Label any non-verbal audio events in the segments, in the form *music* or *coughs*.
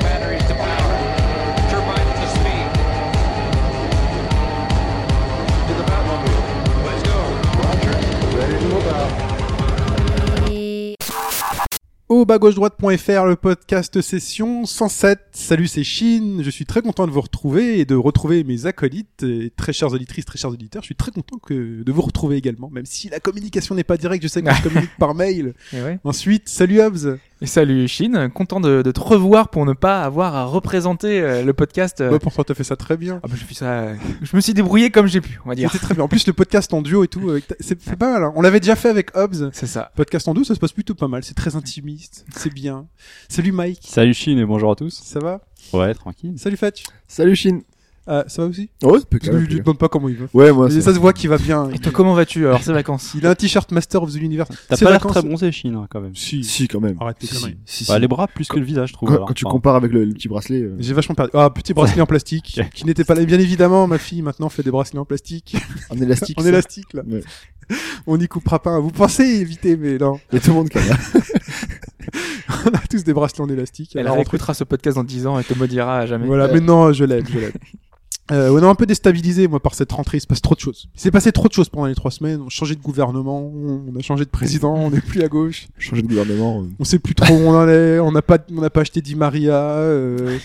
batteries to power. Turbines to speed. To the Batmobile. Let's go. Au bas-gauche-droite.fr, le podcast session 107. Salut, c'est Chine. Je suis très content de vous retrouver et de retrouver mes acolytes, et très chères auditrices, très chers auditeurs. Je suis très content que, de vous retrouver également, même si la communication n'est pas directe. Je sais qu'on se communique par mail. Et ouais. Ensuite, salut Hobbs. Et salut Chine, content de, de te revoir pour ne pas avoir à représenter euh, le podcast. euh, Bah, pour toi, t'as fait ça très bien. ah bah, je, fais ça, euh, je me suis débrouillé comme j'ai pu, on va *laughs* dire. C'était très bien. En plus, le podcast en duo et tout, euh, c'est c'est pas mal. hein. On l'avait déjà fait avec Hobbs. C'est ça. Podcast en duo, ça se passe plutôt pas mal. C'est très intimiste. C'est bien. Salut Mike. Salut Chine et bonjour à tous. Ça va Ouais, tranquille. Salut Fatch. Salut Chine. Euh, ça va aussi Oh, c'est Parce que je lui demande pas comment il va. Ouais, moi, Mais ça se voit qu'il va bien. Et toi, comment vas-tu alors *laughs* ces vacances Il a un t-shirt Master of the Universe. T'as Ses pas l'air vacances- très bronzé Chine hein, quand même. Si. Ah, Si, quand même. Arrête tes Si, conneries. si, si. Bah, les bras plus que le visage, je trouve. Quand, alors. quand tu *laughs* Enfin, compares avec le, le petit *laughs* bracelet. euh, J'ai vachement perdu. Ah, petit bracelet en plastique. *laughs* Ok. Qui n'était pas là. Bien évidemment, ma fille maintenant fait des bracelets en plastique. en élastique. en ça. élastique, là. Ouais. On n'y coupera pas. Vous pensez éviter, mais non. *laughs* Il y a tout le monde qui a. *laughs* On a tous des bracelets en élastique. Elle Alors, entre- réécoutera ce podcast dans 10 ans et te maudira à jamais. Voilà, mais non, je l'aime, je l'aime. Euh, on est un peu déstabilisé, moi, par cette rentrée. Il se passe trop de choses. Il s'est passé trop de choses pendant les trois semaines. On a changé de gouvernement, on a changé de président, on n'est plus à gauche. Changer de gouvernement. euh. On sait plus trop où on en est. On n'a pas, on n'a pas acheté Di Maria. Euh...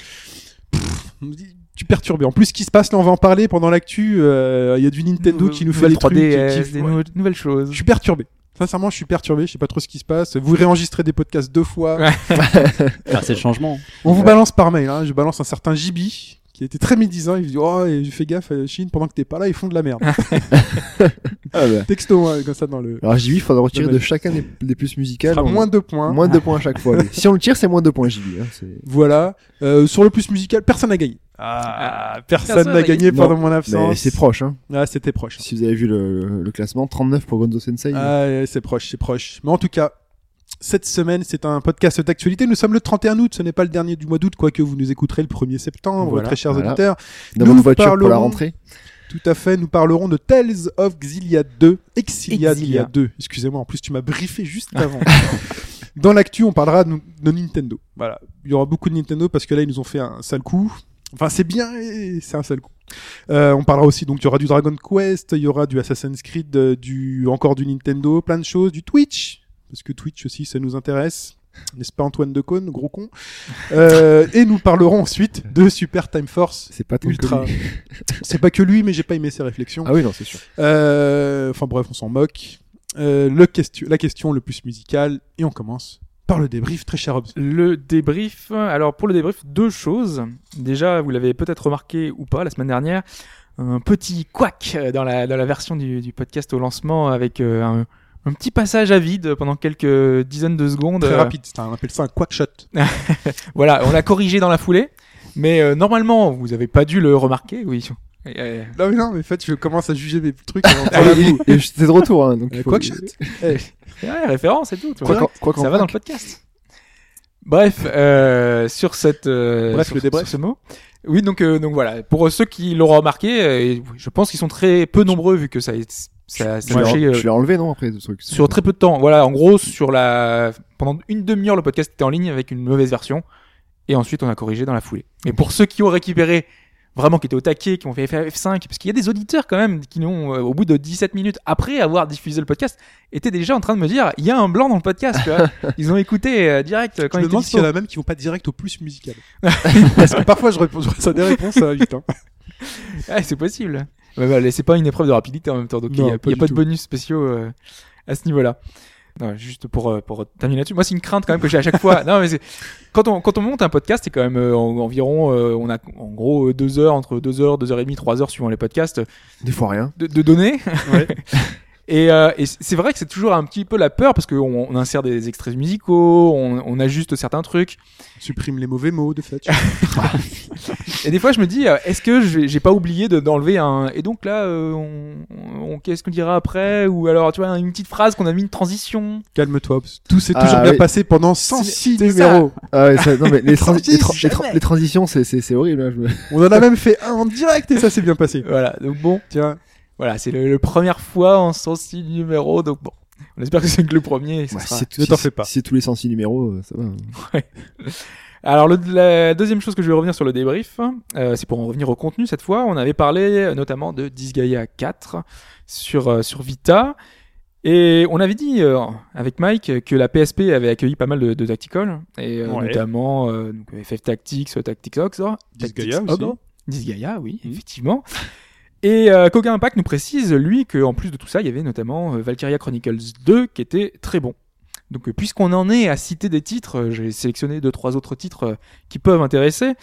pff, on dit- tu perturbes. En plus, ce qui se passe là, on va en parler pendant l'actu. euh, Il y a du Nintendo qui nous fait des trucs. qui- euh, 3D, qui- des ouais. nou- nouvelles Je choses. suis perturbé. Sincèrement, je suis perturbé. Je sais pas trop ce qui se passe. Vous réenregistrez des podcasts deux fois. ah, c'est le changement. On vous balance par mail. hein. Je balance un certain Jibi qui était très médisant. Il me dit oh, et fais gaffe, euh, Chine, pendant que t'es pas là, ils font de la merde. Ah, bah. Texto hein, comme ça dans le. Alors, JB, il faudra retirer Ouais, de bah. chacun des, des puces Ça musicales. fera on- moins deux points. hein. moins de points à chaque fois. lui. si on le tire, c'est moins de points, JB. Hein, c'est- Voilà. Euh, sur le plus musical, personne n'a gagné. Ah, Personne n'a gagné Non, pendant mon absence. Mais c'est proche. Hein. Ah, c'était proche. Si vous avez vu le, le- le classement, 39 pour Gonzo Sensei. Ah, ouais, c'est proche, c'est proche. Mais en tout cas, cette semaine, c'est un podcast d'actualité. Nous sommes le 31 août, ce n'est pas le dernier du mois d'août, quoique vous nous écouterez le 1er septembre, Voilà, très chers voilà. auditeurs. dans nous votre voiture pour la parlerons- rentrée. Tout à fait, nous parlerons de Tales of Xillia 2, Exilia, Exilia. 2. Excusez-moi, en plus tu m'as briefé juste avant. Dans l'actu, on parlera de, de Nintendo. Voilà, il y aura beaucoup de Nintendo parce que là ils nous ont fait un sale coup. Enfin, c'est bien, et c'est un sale coup. Euh, on parlera aussi, donc il y aura du Dragon Quest, il y aura du Assassin's Creed, euh, du encore du Nintendo, plein de choses, du Twitch parce que Twitch aussi ça nous intéresse. N'est-ce pas Antoine Decaune, gros con Euh, Et nous parlerons ensuite de Super Time Force C'est pas ton Ultra. colis. euh, *laughs* C'est pas que lui, mais j'ai pas aimé ses réflexions. Ah oui, non, c'est sûr. Euh, Enfin bref, on s'en moque. Euh, le question, la question le plus musicale, et on commence par le débrief, très cher Hobbs. Le débrief. Alors pour le débrief, deux choses. Déjà, vous l'avez peut-être remarqué ou pas la semaine dernière, un petit couac euh, dans la, dans la version du, du podcast au lancement avec euh, un, un petit passage à vide pendant quelques dizaines de secondes. Très Euh, rapide, c'est un- on appelle ça un quack shot. Voilà, on l'a corrigé dans la foulée. Mais euh, normalement, vous n'avez pas dû le remarquer, oui. Euh, Non mais non, mais en fait, je commence à juger mes trucs avant *laughs* de Ah, parler à et- vous. et- et je- c'est de retour. Hein, donc, Euh, il faut- quack shot. ouais, référence et tout. tu vois. Quoi qu'en- quoi qu'en Ça va dans le podcast. Bref, euh, sur cette euh, Bref, sur- le débrief. sur ce mot. Oui, donc euh, donc voilà. Pour ceux qui l'auront remarqué, euh, et je pense qu'ils sont très peu nombreux vu que ça ça, Je ça l'ai- a marché, euh, je l'ai enlevé, non, après, ce truc. sur très peu de temps. Voilà, en gros sur la pendant une demi-heure le podcast était en ligne avec une mauvaise version et ensuite on a corrigé dans la foulée. Et pour ceux qui ont récupéré vraiment qui étaient au taquet, qui ont fait F5 parce qu'il y a des auditeurs quand même qui n'ont euh, au bout de 17 minutes après avoir diffusé le podcast étaient déjà en train de me dire il y a un blanc dans le podcast, tu *laughs* vois. Ils ont écouté euh, direct euh, Je quand me ils étaient demande s'il y en dispo. a même qui vont pas direct au plus *laughs* musical. Parce que parfois je réponds à des réponses, ça va vite. hein. Ouais, c'est possible. Bah, bah, c'est pas une épreuve de rapidité en même temps donc il Non, n'y a, il pas y a du pas de tout. bonus spéciaux euh, à ce niveau-là. Non, juste pour, euh, pour terminer là-dessus, moi c'est une crainte quand même que j'ai à chaque *laughs* fois. Non, mais c'est- quand on, quand on monte un podcast, c'est quand même euh, en- environ, euh, on a en gros euh, deux heures, entre deux heures, deux heures et demie, trois heures suivant les podcasts, Des fois rien. de, de données. Ouais. *laughs* Et, euh, et c'est vrai que c'est toujours un petit peu la peur parce qu'on on insère des extraits musicaux, on, on ajuste certains trucs. Supprime les mauvais mots, de fait. Et des fois, je me dis, euh, est-ce que j'ai j'ai pas oublié de- d'enlever un. Et donc là, euh, on, on- qu'est-ce qu'on dira après Ou alors, tu vois, une petite phrase qu'on a mis une transition. Calme-toi. Tout s'est Ah, toujours bien oui. passé pendant C'est- 106 c'est numéros. Ah ouais, ça- non, mais les, Transition, transi- les, tra- les tra- jamais. les transitions, c'est- c'est c'est horrible. hein, je me- On en a même fait un en direct et ça s'est bien passé. Voilà, donc bon, Tiens, voilà, c'est le- la première fois en 106 numéros, donc bon. On espère que c'est que le premier. et que ça Ouais, sera- c'est- ne si- t'en fais pas. Si c'est tous les 106 numéros, euh, ça va. Alors, le- la deuxième chose que je vais revenir sur le débrief, euh, c'est pour en revenir au contenu cette fois. On avait parlé euh, notamment de Disgaea 4 sur, euh, sur Vita. Et on avait dit euh, avec Mike euh, que la PSP avait accueilli pas mal de, de Tactical, et euh, Ouais. notamment euh, donc, FF Tactics, euh, Tactics Ox, hein, Tactics Disgaea aussi. Mhm. Ogre. Disgaea, oui, effectivement. Et euh, Koga Impact nous précise, lui, qu'en plus de tout ça, il y avait notamment euh, Valkyria Chronicles 2 qui était très bon. Donc, euh, puisqu'on en est à citer des titres, euh, j'ai sélectionné deux, trois autres titres euh, qui peuvent intéresser.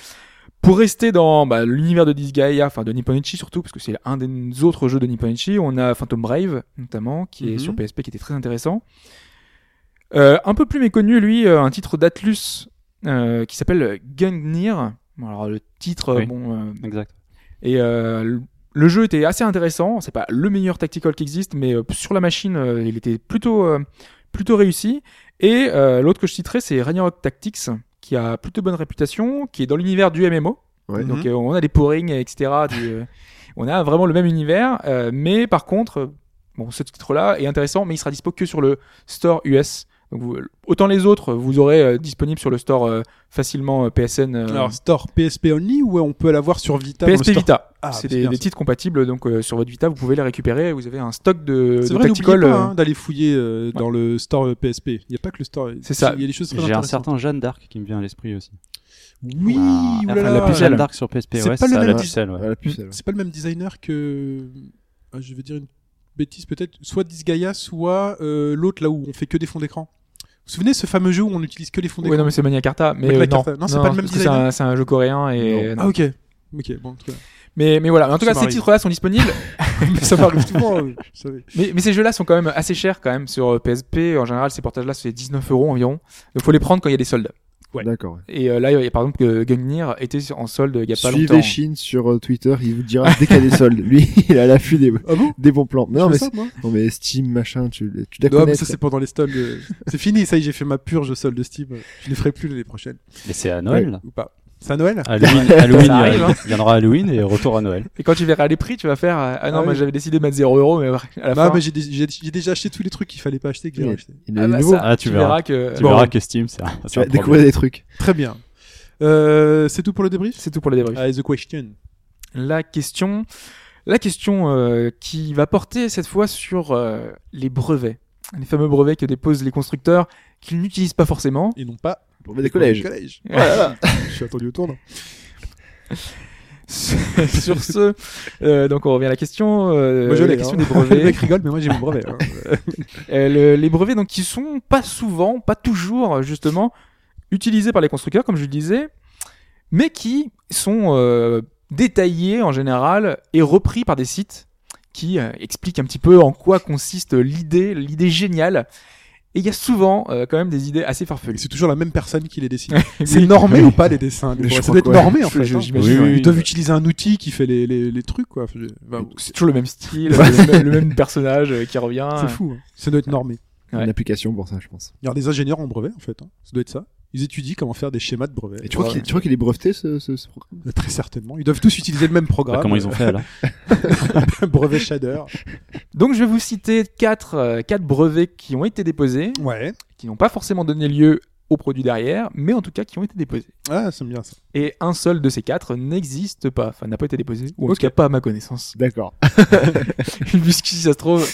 Pour rester dans bah, l'univers de Disgaea, enfin de Nipponichi surtout, parce que c'est un des autres jeux de Nipponichi, on a Phantom Brave, notamment, qui est Mhm. sur PSP, qui était très intéressant. Euh, un peu plus méconnu, lui, euh, un titre d'Atlus euh, qui s'appelle Gungnir. Bon, alors le titre, euh, Oui. bon, euh, Exact. et euh, le- le jeu était assez intéressant. C'est pas le meilleur tactical qui existe, mais euh, sur la machine, euh, il était plutôt, euh, plutôt réussi. Et euh, l'autre que je citerai, c'est Ragnarok Tactics, qui a plutôt bonne réputation, qui est dans l'univers du MMO. Ouais. Donc euh, on a des pourings, etc. du, euh, on a vraiment le même univers, euh, mais par contre, euh, bon, ce titre-là est intéressant, mais il sera dispo que sur le store US. Donc, vous- autant les autres, vous aurez euh, disponible sur le store euh, facilement euh, PSN. euh, Alors, store PSP only ou on peut l'avoir sur Vita dans le PSP store Vita. Ah, c'est c'est des, bien, des ça. titres compatibles, donc euh, sur votre Vita, vous pouvez les récupérer. Vous avez un stock de, C'est de vrai, n'oubliez tactical. pas euh, hein, d'aller fouiller euh, dans le store euh, PSP. Il n'y a pas que le store. C'est ça. Il y a des choses très J'ai un intéressantes. certain Jeanne d'Arc qui me vient à l'esprit aussi. Oui, oh Ah, oulala. enfin, la C'est pucelle d'Arc sur PSP, C'est ouais, pas le ça, même la dis- pucelle, ouais. Ah, la puce, elle. pas le même designer que. ah, je vais dire une bêtise peut-être. Soit Disgaea, soit euh, l'autre là où on fait que des fonds d'écran. Vous vous souvenez de ce fameux jeu où on n'utilise que les fonds Oui, d'écran non, mais c'est Mania Carta. Mais Mania euh, non, Carta. Non, c'est pas le même parce que C'est design. un, c'est un jeu coréen et. euh, Ah, ok. Ok, bon, en tout cas. Mais, mais voilà. Mais en tout Ça cas, ces m'arrive. titres-là sont *laughs* disponibles. Mais ça m'arrive souvent, euh, vous savez. mais, mais ces jeux-là sont quand même assez chers quand même sur euh, PSP. En général, ces portages-là, c'est 19 euros environ. Donc, faut les prendre quand il y a des soldes. Ouais. D'accord. ouais. Et euh, là, il y a, par exemple, que Gungnir était en solde il y a pas Suivez longtemps. Shin sur euh, Twitter, il vous dira dès qu'il y a des soldes. Lui, *laughs* il a l'affût des, Ah bon des bons plans. Mais non, Je mais, fais ça, moi c'est- non, mais Steam, machin, tu, tu dois Non, mais connaître. ça c'est pendant les soldes. euh, C'est fini, ça y est, j'ai fait ma purge aux soldes de Steam. Je ne ferai plus l'année prochaine. Et c'est à Noël, Ouais. là. Ou pas. C'est à Noël *laughs* Halloween, Halloween, Ça arrive, euh, il y en aura Halloween et retour à Noël. Et quand tu verras les prix, tu vas faire euh, Ah non, Ah moi oui. j'avais décidé de mettre 0 euros, mais à la Non, fin. mais j'ai dé- j'ai j'ai déjà acheté tous les trucs qu'il fallait pas acheter que j'ai Oui. racheté. Il Ah est bah, nouveau. ça, Ah, tu tu verras. verras que. Tu Bon, verras que Steam, c'est un- Tu c'est un vas problème. découvrir des trucs. Très bien. Euh, c'est tout pour le débrief C'est tout pour le débrief. Ah, The question. la question, la question euh, qui va porter cette fois sur euh, les brevets, les fameux brevets que déposent les constructeurs qu'ils n'utilisent pas *laughs* forcément. *laughs* Et non pas Pour des collèges. Oh collège. Voilà. Je suis attendu au tournant. sur ce, euh, donc on revient à la question, euh, moi je la l'ai. question hein. des Le *laughs* brevets. mec rigole, mais moi j'ai mon brevet. hein. *laughs* Euh, le- les brevets donc qui sont pas souvent, pas toujours euh, justement utilisés par les constructeurs, comme je le disais, mais qui sont euh, détaillés en général et repris par des sites qui euh, expliquent un petit peu en quoi consiste l'idée, l'idée géniale. Et il y a souvent euh, quand même des idées assez Et farfelues. C'est toujours la même personne qui les dessine. C'est Oui. normé ou pas les dessins Je Ça crois doit que être ouais. normé en fait. Je- hein. j'imagine, Oui, ouais. oui. Ils doivent utiliser un outil qui fait les, les, les trucs quoi. Enfin, je- enfin, C'est toujours le même style, *laughs* le, même, le même personnage euh, qui revient. c'est fou. hein. Ça doit être normé. Ouais. Une application pour ça, je pense. Il y a des ingénieurs en brevet en fait. hein. Ça doit être ça. Ils étudient comment faire des schémas de brevet. Et tu crois Ouais. qu'il tu crois qu'il est breveté ce, ce, ce programme Euh, Très certainement. Ils doivent tous utiliser le même programme. Ah. Bah, comment ils ont fait là *laughs* brevet shader. Donc je vais vous citer quatre, euh, quatre brevets qui ont été déposés. Ouais. qui n'ont pas forcément donné lieu au produit derrière, mais en tout cas qui ont été déposés. Ah, c'est bien ça. Et un seul de ces quatre n'existe pas, enfin n'a pas été déposé, ou en Ok. tout cas pas à ma *laughs* connaissance, *laughs* D'accord. puisque si ça se trouve.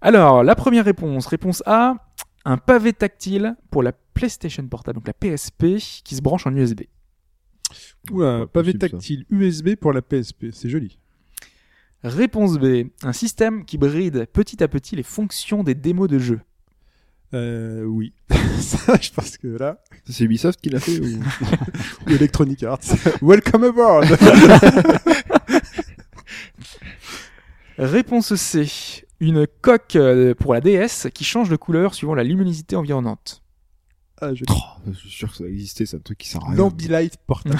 Alors, la première réponse, réponse A, un pavé tactile pour la PlayStation Portable, donc la PSP, qui se branche en USB. Oula, Pas pavé possible, ça. tactile USB pour la PSP. C'est joli. Réponse B, un système qui bride petit à petit les fonctions des démos de jeu. Euh, oui. *laughs* ça, je pense que là. Ça, C'est Ubisoft qui l'a fait ou... ou Electronic Arts. *laughs* Welcome *laughs* aboard Réponse C, une coque euh, pour la DS qui change de couleur suivant la luminosité environnante. Ah, je... Je suis sûr que ça existait, c'est un truc qui sert à rien. L'ambilight portable.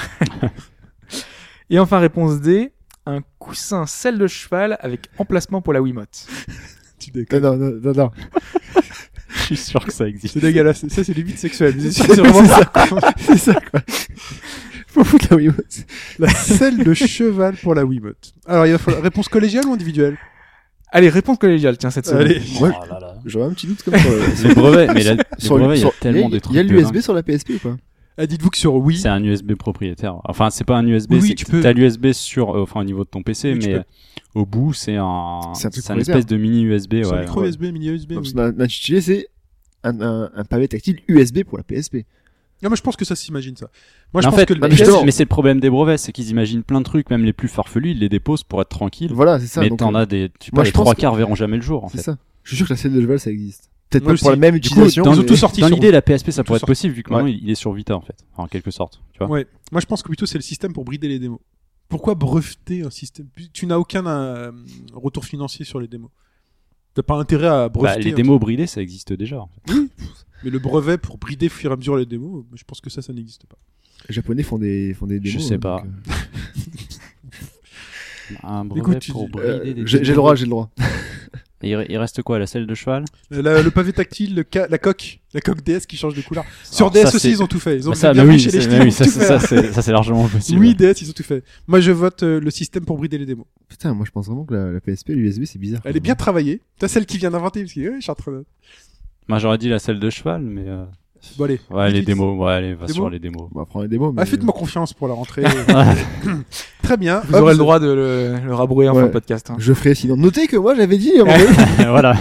Et enfin, réponse D, un coussin selle de cheval avec emplacement pour la Wiimote. tu déconnes. Non, non, non, non, non. Je suis sûr que ça existe. C'est dégueulasse. Ça, c'est limite sexuel. *laughs* Mais c'est C'est sûrement C'est ça, quoi. Faut foutre la Wiimote. La selle de cheval pour la Wiimote. Alors, il va falloir réponse collégiale ou individuelle Allez, réponse collégiale, tiens, cette semaine. Allez. Ouais, Oh là là. j'aurais un petit doute comme *laughs* ça. Les brevets, mais la, les Sur- brevets, il y a sur- tellement il y de a- trucs. Il y a de l'USB dingue. sur la PSP ou pas Ah, Dites-vous que sur Wii, C'est un USB propriétaire. Enfin, c'est pas un USB, Oui, c'est oui, que tu peux. t'as l'USB sur, euh, enfin, au niveau de ton PC, Oui, tu mais peux. euh, au bout, c'est un, C'est un truc c'est un propriétaire. espèce de mini USB, c'est un ouais. micro ouais. USB, mini USB. Donc, oui. son intitulé, c'est un, un, un pavé tactile USB pour la PSP. Non, mais je pense que ça s'imagine ça. Moi, je Mais en pense fait, que le mais PS- c'est- mais c'est le problème des brevets, c'est qu'ils imaginent plein de trucs, même les plus farfelus, ils les déposent pour être tranquilles. Voilà, c'est ça. mais donc, euh, t'en as des, tu sais pas, moi, je les pense trois que- quarts verront jamais le jour, en C'est fait. ça. Je suis sûr que la selle de cheval, ça existe. Peut-être Moi pas pour aussi. la même Du coup, utilisation. dans, Ils ont mais- tous sorti dans sur- l'idée, la PSP, ça Tout pourrait être sorti. possible, vu que maintenant, Ouais. il il est sur Vita, en fait. Enfin, en quelque sorte, tu vois. Ouais. Moi, je pense que plutôt c'est le système pour brider les démos. Pourquoi breveter un système Tu n'as aucun euh, retour financier sur les démos. T'as pas intérêt à Bah, breveter. les un démos bridées, ça existe déjà. truc. Mais le brevet pour brider au fur et à mesure les démos, euh, je pense que ça, ça n'existe pas. Les Japonais font des, font des Je démos. sais hein, pas. donc, euh, Un brevet Écoute, tu- pour euh, brider des J'ai j'ai le droit, j'ai le droit. Et il, il reste quoi, la selle de cheval La- Euh, la- le pavé tactile, le ca- la coque, la coque DS qui change de couleur. Sur E Alors, Ah, ça, DS aussi, c'est- ils ont tout fait. Ils ont Bah, ça, bien bah oui, chez les ça- ch'tis, bah ils oui, ont ça, tout c'est- fait. ça, c'est ça, c'est largement possible. Oui, DS, ils ont tout fait. Moi, je vote euh, le système pour brider les démos. Putain, moi je pense vraiment que la, la PSP, l'USB, c'est bizarre. Elle est bien travaillée. T'as celle qui vient d'inventer, parce que euh, je suis en train de- Moi, j'aurais dit la selle de cheval, mais euh, Bon, allez. ouais, Vite, les vite. démos, ouais, allez, va Démos sur *laughs* les démos. *laughs* On va prendre les démos. Mais... Ah, faites-moi confiance pour la rentrée. Très bien. Vous Hop, aurez le droit de le, le rabrouer en Ouais. fin de podcast. hein. euh, Je ferai sinon. Notez que moi j'avais dit. à un Ah, moment donné- voilà.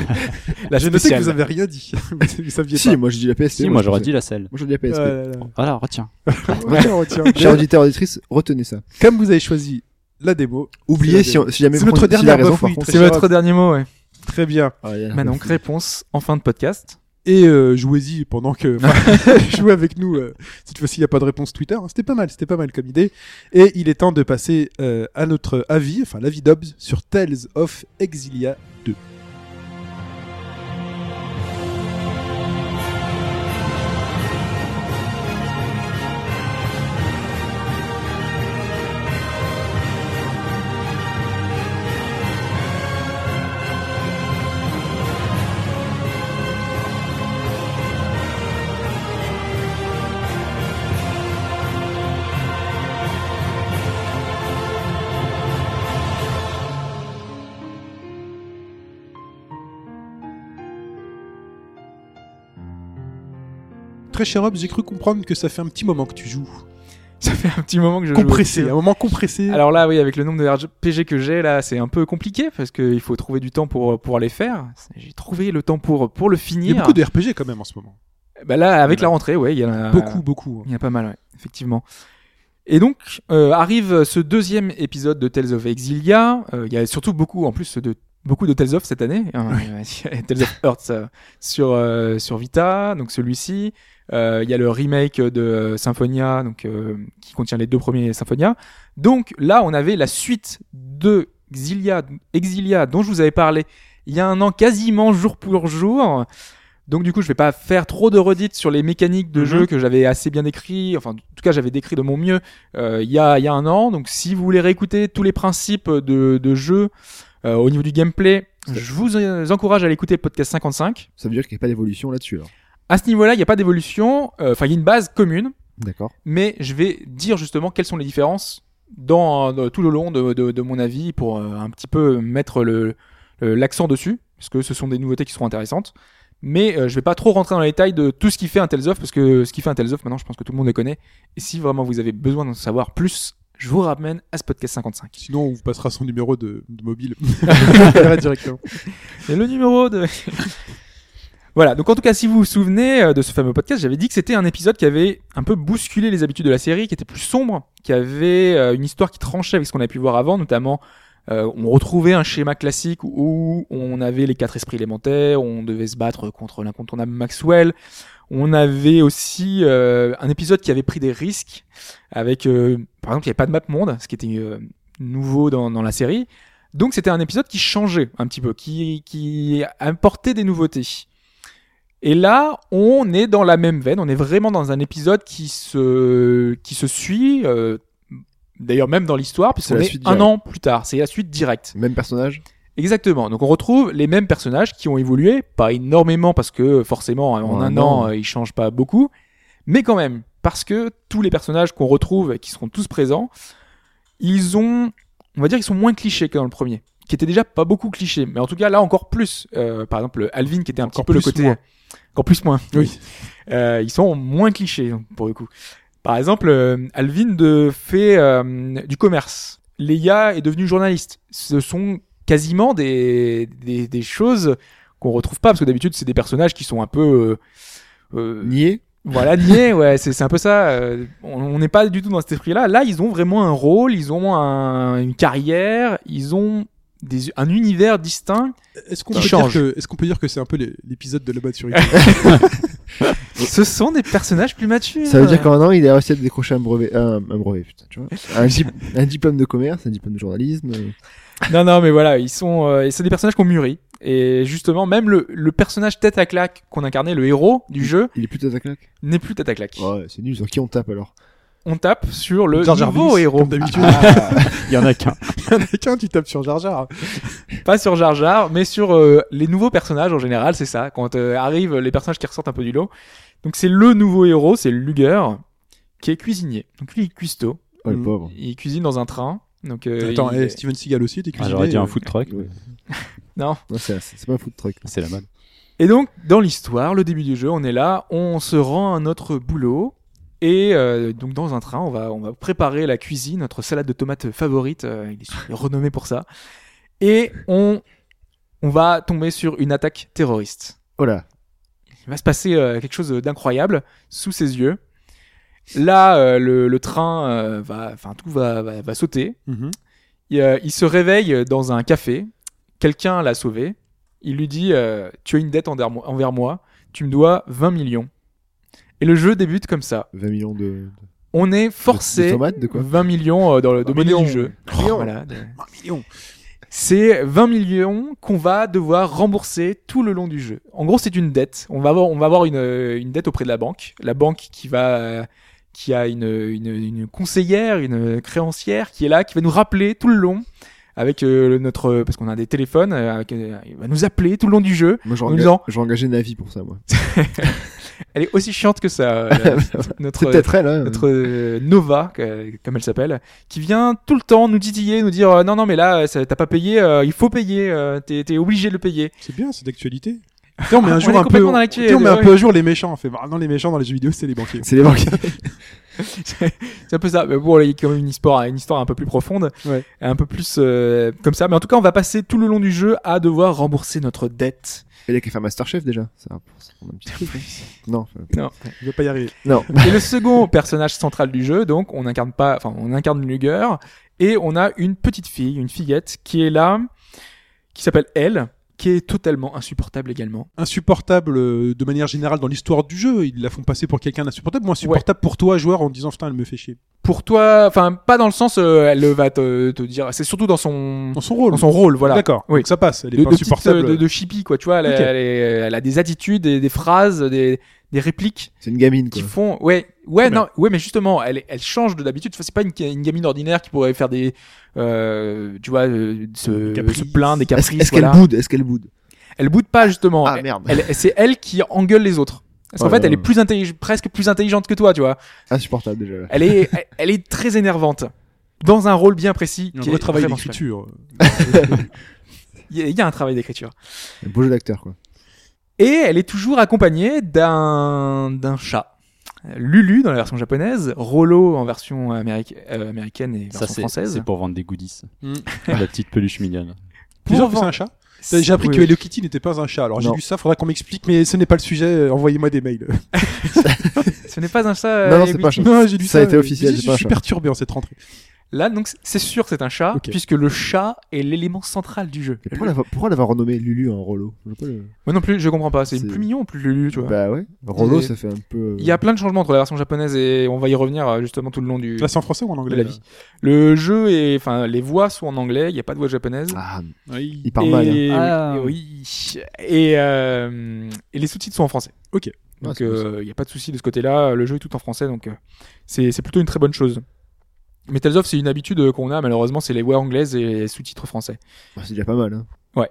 La J'ai noté que spéciale. vous avez rien dit. *laughs* vous saviez si, pas. moi j'ai dit la PSP. Si, moi, je j'aurais pensais- dit la selle. Moi j'ai dit la PSP. Ah là là. *laughs* Voilà, retiens. Retiens, retiens. Chers auditeurs auditrices, retenez ça. Comme vous avez choisi la démo, Oubliez C'est si, on- si jamais C'est vous notre prenez- si dernière la raison, bof, par oui, contre. C'est votre dernier mot, ouais. très bien. Ah, il y a la Bah donc, bof. réponse en fin de podcast. *laughs* Et euh, jouez-y pendant que enfin, *laughs* jouez avec nous. euh, cette fois-ci, il n'y a pas de réponse Twitter. hein. C'était pas mal, c'était pas mal comme idée. Et il est temps de passer euh, à notre avis, enfin l'avis d'Obs sur Tales of Exilia 2. Très cher Obs, j'ai cru comprendre que ça fait un petit moment que tu joues. Ça fait un petit moment que je joue au Compressé, jeu. un moment compressé. Alors là, oui, avec le nombre de RPG que j'ai, là, c'est un peu compliqué parce qu'il faut trouver du temps pour, pour les faire. J'ai trouvé le temps pour, pour le il y finir. a beaucoup de RPG quand même en ce moment. Bah là, avec Il y la en a rentrée, ouais, il y en a Beaucoup, beaucoup. hein. Il y en a pas mal, ouais, effectivement. Et donc euh, arrive ce deuxième épisode de Tales of Exilia. Euh, Il y a surtout beaucoup, en plus de beaucoup de Tales of cette année. Euh, *laughs* Tales of Earth euh, sur euh, sur Vita, donc celui-ci. Euh, Il y a le remake de Symphonia, donc euh, qui contient les deux premiers Symphonia. Donc là, on avait la suite de Exilia, Exilia dont je vous avais parlé il y a un an, quasiment jour pour jour. Donc du coup, je vais pas faire trop de redites sur les mécaniques de Mhm. jeu que j'avais assez bien décrit. Enfin, en tout cas, j'avais décrit de mon mieux euh, il y, a, il y a un an. Donc si vous voulez réécouter tous les principes de, de jeu euh, au niveau du gameplay, je vous euh, encourage à l'écouter le podcast 55. Ça veut dire qu'il n'y a pas d'évolution là-dessus. alors. À ce niveau-là, il n'y a pas d'évolution. Euh, Enfin, il y a une base commune D'accord. mais je vais dire justement quelles sont les différences dans, dans- tout le long de, de- de mon avis pour euh, un petit peu mettre le- le- l'accent dessus, parce que ce sont des nouveautés qui seront intéressantes. Mais euh, je vais pas trop rentrer dans les détails de tout ce qui fait un Tales of, parce que ce qui fait un Tales of, maintenant, je pense que tout le monde le connaît. Et si vraiment vous avez besoin d'en savoir plus, je vous ramène à ce podcast 55. Sinon, on vous passera son numéro de, *laughs* de mobile. On appellera directement. Et le numéro de. *laughs* voilà, donc en tout cas, si vous vous souvenez euh, de ce fameux podcast, j'avais dit que c'était un épisode qui avait un peu bousculé les habitudes de la série, qui était plus sombre, qui avait euh, une histoire qui tranchait avec ce qu'on a pu voir avant, notamment. euh, on retrouvait un schéma classique où on avait les quatre esprits élémentaires, on devait se battre contre l'incontournable Maxwell. On avait aussi euh, un épisode qui avait pris des risques avec, euh, par exemple, il n'y avait pas de map monde, ce qui était euh, nouveau dans, dans la série. Donc c'était un épisode qui changeait un petit peu, qui, qui apportait des nouveautés. Et là, on est dans la même veine, on est vraiment dans un épisode qui se, qui se suit, euh, d'ailleurs même dans l'histoire, puisqu'on la est, suite un directe. an plus tard, c'est la suite directe. Même personnage. Exactement, donc on retrouve les mêmes personnages qui ont évolué, pas énormément parce que forcément en, En un un an. an euh, ils changent pas beaucoup, mais quand même, parce que tous les personnages qu'on retrouve et qui seront tous présents, ils ont, on va dire qu'ils sont moins clichés que dans le premier, qui était déjà pas beaucoup clichés, mais en tout cas là encore plus, Euh, par exemple Alvin qui était un Encore petit peu le plus côté... moins. Encore plus moins. Oui. Euh, ils sont moins clichés pour le coup. Par exemple, euh, Alvin de fait euh, du commerce. Léa est devenue journaliste. Ce sont quasiment des des, des choses qu'on retrouve pas parce que d'habitude c'est des personnages qui sont un peu euh, euh, Nier. voilà niais ouais c'est c'est un peu ça euh, on on n'est pas du tout dans cet esprit là là ils ont vraiment un rôle ils ont un- une carrière ils ont des, un univers distinct Est-ce qu'on Qui peut, dire change. que- est-ce qu'on peut dire que c'est un peu les- l'épisode de la bas sur ce sont des personnages plus matures Ça veut dire qu'en un an, il a réussi à décrocher un brevet, un, un brevet, putain, tu vois. Un, dip- un diplôme de commerce, un diplôme de journalisme. euh. Non, non, mais voilà, ils sont, euh, et c'est des personnages qui ont mûri. Et justement, même le, le personnage tête à claque qu'on incarnait, le héros du jeu, Il est plutôt à claque. n'est plus tête à claque. Ouais, c'est nul. Sur qui on tape alors On tape sur *laughs* le Jar Jar nouveau Binks, héros. Ah. Comme d'habitude, *laughs* Il y en a qu'un. Tiens, tu tapes sur Jar Jar. Pas sur Jar Jar, mais sur euh, les nouveaux personnages en général, c'est ça. Quand euh, arrivent les personnages qui ressortent un peu du lot. Donc c'est le nouveau héros, c'est Luger, qui est cuisinier. Donc lui, il est cuistot. Oh, le Mm. pauvre. Il cuisine dans un train. Donc, euh, Attends, il- eh, Steven Seagal aussi, t'es Ah, cuisiné. J'aurais dit euh, un food truck. *laughs* Ouais. Non. Non, c'est c'est pas un food truck. C'est la mode. Et donc, dans l'histoire, le début du jeu, on est là, on se rend à notre boulot. Et euh, donc, dans un train, on va, on va préparer la cuisine, notre salade de tomates favorite. euh, il est il est renommé pour ça. Et on, on va tomber sur une attaque terroriste. Oh là. Il va se passer euh, quelque chose d'incroyable sous ses yeux. Là, euh, le, le train euh, va, enfin, tout va, va, va sauter. mhm. Il, euh, il se réveille dans un café. Quelqu'un l'a sauvé. Il lui dit euh, Tu as une dette envers moi, envers moi. Tu me dois 20 millions. Et le jeu débute comme ça. 20 millions de, On est de forcé. tomates, de quoi 20 millions euh, dans le, de 20 monnaie millions. du jeu. millions. Voilà, de- millions. C'est 20 millions qu'on va devoir rembourser tout le long du jeu. En gros, c'est une dette. On va avoir, on va avoir une, euh, une dette auprès de la banque. La banque qui va, euh, qui a une, une, une conseillère, une créancière qui est là, qui va nous rappeler tout le long avec euh, le- notre, parce qu'on a des téléphones, euh, avec, euh, il va nous appeler tout le long du jeu. Moi, j'ai En enga- disant- j'ai engagé Navi pour ça, moi. Elle est aussi chiante que ça. euh, la- notre, *laughs* C'est peut-être elle, hein. notre euh, Nova, que- comme elle s'appelle, qui vient tout le temps nous titiller, nous dire euh, non non mais là euh, ça- t'as pas payé, euh, il faut payer, euh, t'es t'es obligé de le payer. C'est bien, c'est d'actualité. Tiens, on *laughs* met Ah, On un jour est un peu, complètement dans l'actu, tiens, on met ouais. un peu à jour les méchants. On fait, bah, non, les méchants dans les jeux vidéo, c'est les banquiers. C'est les banques. C'est un peu ça. Mais bon, il y a quand même une histoire, une histoire un peu plus profonde, Ouais. et un peu plus euh, comme ça. Mais en tout cas, on va passer tout le long du jeu à devoir rembourser notre dette. Il a qu'à faire Masterchef déjà. Ça va pour- ça prend un petit truc. *laughs* hein. Non. enfin, Non. Il va pas y arriver. Non. Et le *laughs* second personnage central du jeu, donc on incarne pas, enfin on incarne Luger et on a une petite fille, une fillette qui est là, qui s'appelle Elle, qui est totalement insupportable également. Insupportable euh, de manière générale dans l'histoire du jeu. Ils la font passer pour quelqu'un d'insupportable. Moi, insupportable pour toi, joueur, en disant, putain, elle me fait chier. pour toi, enfin pas dans le sens euh, elle va te, te dire, c'est surtout dans son Dans son rôle. Mm. dans son rôle, voilà. D'accord. Oui. Donc ça passe. Elle est De, pas de, petite, insupportable. euh, de, de chippie quoi, tu vois, elle, Ok. elle est- elle a des attitudes, des, des phrases, des, des répliques C'est une gamine, qui quoi. font, ouais, ouais, Très bien. non, ouais, mais justement, elle, elle change de d'habitude. Enfin, C'est pas une, une gamine ordinaire qui pourrait faire des, euh, tu vois, euh, se, caprices. se plaindre, des Est-ce caprices. est-ce voilà. qu'elle boude Est-ce qu'elle boude Elle boude pas justement. Ah, Elle- merde. elle- c'est elle qui engueule les autres. Parce qu'en Ouais, fait, elle est ouais. plus intellig- presque plus intelligente que toi, tu vois. Insupportable déjà. là. Elle est, elle- elle est très énervante. Dans un rôle bien précis. Il y a un qui vrai est travail vraiment d'écriture. super. Il y, a- il y a un travail d'écriture. Un beau jeu d'acteur, quoi. Et elle est toujours accompagnée d'un, d'un chat. Euh, Lulu dans la version japonaise, Rollo en version améric- euh, américaine et version Ça, c'est française. c'est pour vendre des goodies. Mm. *laughs* La petite peluche mignonne. Tu Pour sûr que c'est vendre- un chat J'ai appris Oui, que oui. Hello Kitty n'était pas un chat. Alors j'ai Non. lu ça, faudra qu'on m'explique, mais ce n'est pas le sujet. euh, Envoyez-moi des mails. ce n'est pas euh, un chat. Non, non, euh, c'est oui. pas un *laughs* chat. non, j'ai lu Ça Ah, ça. a été mais- officiel, Je c'est pas un je suis chat. perturbé en cette rentrée. Là, donc, c'est sûr que c'est un chat, Ok. puisque le chat est l'élément central du jeu. Et pourquoi l'avoir- pourquoi l'avoir renommé Lulu en Rolo Je sais pas le- Moi non plus, je comprends pas. C'est C'est- plus mignon, plus lulu, tu vois. Bah ouais. Rolo, Et- ça fait un peu. euh, Il y a plein de changements entre la version japonaise et on va y revenir euh, justement tout le long du. Là, Bah, c'est en français ou en anglais De la là vie. Le jeu est, enfin, les voix sont en anglais. Il n'y a pas de voix japonaise. Ah, Oui. il part et... mal. hein. oui, Ah. et Oui. Et, euh, et les sous-titres sont en français. Ok. Ah, Donc c'est il cool, n'y a pas de souci de ce côté-là. Le jeu est tout en français, donc euh, c'est c'est plutôt une très bonne chose. Mais Tales of, c'est une habitude euh, qu'on a malheureusement, c'est les voix anglaises et les sous-titres français. Bah, c'est déjà pas mal. Hein.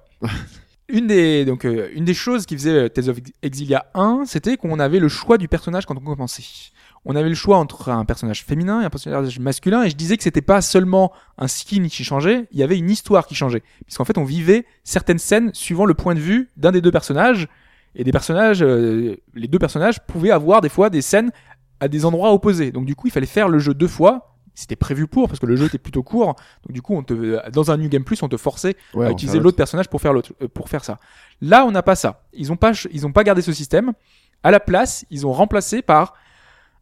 Une des, donc, euh, une des choses qui faisait euh, Tales of Exilia 1, c'était qu'on avait le choix du personnage quand on commençait. On avait le choix entre un personnage féminin et un personnage masculin, et je disais que c'était pas seulement un skin qui changeait, il y avait une histoire qui changeait. Puisqu'en fait, on vivait certaines scènes suivant le point de vue d'un des deux personnages, et des personnages, euh, les deux personnages pouvaient avoir des fois des scènes à des endroits opposés. Donc, du coup, il fallait faire le jeu deux fois. C'était prévu pour, parce que le jeu était plutôt court. Donc, du coup, on te, dans un New Game Plus, on te forçait Ouais, à Ah, on utiliser fait un l'autre personnage pour faire l'autre, euh, pour faire ça. Là, on n'a pas ça. Ils ont pas, ch- ils ont pas gardé ce système. À la place, ils ont remplacé par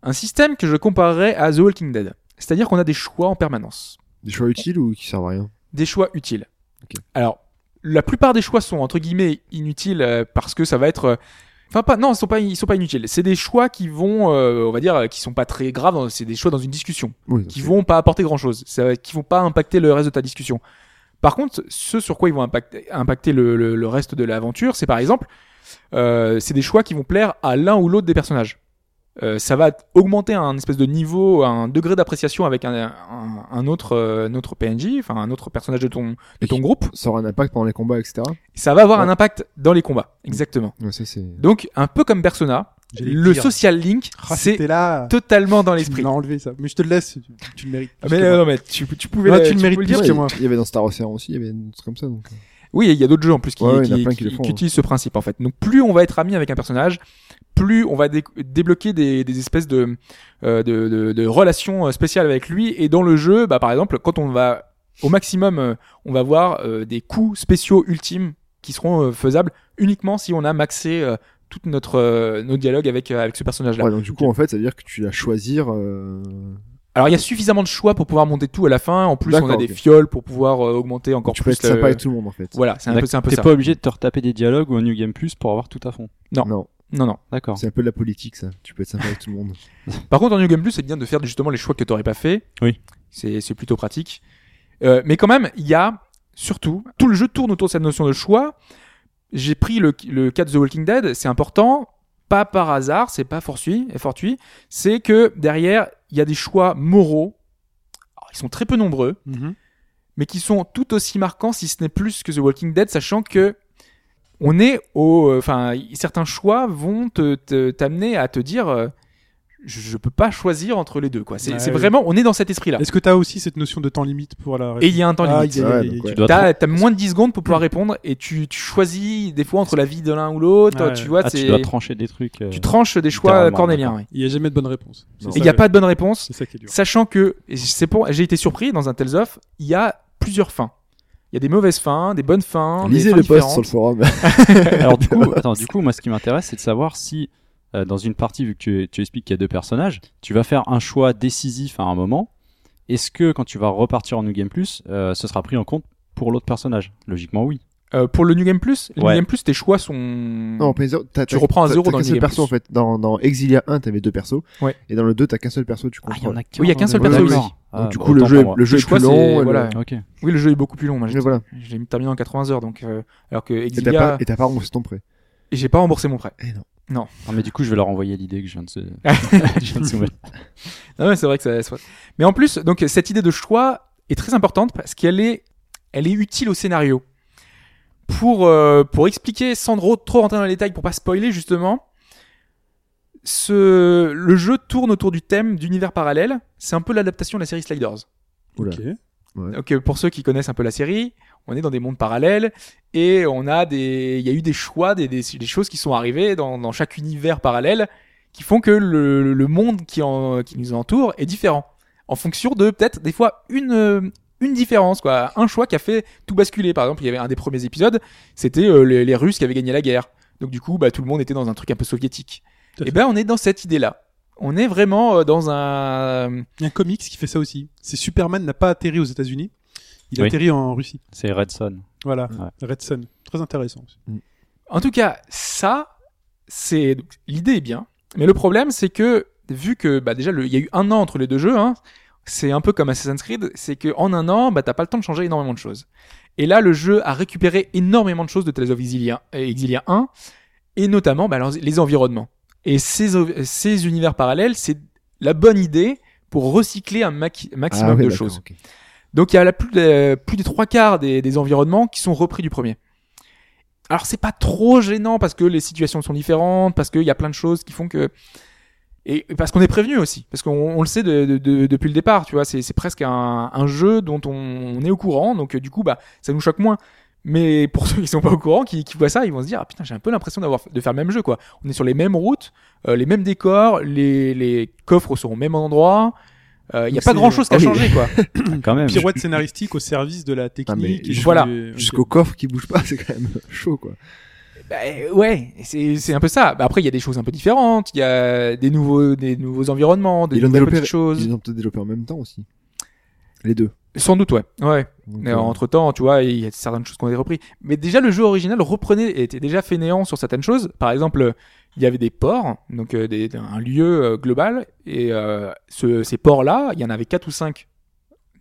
un système que je comparerais à The Walking Dead. C'est-à-dire qu'on a des choix en permanence. Des choix utiles ou qui servent à rien Des choix utiles. Ok. Alors, la plupart des choix sont entre guillemets inutiles euh, parce que ça va être euh, Enfin pas non, ils sont pas ils sont pas inutiles. C'est des choix qui vont euh, on va dire euh, qui sont pas très graves, dans- c'est des choix dans une discussion Oui. qui vont pas apporter grand chose, qui vont pas impacter le reste de ta discussion. Par contre, ce sur quoi ils vont impacter, impacter le, le- le reste de l'aventure, c'est par exemple, euh, c'est des choix qui vont plaire à l'un ou l'autre des personnages. Euh, ça va augmenter un espèce de niveau, un degré d'appréciation avec un, un- un autre, euh, un autre PNJ, enfin un autre personnage de ton, de Et ton qui- groupe. Ça aura un impact pendant les combats, etc. Ça va avoir Ouais. un impact dans les combats, exactement. Ouais, ça, c'est. Donc, un peu comme Persona, J'allais le dire. social link, Ah, c'est c'était là. totalement dans Tu l'esprit. l'as enlevé ça. Mais je te le laisse. tu- Tu le mérites. Ah, Mais, Parce que euh, moi- non, mais tu, tu pouvais Non, la- tu le mérites pouvais plus Ouais, que moi. Il y avait dans Star Ocean aussi, il y avait des trucs comme ça. Donc... Oui, et il y a d'autres jeux en plus qui, Ouais, ouais, il y en a qui, plein qui- qui le font, qui utilisent ce principe en fait. Donc plus on va être ami avec un personnage, plus on va dé- débloquer des, des espèces de, euh, de, de, de relations euh, spéciales avec lui. Et dans le jeu, bah, par exemple, quand on va au maximum, euh, on va voir euh, des coups spéciaux ultimes qui seront euh, faisables uniquement si on a maxé euh, tout notre, euh, nos dialogues avec, euh, avec ce personnage-là. Ouais, donc du coup, en fait, ça veut dire que tu vas choisir. euh, Alors il y a suffisamment de choix pour pouvoir monter tout à la fin. En plus, on D'accord, a des ok. fioles pour pouvoir euh, augmenter encore Tu peux plus. être sympa le- avec tout le monde, en fait. Voilà, c'est un peu, c'est un peu T'es ça. pas obligé de te retaper des dialogues ou un New Game Plus pour avoir tout à fond. Non. Non, Non, non. D'accord. c'est un peu de la politique, ça. Tu peux être sympa avec tout le monde. Par contre, en New Game Plus, c'est bien de faire justement les choix que t'aurais pas fait. Oui. C'est c'est plutôt pratique. Euh, mais quand même, il y a surtout tout le jeu tourne autour de cette notion de choix. J'ai pris le, le cas de The Walking Dead, c'est important, pas par hasard, c'est pas fortuit, et fortuit, c'est que derrière il y a des choix moraux. Alors, ils sont très peu nombreux, Mhm. mais qui sont tout aussi marquants, si ce n'est plus que The Walking Dead, sachant que on est au, euh, enfin, certains choix vont te te- t'amener à te dire, euh, je, je peux pas choisir entre les deux, quoi. C'est Ouais, c'est oui. vraiment, on est dans cet esprit-là. Est-ce que t'as aussi cette notion de temps limite pour la Et il y a un temps Ah, limite. il y a- il Ouais, y a- donc, ouais. Tu dois T'as t'as moins de 10 secondes pour pouvoir répondre et tu, tu choisis des fois entre la vie de l'un ou l'autre. Ouais. Tu vois, Ah, c'est tu dois trancher des trucs. euh, tu tranches des choix littéralement, cornéliens. d'accord. ouais. Il y a jamais de bonne réponse. C'est Non. Et ça il n'y a le- pas de bonne réponse. C'est ça qui est dur. Sachant que, et c'est pour, j'ai été surpris dans un Tales of, il y a plusieurs fins. Il y a des mauvaises fins, des bonnes fins. des Lisez fins le post différentes. sur le forum. Alors du coup, attends, du coup, moi, ce qui m'intéresse, c'est de savoir si euh, dans une partie, vu que tu, tu expliques qu'il y a deux personnages, tu vas faire un choix décisif à un moment. Est-ce que quand tu vas repartir en New Game Plus, euh, ce sera pris en compte pour l'autre personnage Logiquement, oui. Euh, pour le New Game Plus, le Ouais. New Game Plus, tes choix sont. *laughs* Non, mais t'as- t'as- Tu t'as- reprends à t'as- zéro t'as dans qu'un le seul Game perso Plus. en fait. Dans, dans Exilia 1, t'avais deux persos. Ouais. Et dans le 2, t'as qu'un seul perso, tu Ah, comprends. il y en a qu'un. Oui, il y a qu'un seul D'accord. personnage. D'accord. Ah, Donc, du bah, coup, le autant jeu, pour est- moi. le jeu Le est choix, plus c'est- long. le- voilà. Ok. Oui, le jeu est beaucoup plus long. Moi, j'ai Mais voilà. j'ai terminé en 80 heures, donc euh, alors que Et t'as Exilia, pas, et t'as pas remboursé ton prêt. et j'ai pas remboursé mon prêt. Eh non. Non, mais du coup, je vais leur envoyer l'idée que je viens *laughs* de se. je viens de soumettre. Ah ouais, c'est vrai que ça. ça- Mais en plus, donc cette idée de choix est très importante parce qu'elle est, elle est utile au scénario. Pour euh, pour expliquer sans trop, trop rentrer dans les détails pour pas spoiler justement. Ce le jeu tourne autour du thème d'univers parallèle. C'est un peu l'adaptation de la série Sliders. Oula. Ok. Donc euh, pour ceux qui connaissent un peu la série, on est dans des mondes parallèles et on a des, il y a eu des choix, des, des, des choses qui sont arrivées dans, dans chaque univers parallèle qui font que le, le monde qui, en, qui nous entoure est différent en fonction de peut-être des fois une euh, une différence quoi, un choix qui a fait tout basculer. Par exemple, il y avait un des premiers épisodes, c'était euh, les, les Russes qui avaient gagné la guerre. Donc du coup, bah tout le monde était dans un truc un peu soviétique. Tout à Et fait. ben on est dans cette idée là. on est vraiment euh, dans un. Il y a un comics qui fait ça aussi. C'est Superman n'a pas atterri aux États-Unis. Il Oui. atterrit en Russie. C'est Red Son. Voilà. Ouais. Red Sun. Très intéressant. aussi. En tout cas, ça, c'est donc, l'idée est bien, mais le problème c'est que vu que bah déjà le- il y a eu un an entre les deux jeux, hein, c'est un peu comme Assassin's Creed, c'est que en un an, bah t'as pas le temps de changer énormément de choses. Et là, le jeu a récupéré énormément de choses de Tales of Exilia, euh, Exilia 1, et notamment bah, leurs- les environnements. Et ces, ov- ces univers parallèles, c'est la bonne idée pour recycler un maqui- maximum Ah ouais, de d'accord, choses. ok. Donc il y a la plus, de- plus des trois quarts des, des environnements qui sont repris du premier. Alors c'est pas trop gênant parce que les situations sont différentes, parce qu'il y a plein de choses qui font que et parce qu'on est prévenu aussi, parce qu'on on le sait de- de- de- depuis le départ, tu vois, c'est c'est presque un, un jeu dont on, on est au courant, donc euh, du coup bah ça nous choque moins. Mais pour *laughs* ceux qui sont pas au courant, qui, qui voient ça, ils vont se dire ah putain j'ai un peu l'impression d'avoir de faire le même jeu quoi. On est sur les mêmes routes, euh, les mêmes décors, les, les coffres sont au même endroit. Euh, Il y a pas Donc, c'est- Ah grand chose qui a oui. changé quoi. Ah, Quand *laughs* même. Pirouette scénaristique au service de la technique. et je- du- voilà. du- ok. Ah, Jusqu'au coffre qui bouge pas, *laughs* c'est quand même chaud, quoi. Bah, euh, ouais, c'est c'est un peu ça. Bah, après, il y a des choses un peu différentes. Il y a des nouveaux, des nouveaux environnements, des Ils l'ont nouvelles développé- petites choses. Ils ont peut-être développé en même temps aussi. Les deux. Sans doute, ouais. Ouais. Donc, Mais euh, entre temps, tu vois, il y a certaines choses qu'on a reprises. Mais déjà, le jeu original reprenait et était déjà fainéant sur certaines choses. Par exemple, euh, il y avait des ports, donc euh, des- un lieu euh, global. Et euh, ce- ces ports-là, il y en avait quatre ou cinq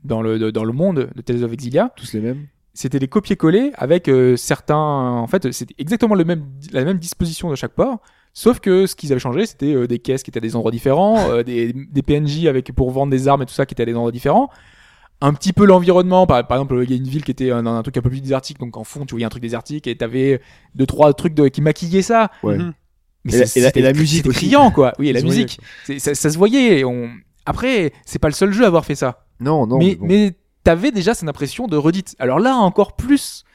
dans le, de- dans le monde de Tales of Exilia. tous les mêmes. c'était des copier-coller avec euh, certains. En fait, c'était exactement le même, la même disposition de chaque port, sauf que ce qu'ils avaient changé, c'était euh, des caisses qui étaient à des endroits différents, euh, des, des PNJ avec pour vendre des armes et tout ça qui étaient à des endroits différents. Un petit peu l'environnement, par, par exemple, il y a une ville qui était euh, dans un truc un peu plus désertique, donc en fond, tu voyais un truc désertique et t'avais deux trois trucs de, qui maquillaient ça. Ouais. Mhm. Mais Et la- c'est- et la- et la c'était- musique c'était aussi. criant, quoi. Oui, et la Ils ont voyé, musique, C'est- ça, ça se voyait. et On... Après, c'est pas le seul jeu à avoir fait ça Non, non. mais, bon. mais t'avais déjà cette impression de redite. Alors là, encore plus,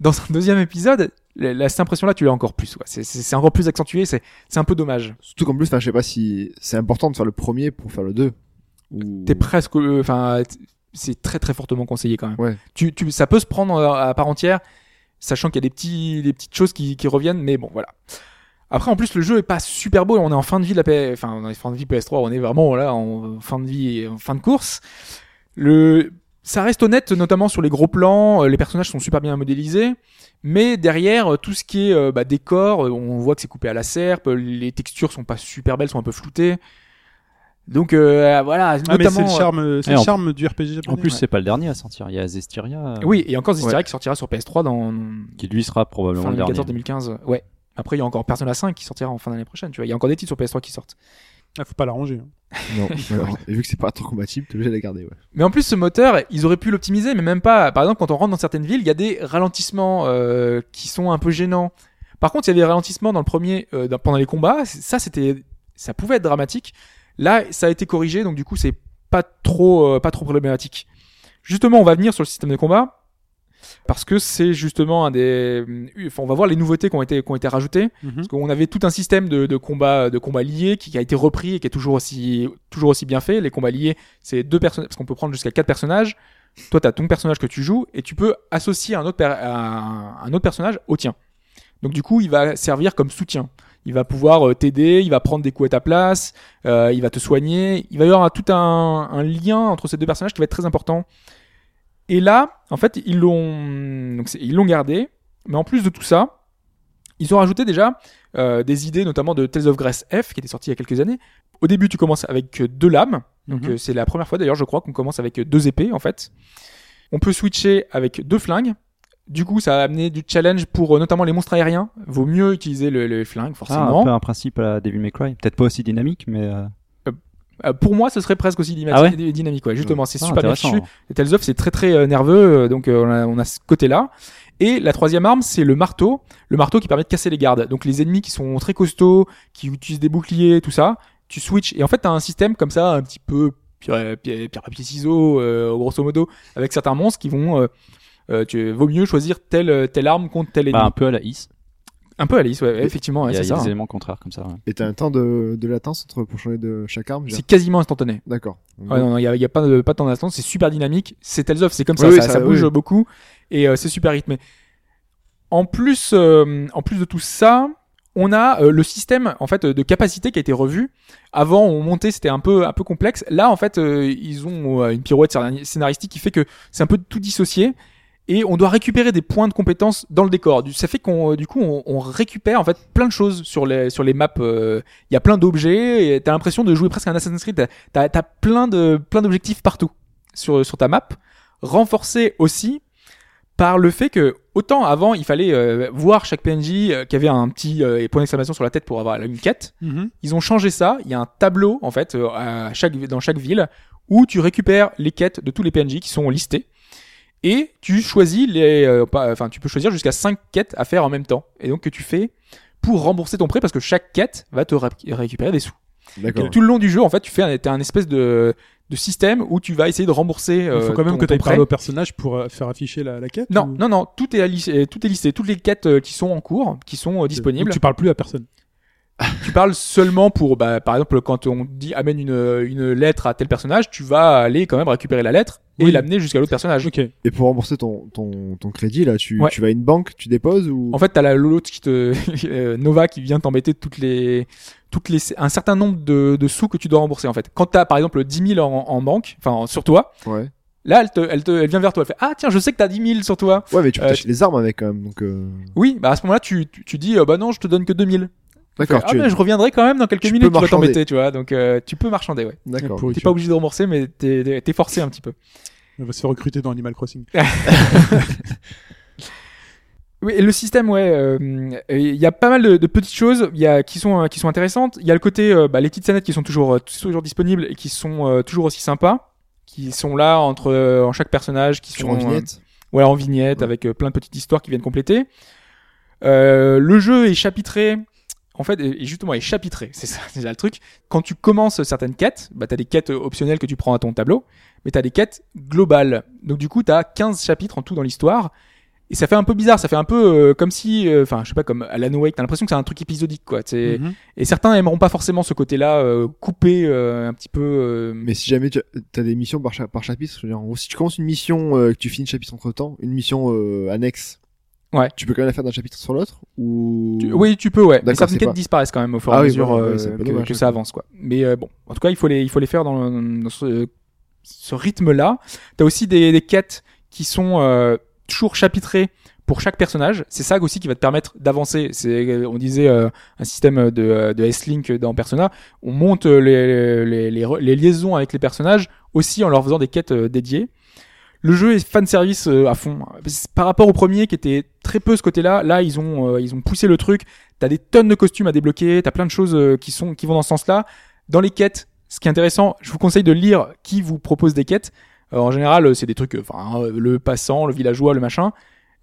dans un deuxième épisode, la, la- cette impression-là, tu l'as encore plus. quoi. C'est- C'est c'est encore plus accentué, c'est c'est un peu dommage. Surtout qu'en plus, enfin, je sais pas si c'est important de faire le premier pour faire le deux. Ou... T'es presque... euh, Enfin, t- c'est très très fortement conseillé quand même. Ouais. Tu, tu, ça peut se prendre euh, à à part entière, sachant qu'il y a des, petits, des petites choses qui, qui reviennent, mais bon, voilà. Après, en plus, le jeu est pas super beau. On est en fin de vie de la PS, enfin, on est en fin de vie PS3. On est vraiment là en fin de vie, et en fin de course. Le, ça reste honnête, notamment sur les gros plans. Euh, Les personnages sont super bien modélisés, mais derrière euh, tout ce qui est euh, bah, décor, euh, on voit que c'est coupé à la serpe. euh, Les textures sont pas super belles, sont un peu floutées. Donc euh, voilà, Ah, mais c'est notamment. le charme, c'est Et eh, le en- charme du RPG japonais. En plus, ouais. c'est pas le dernier à sortir. Il y a Zestiria euh, euh, oui, et encore Zestiria Ouais. qui sortira sur PS3 dans qui lui sera probablement fin le dernier. 2014-2015. Ouais. Après, il y a encore Persona 5 qui sortira en fin d'année prochaine. Tu vois, il y a encore des titres sur PS3 qui sortent. Ah, faut pas l'arranger. hein. Non. Alors, et vu que c'est pas trop compatible, t'es obligé de la garder, ouais. Mais en plus, ce moteur, ils auraient pu l'optimiser, mais même pas. Par exemple, quand on rentre dans certaines villes, il y a des ralentissements euh, qui sont un peu gênants. Par contre, il y avait des ralentissements dans le premier, euh, dans- pendant les combats. C- Ça, c'était, ça pouvait être dramatique. Là, ça a été corrigé, donc du coup, c'est pas trop, euh, pas trop problématique. Justement, on va venir sur le système de combat parce que c'est justement un des. euh, Enfin, on va voir les nouveautés qui ont été, qui ont été rajoutées. Mhm. Parce qu'on avait tout un système de, de combat de combat liés qui, qui a été repris et qui est toujours aussi toujours aussi bien fait. Les combats liés, c'est deux personnages parce qu'on peut prendre jusqu'à quatre personnages. Toi, t'as ton personnage que tu joues et tu peux associer un autre per- un, un autre personnage au tien. Donc du coup, il va servir comme soutien. Il va pouvoir euh, t'aider, il va prendre des coups à ta place, euh, il va te soigner. Il va y avoir un- tout un, un lien entre ces deux personnages qui va être très important. Et là, en fait, ils l'ont donc c'est- ils l'ont gardé, mais en plus de tout ça, ils ont rajouté déjà euh, des idées notamment de Tales of Grace F qui était sorti il y a quelques années. Au début, tu commences avec euh, deux lames. Donc Mhm. euh, c'est la première fois d'ailleurs, je crois, qu'on commence avec euh, deux épées en fait. On peut switcher avec deux flingues. Du coup, ça a amené du challenge pour euh, notamment les monstres aériens. Vaut mieux utiliser le, le flingue Ah, forcément. un peu un principe à la Devil May Cry. Peut-être pas aussi dynamique, mais euh, Euh, pour moi, ce serait presque aussi dynamique. Ah ouais dynamique, ouais, justement, c'est ah, super bien intéressant. fichu. Et Tales of, c'est très très euh, nerveux, euh, donc euh, on a, on a ce côté-là. Et la troisième arme, c'est le marteau. Le marteau qui permet de casser les gardes. Donc les ennemis qui sont très costauds, qui utilisent des boucliers, tout ça, tu switches. Et en fait, t'as un système comme ça, un petit peu pierre, pierre, pierre, papier, ciseaux, euh, grosso modo, avec certains monstres qui vont... euh, euh, tu, vaut mieux choisir telle, euh, telle arme contre tel ennemi. bah, un peu à la Is. un peu Alice, ouais, ouais, effectivement, ouais, il y a, c'est il y a ça. des hein. éléments contraires comme ça. ouais. Et t'as un temps de, de latence entre, pour changer de chaque arme C'est genre quasiment instantané. D'accord. Donc, Mmh. Ouais, non, non, il y a, il y a pas de pas tant d'attente, c'est super dynamique. C'est Tales of, c'est comme ça, Oui, ça, oui, ça, ça bouge oui. beaucoup et euh, c'est super rythmé. En plus, euh, en plus de tout ça, on a euh, le système en fait euh, de capacité qui a été revu. Avant, on montait, c'était un peu un peu complexe. Là, en fait, euh, ils ont euh, une pirouette scénari- scénaristique qui fait que c'est un peu tout dissocié et on doit récupérer des points de compétence dans le décor. Du- Ça fait qu'on euh, du coup on, on récupère en fait plein de choses sur les sur les maps. euh, Il y a plein d'objets. et T'as l'impression de jouer presque à un Assassin's Creed. T'as- T'as t'as plein de plein d'objectifs partout sur sur ta map. Renforcé aussi par le fait que autant avant il fallait euh, voir chaque PNJ euh, qui avait un petit euh, point d'exclamation sur la tête pour avoir une quête. Ils ont changé ça. Il y a un tableau en fait euh, à chaque dans chaque ville où tu récupères les quêtes de tous les PNJ qui sont listés et tu choisis les euh, pas- enfin tu peux choisir jusqu'à 5 quêtes à faire en même temps et donc que tu fais pour rembourser ton prêt parce que chaque quête va te ra- récupérer des sous. D'accord. Et tout le long du jeu en fait tu fais un, t'as un espèce de de système où tu vas essayer de rembourser Il faut euh, quand même ton- que tu ton ailles prêt. parler au personnage pour euh, faire afficher la, la quête. Non, ou- non, non, tout est, à lis- euh, tout est listé, toutes les quêtes euh, qui sont en cours, qui sont euh, disponibles. Donc tu parles plus à personne. Tu parles seulement pour, bah, par exemple, quand on dit amène une, euh, une lettre à tel personnage, tu vas aller quand même récupérer la lettre et Oui. l'amener jusqu'à l'autre personnage. Ok. Et pour rembourser ton, ton, ton crédit, là, tu, Ouais. tu vas à une banque, tu déposes ou. En fait, t'as la l'autre qui te *laughs* euh, Nova qui vient t'embêter toutes les toutes les un certain nombre de, de sous que tu dois rembourser en fait. Quand t'as par exemple 10 000 en, en banque, enfin en- sur toi, Ouais. là elle te, elle te elle vient vers toi, elle fait ah tiens je sais que t'as 10 000 sur toi. Ouais, mais tu peux Euh, t'acheter des armes avec quand même, donc. euh, Oui, bah à ce moment-là tu, tu tu dis euh, bah non je te donne que 2 000. D'accord, Ah tu es- mais je reviendrai quand même dans quelques tu minutes, peux tu vas marchander. t'embêter, tu vois. Donc euh, tu peux marchander, ouais. D'accord. Pour- T'es pas obligé de rembourser, mais t'es t'es- t'es forcé un petit peu. On va se faire recruter dans Animal Crossing. Oui, et le système, ouais. euh, et Il y a pas mal de, de petites choses il y a, qui, sont, euh, qui sont intéressantes. Il y a le côté, euh, bah, les petites scénettes qui sont toujours, euh, toujours disponibles et qui sont euh, toujours aussi sympas, qui sont là entre euh, en chaque personnage, qui Sur sont en euh, vignette. Voilà, en vignette, Ouais. avec euh, plein de petites histoires qui viennent compléter. Euh, le jeu est chapitré. En fait, et et justement, est chapitré. *laughs* C'est ça, c'est ça le truc. Quand tu commences certaines quêtes, bah, t'as des quêtes euh, optionnelles que tu prends à ton tableau, mais t'as des quêtes globales. Donc, du coup, t'as 15 chapitres en tout dans l'histoire. Et ça fait un peu bizarre. Ça fait un peu euh, comme si, euh, enfin, je sais pas, comme Alan Wake, t'as l'impression que c'est un truc épisodique, quoi. C'est- Mhm. Et certains aimeront pas forcément ce côté-là, euh, coupé euh, un petit peu. euh, Mais si jamais tu as des missions par, cha- par chapitre, je veux dire, en gros, si tu commences une mission euh, que tu finis le chapitre entre temps, une mission euh, annexe, Ouais. tu peux quand même la faire d'un chapitre sur l'autre ou Tu- Oui, tu peux, ouais. Mais D'accord, certaines c'est quêtes pas- disparaissent quand même au fur et Ah à oui, mesure voilà, euh, ouais, c'est un peu que- dommage, que, ça ouais. avance, quoi. Mais euh, bon, en tout cas, il faut les, il faut les faire dans, dans ce, euh, ce rythme-là. T'as aussi des, des quêtes qui sont euh, toujours chapitrées pour chaque personnage. C'est ça aussi qui va te permettre d'avancer. C'est, on disait euh, un système de, de S-Link dans Persona. On monte euh, les, les, les, re- les liaisons avec les personnages aussi en leur faisant des quêtes euh, dédiées. Le jeu est fan service euh, à fond. Par rapport au premier qui était très peu ce côté-là, là ils ont euh, ils ont poussé le truc. T'as des tonnes de costumes à débloquer, t'as plein de choses euh, qui sont qui vont dans ce sens-là. Dans les quêtes, ce qui est intéressant, je vous conseille de lire qui vous propose des quêtes. Euh, en général, euh, c'est des trucs, euh, enfin euh, le passant, le villageois, le machin.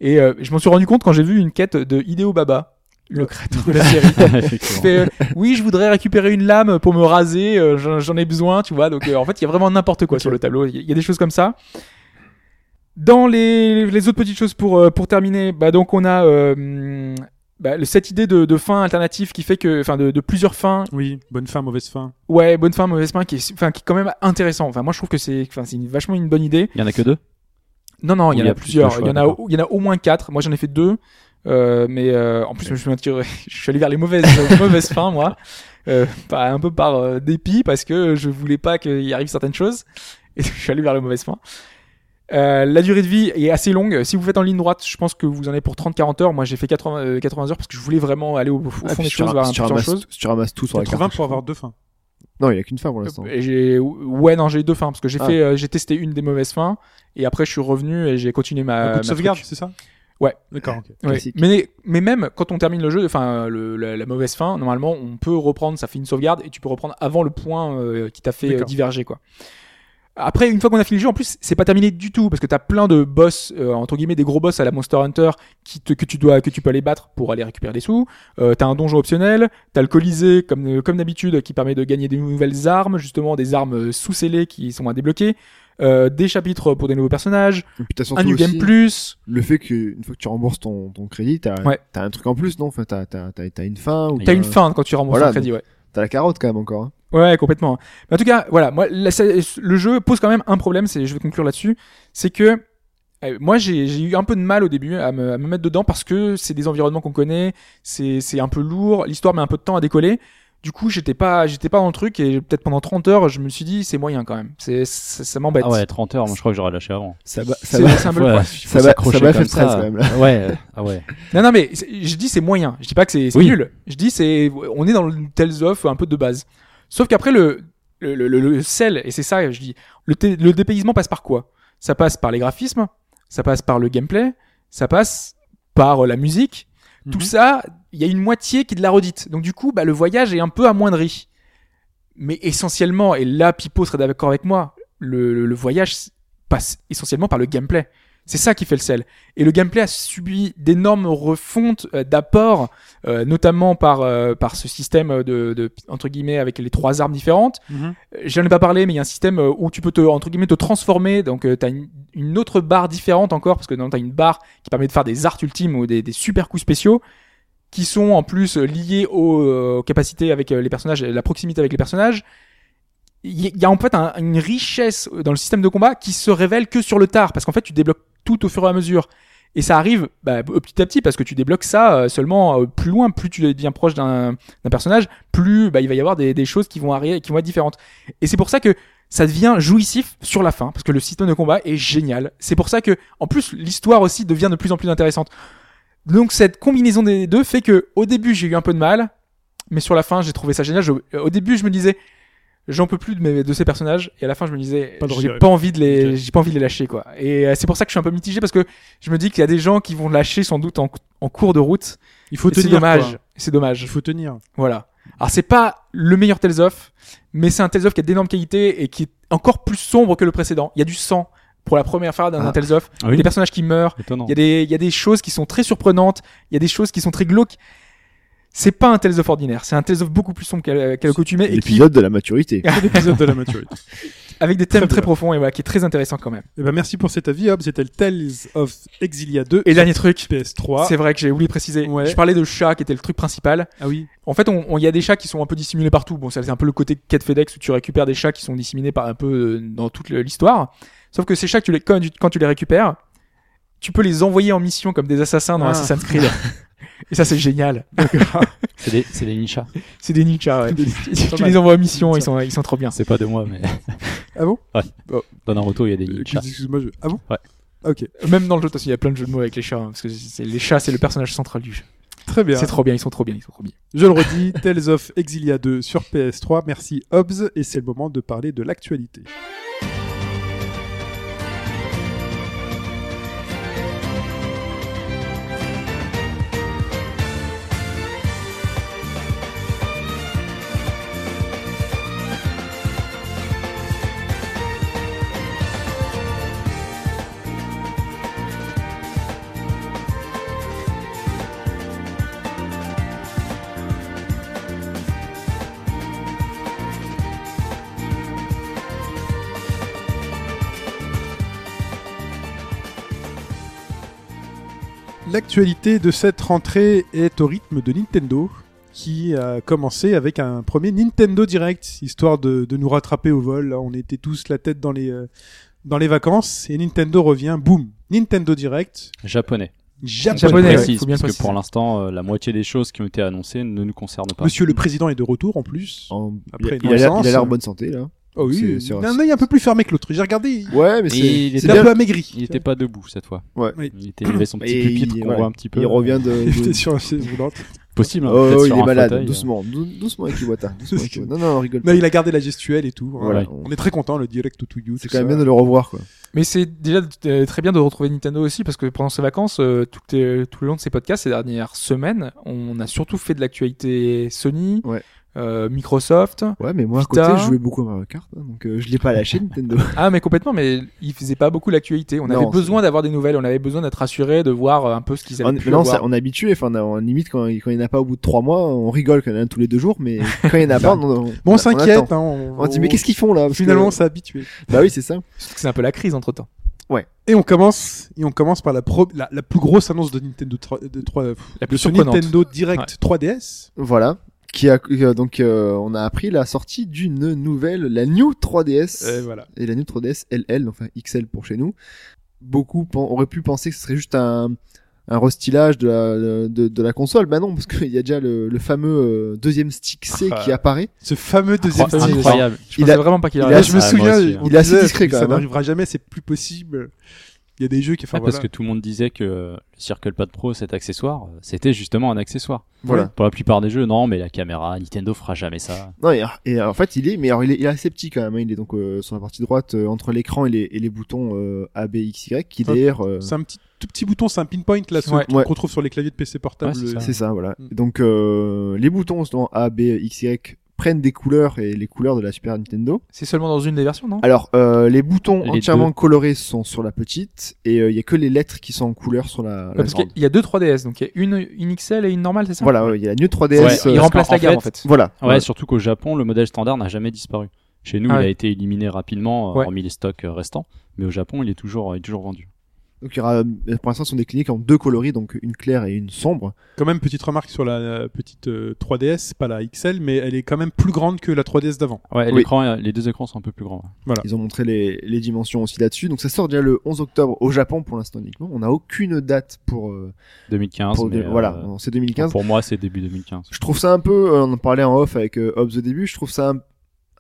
Et euh, je m'en suis rendu compte quand j'ai vu une quête de Hideo Baba, le créateur de la série. Je Effectivement. fais, euh, oui, je voudrais récupérer une lame pour me raser, euh, j'en j'en ai besoin, tu vois. Donc euh, en fait, il y a vraiment n'importe quoi sur le tableau. Il y, a- il y a des choses comme ça. Dans les, les autres petites choses pour euh, pour terminer, bah donc on a euh, hum, bah, le- cette idée de, de fin alternative qui fait que, enfin, de, de plusieurs fins. Oui, bonne fin, mauvaise fin. Ouais, bonne fin, mauvaise fin, qui est, enfin, qui est quand même intéressant. Enfin, moi, je trouve que c'est, enfin, c'est une- vachement une bonne idée. *laughs* Il y en a que deux Non, non, Ou il y en a, plus de plusieurs. choix, il, y en a, d'accord. il y en a au moins quatre. Moi, j'en ai fait deux. Euh, mais euh, en plus, je, me suis attiré- *laughs* je suis allé vers les mauvaises, mauvaises fins, moi. Euh, par- un peu par euh, dépit, parce que je voulais pas qu'il arrive certaines choses. Et je suis allé vers les mauvaises fins. Euh, la durée de vie est assez longue. Si vous faites en ligne droite, je pense que vous en avez pour 30-40 heures. Moi, j'ai fait 80, euh, 80 heures parce que je voulais vraiment aller au, au fond Ah, puis des si choses, tu voir ra- un si tu peu de ramasses- choses. si tu ramasses tout sur la 80 carte. pour avoir deux fins. Non, il y a qu'une fin pour l'instant. Et j'ai- ouais, non, j'ai eu deux fins parce que j'ai Ah. fait, euh, j'ai testé une des mauvaises fins et après je suis revenu et j'ai continué ma. Un coup ma de Ah, sauvegarde, truc. c'est ça Euh, Ouais. D'accord. ok. Ouais. classique. Mais, mais même quand on termine le jeu, enfin le- la, la mauvaise fin, normalement on peut reprendre, ça fait une sauvegarde et tu peux reprendre avant le point euh, qui t'a fait euh, D'accord. diverger quoi. Après, une fois qu'on a fini le jeu, en plus, c'est pas terminé du tout parce que t'as plein de boss, euh, entre guillemets, des gros boss à la Monster Hunter qui te, que tu dois, que tu peux aller battre pour aller récupérer des sous. Euh, t'as un donjon optionnel, t'as le Colisée comme euh, comme d'habitude qui permet de gagner des nouvelles armes, justement des armes euh, sous-scellées qui sont à débloquer, euh, des chapitres pour des nouveaux personnages, Et puis t'as un surtout New Game aussi Plus. le fait qu'une fois que tu rembourses ton, ton crédit, t'as Ouais. t'as un truc en plus, non Enfin, t'as t'as- t'as- t'as une fin ou T'as une fin quand tu rembourses Voilà, ton crédit, ouais. T'as la carotte quand même encore. hein. Ouais, complètement. Mais en tout cas, voilà, moi, la- c'est- le jeu pose quand même un problème, c'est, je vais conclure là-dessus, c'est que Euh, Moi, j'ai j'ai eu un peu de mal au début à me, à me mettre dedans parce que c'est des environnements qu'on connaît, c'est c'est un peu lourd, l'histoire met un peu de temps à décoller. Du coup, j'étais pas, j'étais pas dans le truc et peut-être pendant 30 heures, je me suis dit, c'est moyen quand même. C'est, ça, ça m'embête. Ah ouais, 30 heures, moi je crois que j'aurais lâché avant. Ça va, ça C'est va. c'est un peu le Ouais, problème. faut ça va- s'accrocher ça va comme faire 13 quand même, là. Ouais, euh, ah ouais. Non, non, mais c'est- je dis c'est moyen. Je dis pas que c'est c'est Oui. nul. Je dis c'est, on est dans le Tales of un peu de base. Sauf qu'après le, le, le, le- le sel, et c'est ça, je dis, le, té- le dépaysement passe par quoi? Ça passe par les graphismes, ça passe par le gameplay, ça passe par euh, la musique. Tout Mhm. ça, il y a une moitié qui est de la redite. Donc du coup, bah, le voyage est un peu amoindri. Mais essentiellement, et là, Pipo serait d'accord avec moi, le, le- le voyage passe essentiellement par le gameplay. C'est ça qui fait le sel. Et le gameplay a subi d'énormes refontes euh, d'apports, euh, notamment par, euh, par ce système de, de, entre guillemets, avec les trois armes différentes. Mhm. Euh, J'en ai pas parlé, mais il y a un système euh, où tu peux te, entre guillemets, te transformer. Donc, tu as une, une autre barre différente encore, parce que tu as une barre qui permet de faire des arts ultimes ou des, des super coups spéciaux, qui sont en plus euh, liés aux, euh, aux capacités avec euh, les personnages, la proximité avec les personnages. Il y- il y a en fait un- une richesse euh, dans le système de combat qui se révèle que sur le tard, parce qu'en fait, tu débloques tout au fur et à mesure. Et ça arrive bah, petit à petit parce que tu débloques ça euh, seulement euh, plus loin, plus tu deviens proche d'un d'un personnage, plus bah, il va y avoir des, des choses qui vont arriver, qui vont être différentes. Et c'est pour ça que ça devient jouissif sur la fin parce que le système de combat est génial. C'est pour ça que en plus l'histoire aussi devient de plus en plus intéressante. Donc cette combinaison des deux fait que au début j'ai eu un peu de mal, mais sur la fin j'ai trouvé ça génial. Je- euh, au début je me disais j'en peux plus de, mes- de ces personnages et à la fin je me disais Pas de j'ai regret. pas envie de les Ok. j'ai pas envie de les lâcher quoi. Et euh, c'est pour ça que je suis un peu mitigé parce que je me dis qu'il y a des gens qui vont lâcher sans doute en, en cours de route. Il faut Et C'est tenir. dommage. quoi. C'est dommage. Il faut tenir. Voilà. Alors c'est pas le meilleur Tales of, mais c'est un Tales of qui a d'énormes qualités et qui est encore plus sombre que le précédent. Il y a du sang pour la première fois d'un Ah. Tales of. Ah Il y a oui, Des personnages qui meurent. étonnant. Il y a des il y a des choses qui sont très surprenantes. Il y a des choses qui sont très glauques. C'est pas un Tales of ordinaire. C'est un Tales of beaucoup plus sombre qu'à qu'à l'accoutumée et qui L'épisode de la maturité. *laughs* C'est l'épisode de la maturité. avec des thèmes Très très, bien. profonds et voilà qui est très intéressant quand même. Eh ben, merci pour cet avis, Hobbs. C'était le Tales of Exilia 2 Et dernier truc. C'est PS3. vrai que j'ai oublié de préciser. Ouais. Je parlais de chat qui était le truc principal. Ah oui. En fait, on- on- il y a des chats qui sont un peu dissimulés partout. Bon, ça c'est un peu le côté quête FedEx où tu récupères des chats qui sont disséminés par un peu euh, dans toute le- l'histoire. Sauf que ces chats, que tu les, quand, tu- quand tu les récupères, tu peux les envoyer en mission comme des assassins dans Ah. Assassin's Creed. Et ça, c'est génial. C'est des, c'est des ninjas. C'est des ninjas. *laughs* Ouais. Des- *laughs* tu les envoies en mission, ils sont, ils sont trop bien. C'est pas de *laughs* moi, mais Ah bon dans Naruto, il y a des Euh, ninjas. Excuse-moi. je- Ah bon Ouais. Ok. Même dans le jeu, de toute façon, il y a plein de jeux de mots avec les chats. hein, parce que c'est- les chats, c'est le personnage central du jeu. Très bien. C'est trop bien, ils sont trop bien, ils sont trop bien. Je le redis, *laughs* Tales of Exilia 2 sur PS3. Merci Hobbs. Et c'est le moment de parler de l'actualité. L'actualité de cette rentrée est au rythme de Nintendo, qui a commencé avec un premier Nintendo Direct, histoire de, de nous rattraper au vol. Là, On était tous la tête dans les, euh, dans les vacances, et Nintendo revient, boum Nintendo Direct, Japonais. japonais. Japonais, ouais. précise, faut bien parce que préciser. pour l'instant, euh, la moitié des choses qui ont été annoncées ne nous concernent pas. Mm. Monsieur le Président est de retour en plus. En- Après il a l'air il a l'air en naissance. bonne santé, là. Oh oui, Oh, c'est- c'est- d'un œil un peu plus fermé que l'autre. J'ai regardé, Ouais, mais c'est. il il c'est est un bien. peu amaigri. Il était pas debout cette fois. Ouais. Oui. Il était il avait son petit Et pupitre il- qu'on voilà. voit un petit peu. *laughs* Il revient de. *laughs* Il de- était sur un chaise roulante. Possible. hein, Oh, peut-être oh, il sur est un malade, fauteuil, euh. doucement, dou- doucement avec Iwata. doucement avec Iwata. Non, non, on rigole Non, pas. il a gardé la gestuelle et tout. hein. Voilà, Ouais. on- On est très content, le direct to you. C'est tout quand même ça. bien de le revoir, quoi. Mais c'est déjà euh, très bien de retrouver Nintendo aussi parce que pendant ces vacances, euh, tout, est- tout le long de ces podcasts, ces dernières semaines, on a surtout fait de l'actualité Sony, Ouais. euh, Microsoft. Ouais, mais moi, à Vita. côté, je jouais beaucoup à Mario Kart, hein, donc euh, je l'ai pas lâché, Nintendo. Ah mais complètement, mais ils faisaient pas beaucoup l'actualité. On Non, avait c'est besoin d'avoir des nouvelles, on avait besoin d'être rassuré, de voir euh, un peu ce qu'ils On, avaient pu maintenant, ça- avoir. on est habitué, enfin, on a- on limite quand, il- quand il n'y en a pas au bout de trois mois, on rigole quand il y en a un tous les deux jours, mais quand il n'y en a pas, on, on, Bon, on on s'inquiète. attend. hein, on, On dit, mais qu'est-ce qu'ils font là Parce que- Finalement, on s'est habitué. Bah oui, c'est ça. Parce que C'est un peu la crise entre temps. Et on commence, et on commence par la, pro- la, la plus grosse annonce de Nintendo, 3, de, 3, La plus surprenante. Nintendo Direct 3DS. Voilà. Qui a, euh, donc, euh, on a appris la sortie d'une nouvelle, la New 3DS. Euh, voilà. Et la New 3DS LL, enfin XL pour chez nous. beaucoup pen- auraient pu penser que ce serait juste un, un restylage de la, de, de la console. Bah non, parce qu'il y a déjà le, le fameux euh, deuxième stick C Ah. qui apparaît. Ce fameux deuxième Incroyable. style. Incroyable. Je Il pensais a- vraiment pas qu'il il a- Là, arrive. je me Ah, moi souviens, aussi, hein. on Il est assez disait, discret, quand ça même, hein. n'arrivera jamais, c'est plus possible. Il y a des jeux qui font Ouais, Ah, parce que tout le monde disait que le Circle Pad Pro, cet accessoire, euh, c'était justement un accessoire. Voilà. Pour la plupart des jeux, non, mais la caméra, Nintendo fera jamais ça. Non, et, et en fait, il est, mais alors, il est, il est assez petit quand même. hein. Il est donc euh, sur la partie droite euh, entre l'écran et les, et les boutons euh, A, B, X, Y, qui Ah. d'ailleurs. euh, C'est un petit, tout petit bouton, c'est un pinpoint là, ce Ouais. qu'on Ouais. retrouve sur les claviers de PC portable. Ouais, c'est ça. C'est ça, voilà. Mm. Donc euh, les boutons justement, A, B, X, Y prennent des couleurs et les couleurs de la Super Nintendo. C'est seulement dans une des versions, non Alors euh, les boutons Les entièrement deux. colorés sont sur la petite et euh, il y a que les lettres qui sont en couleur sur la, la Ouais, Parce grande. qu'il y a deux 3DS, donc il y a une, une XL et une normale, c'est ça Voilà, ouais, il y a la New 3DS. Ouais, euh, Il remplace la parce qu'en gamme en fait- fait. Voilà. Ouais, surtout qu'au Japon, le modèle standard n'a jamais disparu. Chez nous, Ah il a ouais. été éliminé rapidement, euh, Ouais. hormis les stocks euh, restants. Mais au Japon, il est toujours, il est toujours vendu. Donc il y aura euh, pour l'instant ils sont déclinés en deux coloris donc une claire et une sombre. Quand même, petite remarque sur la euh, petite euh, 3DS, c'est pas la XL, mais elle est quand même plus grande que la 3DS d'avant. Ouais, Oui. l'écran, euh, les deux écrans sont un peu plus grands. ouais. Ils ont montré les, les dimensions aussi là-dessus. Donc ça sort déjà le 11 octobre au Japon pour l'instant uniquement. On n'a aucune date pour, euh, 2015. pour- mais, euh, voilà, c'est 2015. Pour moi, c'est début 2015. Je trouve ça un peu, euh, on en parlait en off avec euh, Hobbs au début, je trouve ça un,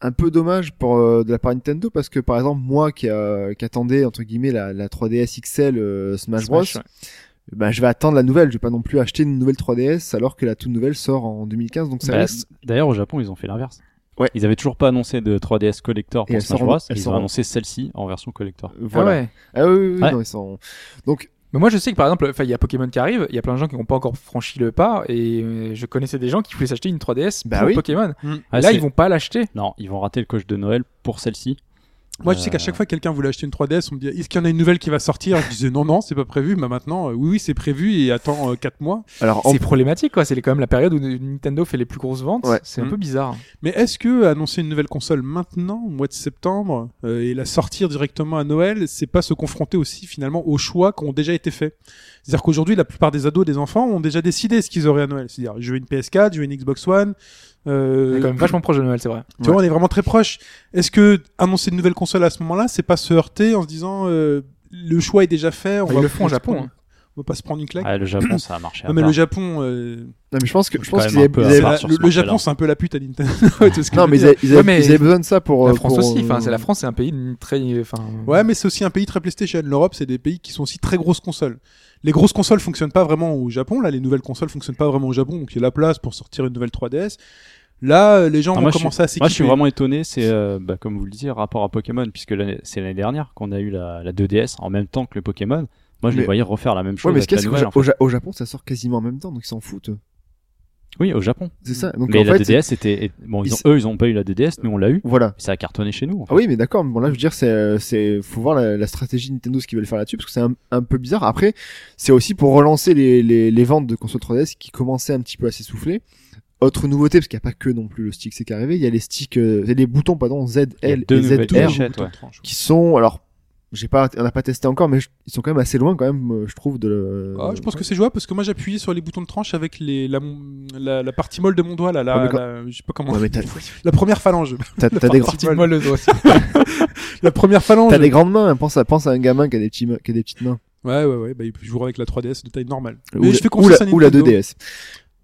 un peu dommage pour euh, de la part Nintendo parce que par exemple moi qui, euh, qui attendais entre guillemets la, la 3DS XL euh, Smash, Bros, ouais. Ah ben, je vais attendre la nouvelle, je vais pas non plus acheter une nouvelle 3DS alors que la toute nouvelle sort en 2015 donc ça Bah, reste D'ailleurs, au Japon, ils ont fait l'inverse. Ouais. Ils avaient toujours pas annoncé de 3DS Collector Et pour elles Smash seront- Bros. elles Ils ont seront- annoncé celle-ci en version Collector. voilà. Ah ouais. Ah oui, oui, oui, Ouais. non, ils sont- Donc Mais moi, je sais que par exemple, enfin, il y a Pokémon qui arrive, il y a plein de gens qui n'ont pas encore franchi le pas, et euh, je connaissais des gens qui voulaient s'acheter une 3DS Bah pour oui. Pokémon. Ah, Là, c'est- ils vont pas l'acheter. Non, ils vont rater le coche de Noël pour celle-ci. Moi, je sais Euh, qu'à chaque fois que quelqu'un voulait acheter une 3DS, on me disait, est-ce qu'il y en a une nouvelle qui va sortir Je disais, non, non, c'est pas prévu. Mais maintenant, euh, oui, oui, c'est prévu et attends euh, 4 mois. alors en- C'est problématique, quoi. C'est quand même la période où Nintendo fait les plus grosses ventes. Ouais. C'est un Mm. peu bizarre. Mais est-ce que annoncer une nouvelle console maintenant, au mois de septembre, euh, et la sortir directement à Noël, c'est pas se confronter aussi finalement aux choix qui ont déjà été faits C'est-à-dire qu'aujourd'hui, la plupart des ados, des enfants ont déjà décidé ce qu'ils auraient à Noël. C'est-à-dire, je veux une PS4, je veux une Xbox One. C'est Euh, quand même vachement proche de Noël, c'est vrai. Tu vois, on est vraiment très proche. Est-ce que annoncer une nouvelle console à ce moment-là, c'est pas se heurter en se disant euh, le choix est déjà fait on Bah, ils va le font au se Japon, prendre- hein. On va pas se prendre une claque. Ah, le Japon, ça a marché. à non mais part. le Japon, euh, non, mais je pense que je Quand pense même qu'ils un avaient, peu ils à avaient- part. la- sur le, ce le marché-là. Japon c'est un peu la pute *laughs* à Nintendo. Tu sais ce que non je veux mais ils dire. avaient, ils avaient- Ouais, mais- ils avaient besoin de ça pour La euh, France pour, aussi, enfin, euh, c'est la France, c'est un pays une très, enfin. Ouais, mais c'est aussi un pays très PlayStation. L'Europe, c'est des pays qui sont aussi très grosses consoles. Les grosses consoles fonctionnent pas vraiment au Japon. Là, les nouvelles consoles fonctionnent pas vraiment au Japon, donc il y a la place pour sortir une nouvelle 3DS. Là, euh, les gens Ah, vont moi, je commencer à s'équiper. Moi, je suis vraiment étonné, c'est euh, bah, comme vous le disiez, rapport à Pokémon, puisque l'année- c'est l'année dernière qu'on a eu la, la 2DS en même temps que le Pokémon. Moi, je Mais- les voyais refaire la même Ouais, chose. mais ce avec qu'il y la a, c'est qu'au nouvelle, Ja- en fait. au Ja- au Japon ça sort quasiment en même temps donc ils s'en foutent. Oui, au Japon. C'est ça. Donc Mm. mais en la fait, DDS était. et- Bon, ils ont- ils- eux, ils ont pas eu la DDS, nous, on l'a eu. voilà. Ça a cartonné chez nous. en Ah fait. oui, mais d'accord. mais Bon là, je veux dire, c'est, euh, c'est, faut voir la, la stratégie de Nintendo ce qu'ils veulent faire là-dessus parce que c'est un, un peu bizarre. Après, c'est aussi pour relancer les, les, les ventes de consoles 3DS qui commençaient un petit peu à s'essouffler. Autre nouveauté, parce qu'il n'y a pas que non plus le stick C qui est arrivé, il y a les sticks, euh, les boutons, pardon, Z, Il y a L deux et Z, nouvelles Toujours R, gâchettes, autant de ouais. tranches. qui sont, alors, j'ai pas, on n'a pas testé encore, mais je- ils sont quand même assez loin quand même, euh, je trouve, de. le- Ah, je pense que c'est jouable parce que moi j'appuyais sur les boutons de tranche avec les, la, mon- la, la partie molle de mon doigt là, la, Ouais, mais quand- la- je sais pas comment. Ouais, mais t'as, La première phalange. t'as, t'as des, grands- Partie de moi, le doigt. La première phalange. t'as des grandes mains. hein, Pense à, pense à un gamin qui a des petits, mains- qui a des petites mains. Ouais ouais ouais, bah, il jouera avec la 3DS de taille normale. ou, Mais je la- fais ou confiance la, à ou la Nintendo. 2DS.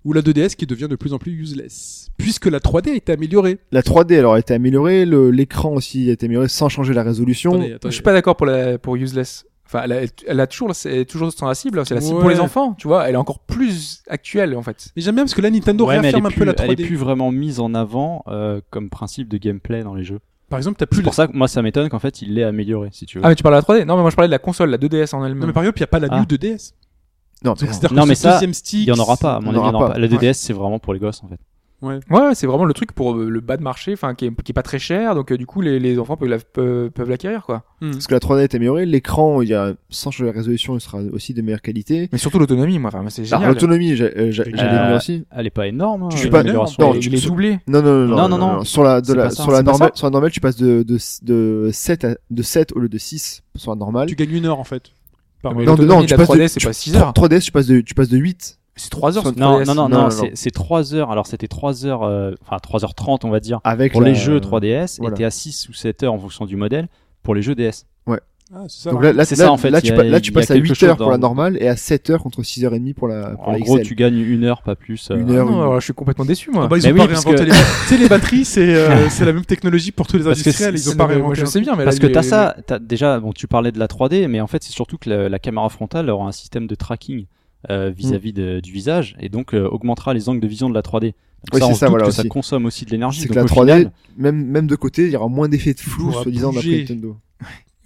Ou la 2DS qui devient de plus en plus useless puisque la 3D a été améliorée. La 3D, alors, a été améliorée, le- l'écran aussi a été amélioré sans changer la résolution. Attendez, Je attendez. suis pas d'accord pour la, pour Useless. Enfin, elle a, elle a toujours, c'est toujours sur la cible. hein. C'est la cible pour Ouais. les enfants, tu vois. Elle est encore plus actuelle, en fait. Mais j'aime bien parce que là Nintendo Ouais, mais elle est réaffirme un plus- peu la 3D. Elle est plus vraiment mise en avant euh, comme principe de gameplay dans les jeux. Par exemple, t'as plus C'est la... pour ça que moi, ça m'étonne qu'en fait, il l'ait amélioré, si tu veux. Ah, mais tu parlais de la 3D. Non, mais moi, je parlais de la console, la 2DS en Non elle-même. mais par exemple, il y a pas la Ah. New 2DS. Non, mais C'est-à-dire Non, que mais ce ça, deuxième stick, Il y en aura pas, à mon On avis. il y aura en aura pas. pas. La DDS, c'est vraiment pour les gosses, en fait. Ouais, ouais, c'est vraiment le truc pour euh, le bas de marché, enfin qui est, qui est pas très cher, donc euh, du coup les, les enfants peuvent la- peuvent peuvent l'acquérir quoi. Hmm. Parce que la 3D est améliorée, l'écran, il y a sans changer la résolution, il sera aussi de meilleure qualité. Mais surtout l'autonomie, moi, enfin, moi, c'est Alors génial. l'autonomie, j'ai- euh, j'a- Euh, j'allais mis aussi. Elle est pas énorme. hein, Je suis pas- l'amélioration. non, il, tu- il est doublé. Non non non non, Non, non, non. Sur la de C'est la pas ça, sur la c'est pas normale, ça. sur la normale, tu passes de de de 7 à, de 7 au lieu de 6 sur la normale. Tu gagnes une heure en fait. Par- Mais non, l'autonomie non, de tu la passes de- 3D, c'est pas 6 heures. 3DS, tu passes de tu passes de 8. C'est 3 heures. Sur- sur Non, 3DS. non, non, Non, non. non, c'est c'est 3 heures. Alors, c'était 3 heures, euh, enfin 3h30, on va dire, Avec pour la- euh, les jeux 3DS, voilà. et t'es à 6 ou 7 heures en fonction du modèle pour les jeux DS. Ah, c'est ça. Donc là, là, C'est là- ça, en fait. Là, Il y tu, a- pa- il y là, tu a passes à quelque 8 chose heures pour la dans- normale et à 7 heures contre 6h30 pour la, Euh, pour en la gros, XL. tu gagnes une heure, pas plus. euh, Une heure. Ah non, alors, je suis complètement déçu, moi. Ah bah, ils Mais ont pas oui, parce réinventé que- les batteries. tu sais, les batteries, c'est euh, c'est la même technologie pour tous les Parce que industriels. c'est- Ils ont c'est- pas Ouais, réinventé. moi, je un sais bien, mais là, Parce que les- t'as ça, t'as déjà, bon, tu parlais de la 3D, mais en fait, c'est surtout que le- la caméra frontale aura un système de tracking euh, Mm. vis-à-vis de- du visage et donc euh, augmentera les angles de vision de la 3D. Donc Oui, ça, on c'est se ça, doute voilà, que ça aussi. consomme aussi de l'énergie. C'est que Donc la au 3D, final, même, même de côté, il y aura moins d'effets de flou, Pourra soi-disant, d'après bouger. Nintendo.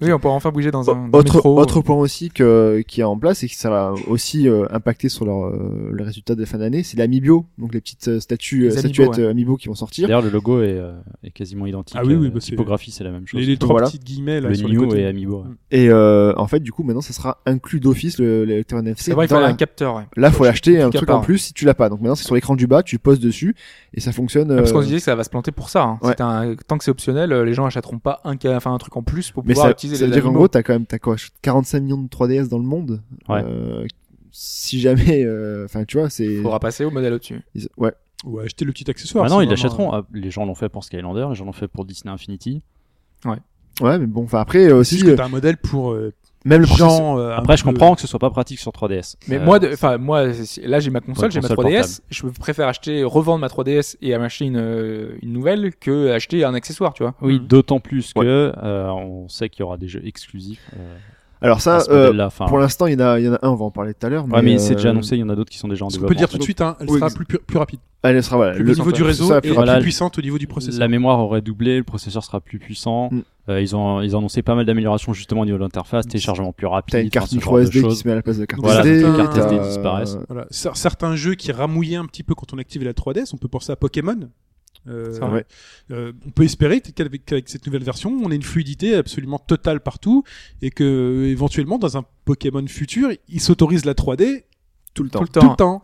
Oui, on pourra enfin bouger Bah, dans un. dans le Autre, métro. autre point aussi que, qui est en place et qui ça va aussi euh, impacter sur leur, euh, le résultat de la fin d'année, c'est l'amiibo, donc les petites euh, statues, Les euh, Amiibo, statuettes ouais. euh, amiibo qui vont sortir. d'ailleurs, le logo est, euh, est quasiment identique. Ah oui, oui, euh, bah, c'est- typographie, c'est la même chose. Les, les Donc, trois voilà. petites guillemets là le sur les New côtés. et Amiibo. ouais. Et euh, en fait, du coup, maintenant, ça sera inclus d'office le, le lecteur NFC. C'est vrai, il dans fallait la- un capteur. ouais. Là, faut l'acheter un Tout à truc part. en plus si tu l'as pas. Donc maintenant, c'est sur l'écran du bas, tu poses dessus et ça fonctionne. Parce euh, qu'on se disait que ça va se planter pour ça. hein. ouais. C'est un- Tant que c'est optionnel, euh, les gens achèteront pas un, ca- enfin, un truc en plus pour Mais pouvoir ça, utiliser ça veut les dire qu'en animaux. gros, t'as quand même, t'as quoi, 45 millions de 3DS dans le monde. Ouais. Euh, si jamais, euh, enfin, tu vois, c'est. faudra passer au modèle au-dessus. ils- Ouais. Ou acheter le petit accessoire. Maintenant, c'est ils vraiment- l'achèteront. Ah, Les gens l'ont fait pour Skylander, les gens l'ont fait pour Disney Infinity. Ouais, mais bon, enfin, après, euh, C'est aussi, juste que euh, t'as un modèle pour euh, même le processeur- gens. euh, un Après, je peu- comprends que ce soit pas pratique sur 3DS. Mais Euh, moi, de- enfin moi, c'est- là j'ai ma console, Ouais, j'ai ma console 3DS. Je préfère acheter, revendre ma 3DS et m'acheter une, euh, une nouvelle que acheter un accessoire, tu vois. Mm. Oui, Mhm. d'autant plus que euh, on sait qu'il y aura des jeux exclusifs euh, Alors à ça, ce euh, modèle-là. Enfin, pour l'instant, il y en a, il y en a un, on va en parler tout à l'heure. ouais, mais c'est euh, déjà annoncé. Il y en a d'autres qui sont déjà en Ce qu'on peut développement. dire tout de suite, hein, elle Oui, sera Bah, ex- plus, pu- plus rapide. Elle sera voilà, Plus au niveau du réseau ça, et plus rapide. plus Voilà. puissante au niveau du processeur. La mémoire aurait doublé, le processeur sera plus puissant. Mm. Euh, ils ont ils ont annoncé pas mal d'améliorations justement au niveau de Mm. l'interface, téléchargement plus rapide, T'as une carte enfin, ce micro genre de SD qui choses. se met à la place de la carte Voilà, SD. donc les cartes t'as- euh, SD disparaissent. Voilà. Cer- Certains jeux qui ramouillaient un petit peu quand on activait la 3DS, on peut penser à Pokémon. Euh, C'est vrai. euh, on peut espérer t- qu'avec qu'avec cette nouvelle version, on ait une fluidité absolument totale partout et que euh, éventuellement dans un Pokémon futur, il s'autorise la 3D Tout le temps. tout le, temps.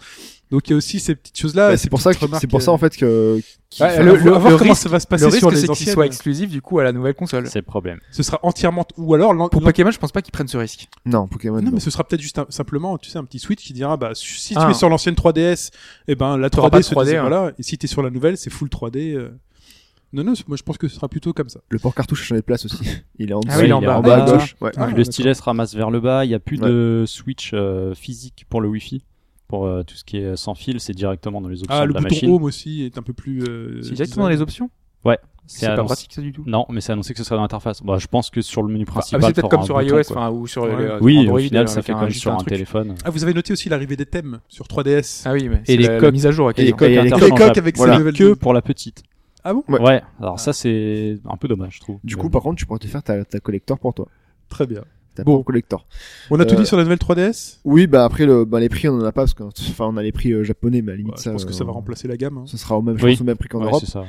Donc il y a aussi ces petites choses là. Bah, c'est pour ça que c'est euh. pour ça en fait que qu'il- Ouais, enfin, le- le, voir le comment risque- ça va se passer le risque sur les c'est qu'il anciennes. soit exclusif du coup à la nouvelle console. C'est le problème. Ce sera entièrement ou alors l'en- Pour l'en- Pokémon, je pense pas qu'ils prennent ce risque. Non, Pokémon. Ah Non, non. mais ce sera peut-être juste un- simplement, tu sais, un petit switch qui dira, bah, si tu Ah. es sur l'ancienne 3DS, eh ben, la Oh, T'auras 3D, pas de se 3D, disait, hein. voilà, et si t'es sur la nouvelle, c'est full 3D. euh. Non, non, c'est- moi, je pense que ce sera plutôt comme ça. Le port cartouche a changé de place aussi. Il est en, Ah dessous, oui, il est en en, bas. bas Ah, à gauche. Ouais. Ah, le d'accord. stylet se ramasse vers le bas. Il y a plus de switch euh, physique pour le Wi-Fi. Pour euh, tout ce qui est euh, sans fil, c'est directement dans les options Ah, de le la bouton machine. Home aussi est un peu plus, euh, C'est directement dans les options. C'est pas annoncé- pratique ça du tout. Non, mais c'est annoncé que ce sera dans l'interface. Bah, je pense que sur le menu Enfin, principal. ah, c'est peut-être t'auras comme un sur bouton, iOS quoi. enfin, ou sur Ouais. le- Oui, Android, au final, euh, ça fait avec un- comme juste sur un, truc. téléphone. Ah, vous avez noté aussi l'arrivée des thèmes sur 3DS. Ah oui, mais Et c'est les la, la coques. mise à jour à Et les quel coques et les coques interchangeables. avec ces Voilà. nouvelles que doses. pour la petite. Ah bon? Ouais. Ouais. Alors ça c'est un peu dommage, je trouve. Du Mais coup, par contre, tu pourras te faire ta, ta collector pour toi. Très bien. Ta Bon. propre collector. On a tout Euh, dit sur la nouvelle 3DS? Oui, bah après le, bah, les prix, on en a pas parce que enfin on a les prix euh, japonais, mais à la limite Ouais, ça. Bah, je pense que ça euh, va remplacer la gamme. hein. Ça sera au même, je Oui. pense, au même prix qu'en Ouais, Europe. c'est ça. ouais.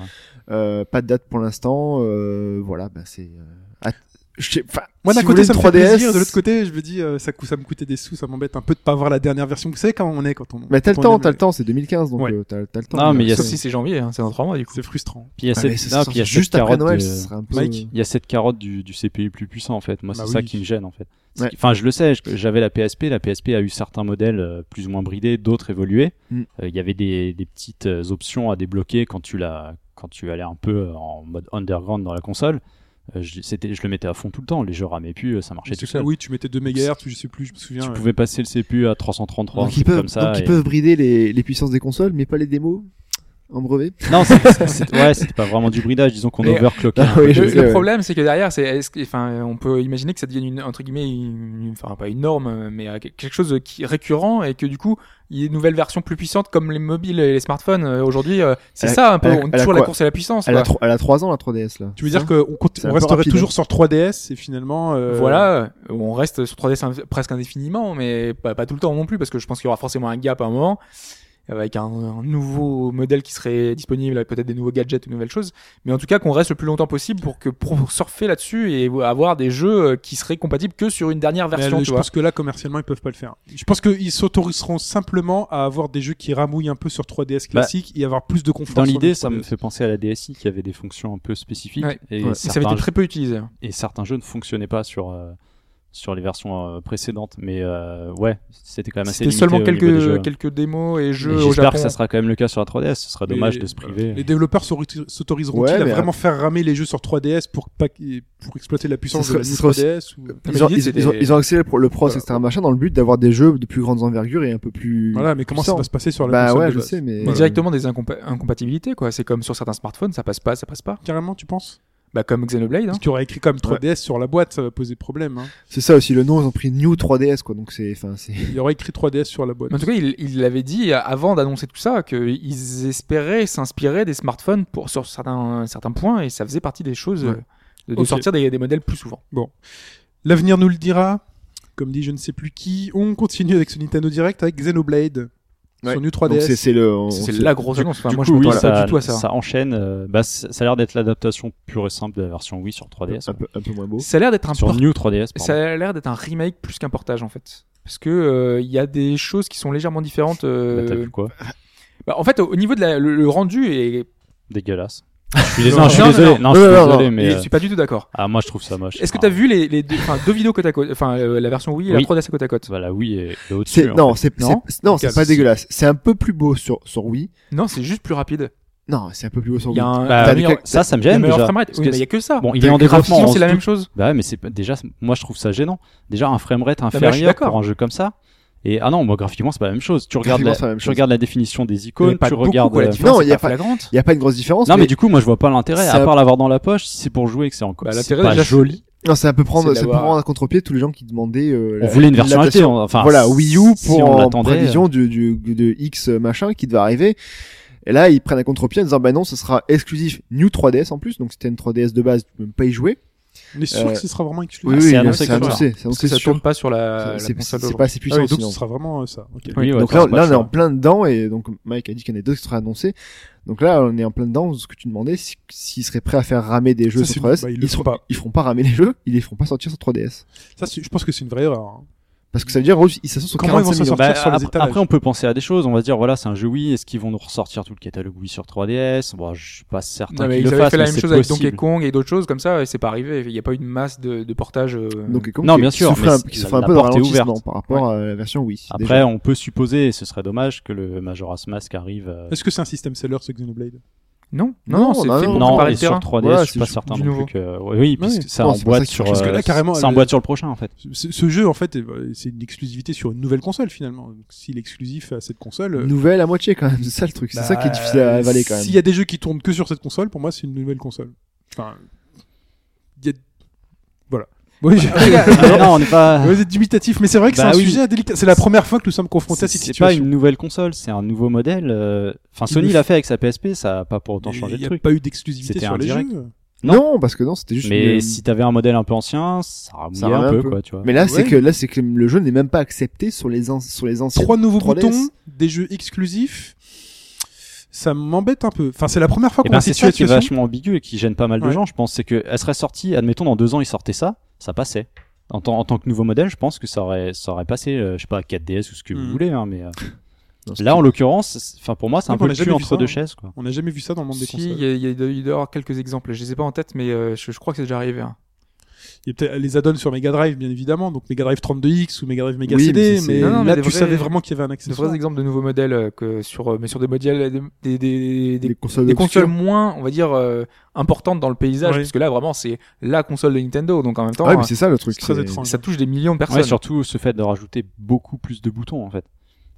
Euh, pas de date pour l'instant. Euh, voilà, bah c'est. euh, att- je sais- enfin, Moi, d'un si vous côté, voulez ça me une fait 3DS, plaisir. De l'autre côté, je me dis, euh, ça, cou- ça me coûtait des sous, ça m'embête un peu de pas avoir la dernière version. Vous savez quand on est quand on. Mais t'as le quand on temps, aime- t'as le temps, c'est 2015, donc Ouais. euh, t'as t'as le temps. Non, mais il y a Sauf ce- si c'est janvier, hein, c'est dans 3 mois du coup. C'est frustrant. Puis il y a Ah, mais cette, c'est non, puis il y a juste cette après carotte. Noël, de- ça serait un peu. euh, Mike. Il y a cette carotte du, du CPU plus puissant en fait. Moi, Bah c'est ça oui. qui me gêne en fait. Ouais. C'est- Enfin, je le sais. je- J'avais la PSP. La PSP a eu certains modèles euh, plus ou moins bridés, d'autres évolués. Euh, Mm. Il y avait des, des petites euh, options à débloquer quand tu l'as, quand tu allais un peu euh, en mode underground dans la console. Euh, je, c'était, je le mettais à fond tout le temps. Les jeux ramaient plus, euh, ça marchait tout C'est- seul. Oui, tu mettais 2 MHz, je sais plus, je me souviens. Tu euh, pouvais passer le CPU à 333, un donc ils truc peuvent, comme ça. donc ils et- peuvent brider les, les puissances des consoles, mais pas les démos en brevet. Non, c'est- c'est- c'est- ouais, c'était pas vraiment du bridage. Disons qu'on Mais- *laughs* overclockait. Ah oui, Le, je le sais, ouais. problème, c'est que derrière, c'est, est-ce que- enfin, on peut imaginer que ça devienne une, entre guillemets, une- une- enfin pas une norme, mais euh, quelque chose qui récurrent et que du coup, il y ait une nouvelle version plus puissante comme les mobiles et les smartphones euh, aujourd'hui. euh, C'est Elle- ça un peu, elle a- on est elle a toujours la quoi course à la puissance. Elle a, quoi. tro- elle a 3 ans la 3DS là. Tu veux dire qu'on conti- C'est on un peu resterait rapide, toujours sur 3DS et finalement. euh, Voilà, euh, on reste sur 3DS in- presque indéfiniment, mais pas, pas tout le temps non plus, parce que je pense qu'il y aura forcément un gap à un moment, euh, avec un, un nouveau modèle qui serait disponible, avec peut-être des nouveaux gadgets ou nouvelles choses, mais en tout cas qu'on reste le plus longtemps possible pour que pour *laughs* surfer là-dessus et avoir des jeux euh, qui seraient compatibles que sur une dernière mais version, elle- tu je vois. pense que là, commercialement, ils peuvent pas le faire. Je pense qu'ils s'autoriseront simplement à avoir des jeux qui ramouillent un peu sur 3DS Bah, classique et avoir plus de confiance. Dans sur l'idée, le ça me 3DS. fait penser à la DSI qui avait des fonctions un peu spécifiques Ouais. et Ouais. Et ça avait certains été très peu utilisé. et certains jeux ne fonctionnaient pas sur euh, sur les versions euh, précédentes. Mais euh, ouais, c'était quand même assez C'était limité seulement au niveau des quelques, jeux. quelques démos et Et jeux au J'espère Japon. hein. que ça sera quand même le cas sur la 3DS. Ce serait dommage Les- de se priver. Les développeurs s'autori- s'autoriseront-ils Ouais, à mais vraiment faire ramer les jeux sur 3DS pour, pas, pour exploiter la puissance Ce de la sera- New ce sera aussi- 3DS ou... Mais Ils ont, l'idée, ils, c'était- ils ont, ils ont accéléré le, le pros, Voilà. etc., machin, dans le but d'avoir des jeux de plus grande envergure et un peu plus. Voilà, mais comment ça puissants. va se passer sur la Bah console ouais, de je base sais, mais. Mais Voilà. directement des incompa- incompatibilités, quoi. C'est comme sur certains smartphones, ça passe pas, ça passe pas. Carrément, tu penses Bah, comme Xenoblade, hein. Si tu aurais écrit comme 3DS sur la boîte, ça va poser problème. hein. euh, C'est ça aussi, le nom, ils ont pris New 3DS, quoi, donc c'est, enfin, c'est. Il y aurait écrit 3DS sur la boîte. Mais en tout cas, il, il l'avait dit avant d'annoncer tout ça qu'ils espéraient s'inspirer des smartphones pour sur certains certains points et ça faisait partie des choses Ouais. euh, de, de Ok. sortir des, des modèles plus souvent. L'avenir nous le dira. Comme dit je ne sais plus qui. On continue avec ce Nintendo Direct avec Xenoblade. Ouais. Sur New Donc 3DS. c'est, c'est le. on- C'est c'est- la grosse annonce. Enfin, Du moi, coup, je oui, m'attendais ça, pas du tout à ça. ça enchaîne. euh, bah, ça ça a l'air d'être l'adaptation pure et simple de la version Wii sur 3DS. un peu, un peu moins beau. Ça a l'air d'être un Sur port- New 3DS, pardon. ça a l'air d'être un remake plus qu'un portage en fait, parce que euh, il y a des choses qui sont légèrement différentes. euh, Bah, t'as vu quoi bah, en fait, au, au niveau de la- le, le rendu et *laughs* Dégueulasse. Je suis dés- Non, non, je suis non, désolé. non, Non, je suis non, non, désolé, non. mais. je euh, suis pas du tout d'accord. Ah, moi, je trouve ça moche. Est-ce que Ah, t'as vu les, les deux, enfin, deux vidéos côte à côte, enfin euh, la version Wii et Oui. la 3DS à côte à côte Voilà, oui, et, et au-dessus. C'est, hein. non, c'est, Non. c'est, non, c'est Calme. pas dégueulasse. C'est un peu plus beau sur, sur Wii. Non, c'est juste plus rapide. Non, c'est un peu plus beau sur Il y a Wii. un, Bah, un T'as meilleur- des- Ça, ça me la gêne meilleure déjà. framerate. Parce Oui, que mais il y a que ça. Bon, il est Le en développement, graphisme, on c'est la se même doute. chose. Bah ouais, mais c'est pas- déjà, c'est- moi je trouve ça gênant. Déjà un framerate Bah, suis inférieur d'accord. pour un jeu comme ça. Et ah non, moi graphiquement c'est pas la même chose. Tu regardes, Graphiquement, la, c'est la même tu chose. regardes la définition des Mais icônes, pas tu beaucoup, regardes. quoi, la euh, différence Non, est il y a pas pas- flagrante. Il y a pas une grosse différence. Non mais du coup moi je vois pas l'intérêt Ça- à part l'avoir dans la poche si c'est pour jouer et que c'est encore Bah, c'est l'intérêt, pas déjà, joli. Non, c'est un peu prendre, C'est c'est un peu d'avoir- prendre à contre-pied tous les gens qui demandaient. euh, On la- voulait une version HD, l'adaptation. on- enfin voilà, Wii U pour si on en l'attendait, euh, prévision du, du, de X machin qui devait arriver. Et là, ils prennent un contre-pied en disant, bah non, ce sera exclusif New 3DS en plus. Donc, c'était une 3DS de base, tu peux même pas y jouer. On est sûr Euh, que ce sera vraiment exclusif. oui, c'est Ah, c'est annoncé, annoncé c'est comme ça. annoncé, c'est Parce que annoncé ça sûr. tourne pas sur Euh, la C'est- la console C'est c'est d'aujourd'hui. pas assez Ah puissant oui, donc sinon. ce sera vraiment euh, ça. ok. Oui, ouais, donc ça, là, c'est pas là, on est en chiant. plein dedans et donc Mike a dit qu'il y en a deux qui seraient annoncés. Donc là, on est en plein dedans. Ce que tu demandais, si- s'ils seraient prêts à faire ramer des jeux Ça, c'est- sur 3DS, bah, ils le ils, font seront- pas. ils feront pas ramer les jeux, ils les feront pas sortir sur 3DS. Ça, c'est- je pense que c'est une vraie erreur. hein. Parce que ça veut dire, en gros, ils s'assurent sur Comment ils vont 45 millions. sortir Bah, sur les ap- étalages. après on peut penser à des choses, on va se dire voilà c'est un jeu Wii, est-ce qu'ils vont nous ressortir tout le catalogue Wii sur 3DS Bon je suis pas certain Non, mais ils qu'ils le avaient fassent, fait la mais même c'est chose avec Donkey possible. Kong et d'autres choses comme ça, et c'est pas arrivé. Il n'y a pas eu une masse de, de portages. euh, Donc, comme Non, qui- bien qui sûr, souffrait mais un- c'est- qui la- souffrait un la peu de porte est ralentissement ouverte. par rapport à la version Wii. Après déjà. on peut supposer, et ce serait dommage que le Majora's Mask arrive. euh, Est-ce que c'est un système seller ce Xenoblade Non, non, Non, non, c'est non, fait pour non, Non, préparer et le sur terrain. 3DS, Voilà, je suis pas c'est certain du non nouveau. plus que. Oui, oui, Ouais. puisque ça Non, c'est pour emboîte ça que- sur. parce que là, euh, carrément, ça le- emboîte sur le prochain *laughs* en fait. ce, ce jeu, en fait, est- euh, c'est une exclusivité sur une nouvelle console finalement. Donc, S'il est exclusif à cette console. euh, Nouvelle à moitié quand même, c'est ça le truc. C'est bah, ça qui est difficile à avaler quand même. S'il y a des jeux qui tournent que sur cette console, pour moi, c'est une nouvelle console. Enfin, il y a- voilà. Bon, j'ai- Ah, non, on n'est *laughs* pas. Vous êtes dubitatif, mais c'est vrai que Bah c'est un oui. sujet délicat. C'est la première fois que nous sommes confrontés à C'est cette c'est pas situation. une nouvelle console, c'est un nouveau modèle. euh, Enfin, Il Sony le l'a fait avec sa PSP, ça a pas pour autant changé Il le n'y a truc. pas eu d'exclusivité C'était sur un les direct. jeux. non. Non, parce que non, c'était juste. Mais une- si t'avais un modèle un peu ancien, ça Ça ramouillait un peu, quoi, tu vois. Mais là, c'est Ouais. que là, c'est que le jeu n'est même pas accepté sur les ans sur les anciens. Trois nouveaux 3DS. boutons, des jeux exclusifs. Ça m'embête un peu. Enfin, c'est la première fois Et qu'on a ben, c'est cette ça qui est situation. vachement ambigu et qui gêne pas mal de Ouais. gens, je pense. C'est que elle serait sortie, admettons, dans deux ans, ils sortaient ça, ça passait. En tant, en tant que nouveau modèle, je pense que ça aurait, ça aurait passé, euh, je sais pas, 4DS ou ce que vous Mm. voulez, hein, mais euh, Non, c'est- là, en l'occurrence, c'est- enfin, pour moi, c'est Oui, un on peu a le jamais cul vu entre ça, deux hein. chaises, quoi. On n'a jamais vu ça dans le monde des Si, consoles. il y, a- il y a- il doit y avoir quelques exemples. Je les ai pas en tête, mais euh, je, je crois que c'est déjà arrivé. hein. Il y a peut-être les add-ons sur Mega Drive, bien évidemment, donc Mega Drive 32X ou Mega Drive Mega Oui, mais CD, c'est- mais, Non, non, mais là des tu vrais- savais vraiment qu'il y avait un C'est des accessoire. vrais exemples de nouveaux modèles euh, que sur, euh, mais sur des modèles, des, des, des, des- des consoles. des consoles obscures. moins, on va dire, euh, importantes dans le paysage, Ouais. parce que là, vraiment, c'est la console de Nintendo. Donc en même temps, Ah ouais, mais euh, c'est ça le truc. C'est très c'est- étrange. ça touche des millions de personnes. Ouais, surtout ce fait de rajouter beaucoup plus de boutons en fait.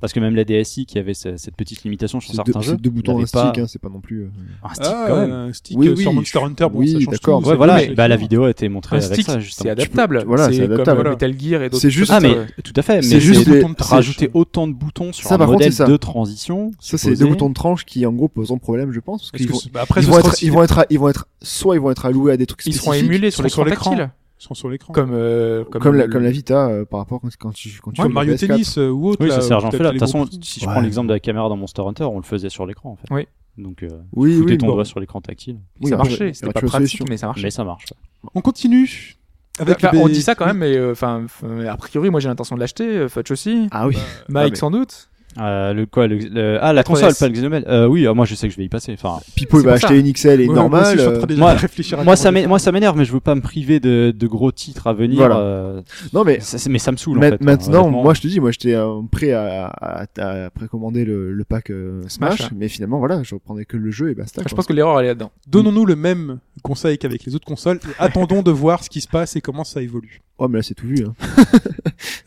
Parce que même la DSi qui avait ce- cette petite limitation sur C'est deux, certains c'est jeux, deux boutons n'avait un stick, pas- hein, c'est pas non plus. euh, un stick Ah, quand même. un stick Oui, euh, sur oui, Monster je- Hunter, bon, oui, ça change d'accord. tout, Ouais, ça voilà, bouge, et bah, la effectivement. vidéo a été montrée un avec stick, ça c'est justement. adaptable. voilà, c'est c'est comme euh, adaptable. Metal Gear et d'autres. C'est juste. Ah mais euh, tout à fait, mais c'est juste c'est les- de tranche. rajouter autant de boutons sur Ça, un par contre, modèle c'est ça. de transition. Ça, c'est supposé. deux boutons de tranche qui, en gros, poseront problème, je pense. Parce Parce qu'ils que vont, c'est- bah, après, ils, ce vont sera être, aussi- ils vont être, ils vont être, soit ils vont être alloués à des trucs ils spécifiques. seront émulés sur seront sur l'écran l'écran. tactile. sont sur l'écran. Comme, euh, comme, la, le- comme la Vita, euh, par rapport quand, quand tu, quand tu Ouais, joues à Mario la PS4. Tennis euh, ou autre. Oui, là, ça où sert à t'as rien faire. De les toute façon, gros prix. si je prends Ouais. l'exemple de la caméra dans Monster Hunter, on le faisait sur l'écran en fait. Oui. Donc euh, Oui, foutez oui, ton bon. doigt sur l'écran tactile, Oui, ça après, il y marchait, a c'était autre pas chose, pratique, solution. mais ça marchait. mais ça marche. ouais. On continue avec Enfin, le on B- dit ça quand même, mais euh, enfin, f- euh, a priori, moi j'ai l'intention de l'acheter, euh, Fudge aussi, Ah oui. Mike mais- sans doute. Euh, le quoi le, le- Ah, la 3DS. console, pas le Xenoblade. Euh, oui, euh, moi je sais que je vais y passer. Enfin, *laughs* Pipo, il C'est va pour ça. acheter une XL Ouais, et Moi, aussi, normal. je suis en euh, train déjà moi- de réfléchir à moi comment je ça vais m'é- faire. moi ça m'énerve, mais je veux pas me priver de, de gros titres à venir. Voilà. euh, Non, mais ça, c'est- mais ça me saoule en Ma- fait. hein, maintenant, honnêtement. moi je te dis, moi j'étais euh, prêt à, à- à- à précommander le, le pack euh, Smash, Smash, Ah, mais finalement voilà, je reprenais que le jeu et basta. Je quoi. pense que l'erreur elle est là-dedans. Donnons-nous le même conseil qu'avec les autres consoles et attendons de voir ce qui se passe et comment ça évolue. Oh mais là c'est tout vu. Hein.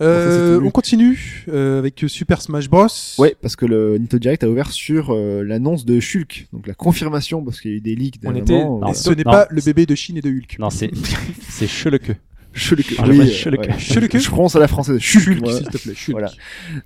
Euh, c'est tout on continue euh, avec Super Smash Bros. Ouais, parce que le Nintendo Direct a ouvert sur euh, l'annonce de Shulk, donc la confirmation parce qu'il y a eu des leaks. On dernièrement, était- euh, Non. Et ce n'est Non. pas le bébé de Chine et de Hulk. Non, c'est *laughs* c'est chelequeux. Shulk. Ah, oui, j'appelle euh, Shulk. ouais. Shulk. Je prononce à la française. Shulk. Hulk, moi. s'il te plaît. Hulk. Voilà.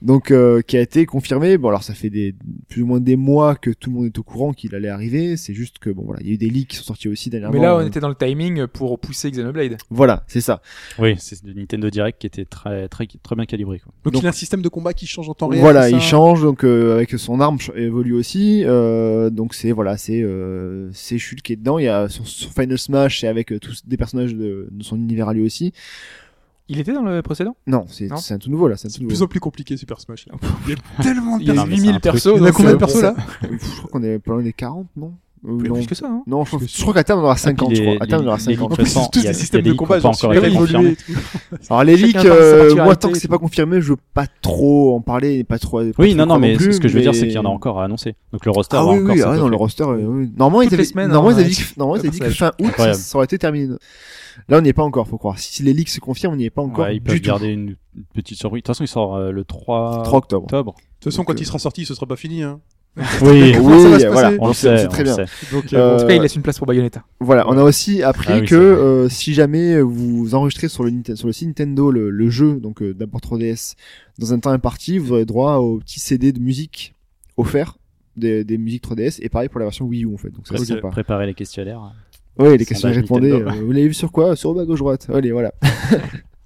Donc euh, qui a été confirmé. Bon alors ça fait des plus ou moins des mois que tout le monde est au courant qu'il allait arriver. C'est juste que bon voilà, il y a eu des leaks qui sont sortis aussi dernièrement. Mais là, on Euh, était dans le timing pour pousser Xenoblade. Voilà, c'est ça. Oui, c'est de Nintendo Direct qui était très très très bien calibré. Quoi. Donc, Donc- il a un système de combat qui change en temps réel. voilà, c'est il ça change donc euh, avec son arme ch- évolue aussi. euh, donc c'est voilà, c'est euh, c'est Shulk qui est dedans. Il y a sur, sur Final Smash, c'est avec euh, tous des personnages de, de son univers à lui aussi. Il était dans le précédent Non, c'est Non. c'est un tout nouveau là. C'est un C'est tout de nouveau. plus en plus compliqué Super Smash. là. Il y a tellement de Il y a Non, mais c'est 8000 un truc. persos. Il y en a donc, combien de euh, persos là Euh, Je crois qu'on est pas loin des 40, non Euh, Plus Non, plus que ça, hein non je, crois- je crois qu'à terme on aura 50. Ah, je les- crois. À terme on aura les- les 50. leaks- plus, façon, c'est tous il y a- des systèmes il y de a des combat, leaks qui genre ont pas super encore été évolué. confirmés. et tout. Alors les Chacun leaks, parle de sa euh, moi particularité tant que et c'est tout. pas confirmé, je veux pas trop en parler, pas trop. pas Oui, trop non, non, quoi mais plus, ce que je veux dire, mais- c'est qu'il y en a encore à annoncer. Donc le roster Ah va oui, encore oui, ah, s'étoffer. non, le roster. euh, oui. Normalement, ils Toutes les avaient, semaines, normalement, hein, ils avaient ouais. dit, que- normalement, ils avaient dit que fin août, ça, Incroyable. ça aurait été terminé. Là, on n'y est pas encore, faut croire. Si les leaks se confirment, on n'y est pas encore Ouais, ils peuvent du tout. garder une une petite surprise. De toute façon, il sort euh, le 3, 3 octobre. *laughs* octobre. De toute façon, Donc, quand euh, il sera sorti, ce sera pas fini. hein. Oui, Comment ça va se oui, voilà. passer on le C'est- sait, c'est on le très bien. sait. Donc, Euh, euh, En tout cas, il laisse une place pour Bayonetta. Voilà, on a aussi appris Ah oui, que c'est vrai. euh, si jamais vous enregistrez sur le, Ninte- sur le site Nintendo le, le jeu, donc euh, d'abord 3DS, dans un temps imparti, vous aurez droit au petit CD de musique offert des, des musiques 3DS et pareil pour la version Wii U en fait. Donc ça c'est Presque sympa. Préparer les questionnaires. Ouais, les Sondage questions répondez. Nintendo. euh, vous l'avez vu sur quoi Sur le bas gauche droite. Allez, voilà.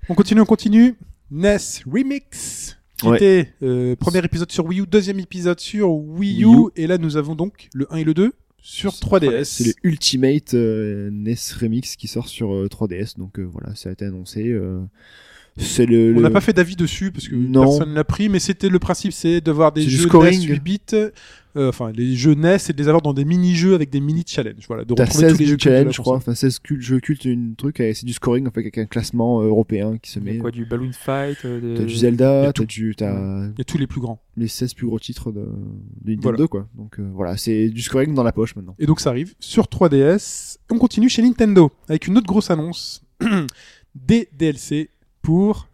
On continue, on continue. NES Remix, qui Ouais. était euh, premier épisode sur Wii U, deuxième épisode sur Wii U, Wii U. et là nous avons donc le 1 et le 2 sur 3DS. C'est le Ultimate euh, NES Remix qui sort sur euh, 3DS. Donc euh, voilà, ça a été annoncé. euh, c'est le. On le- n'a pas fait d'avis dessus parce que Non. personne l'a pris, mais c'était le principe, c'est de voir des C'est du jeux NES scoring. 8 bits, euh, enfin les jeux NES, et de les avoir dans des mini-jeux avec des mini-challenges. Voilà, de T'as retrouver 16 tous les jeux jeux cultes de la challenge, je crois. console. Enfin, 16 cul- jeux cultes, une truc. et C'est du scoring, en fait, avec un classement euh, européen qui se Il y met. a quoi, du Balloon Fight euh, de- T'as du y Zelda, a t'as tout. du, t'as Il y a tous les plus grands. les 16 plus gros titres de, de Nintendo, quoi. Donc, euh, voilà, c'est du scoring dans la poche maintenant. Et donc ça arrive sur 3DS. On continue chez Nintendo avec une autre grosse annonce *clears throat* des DLC pour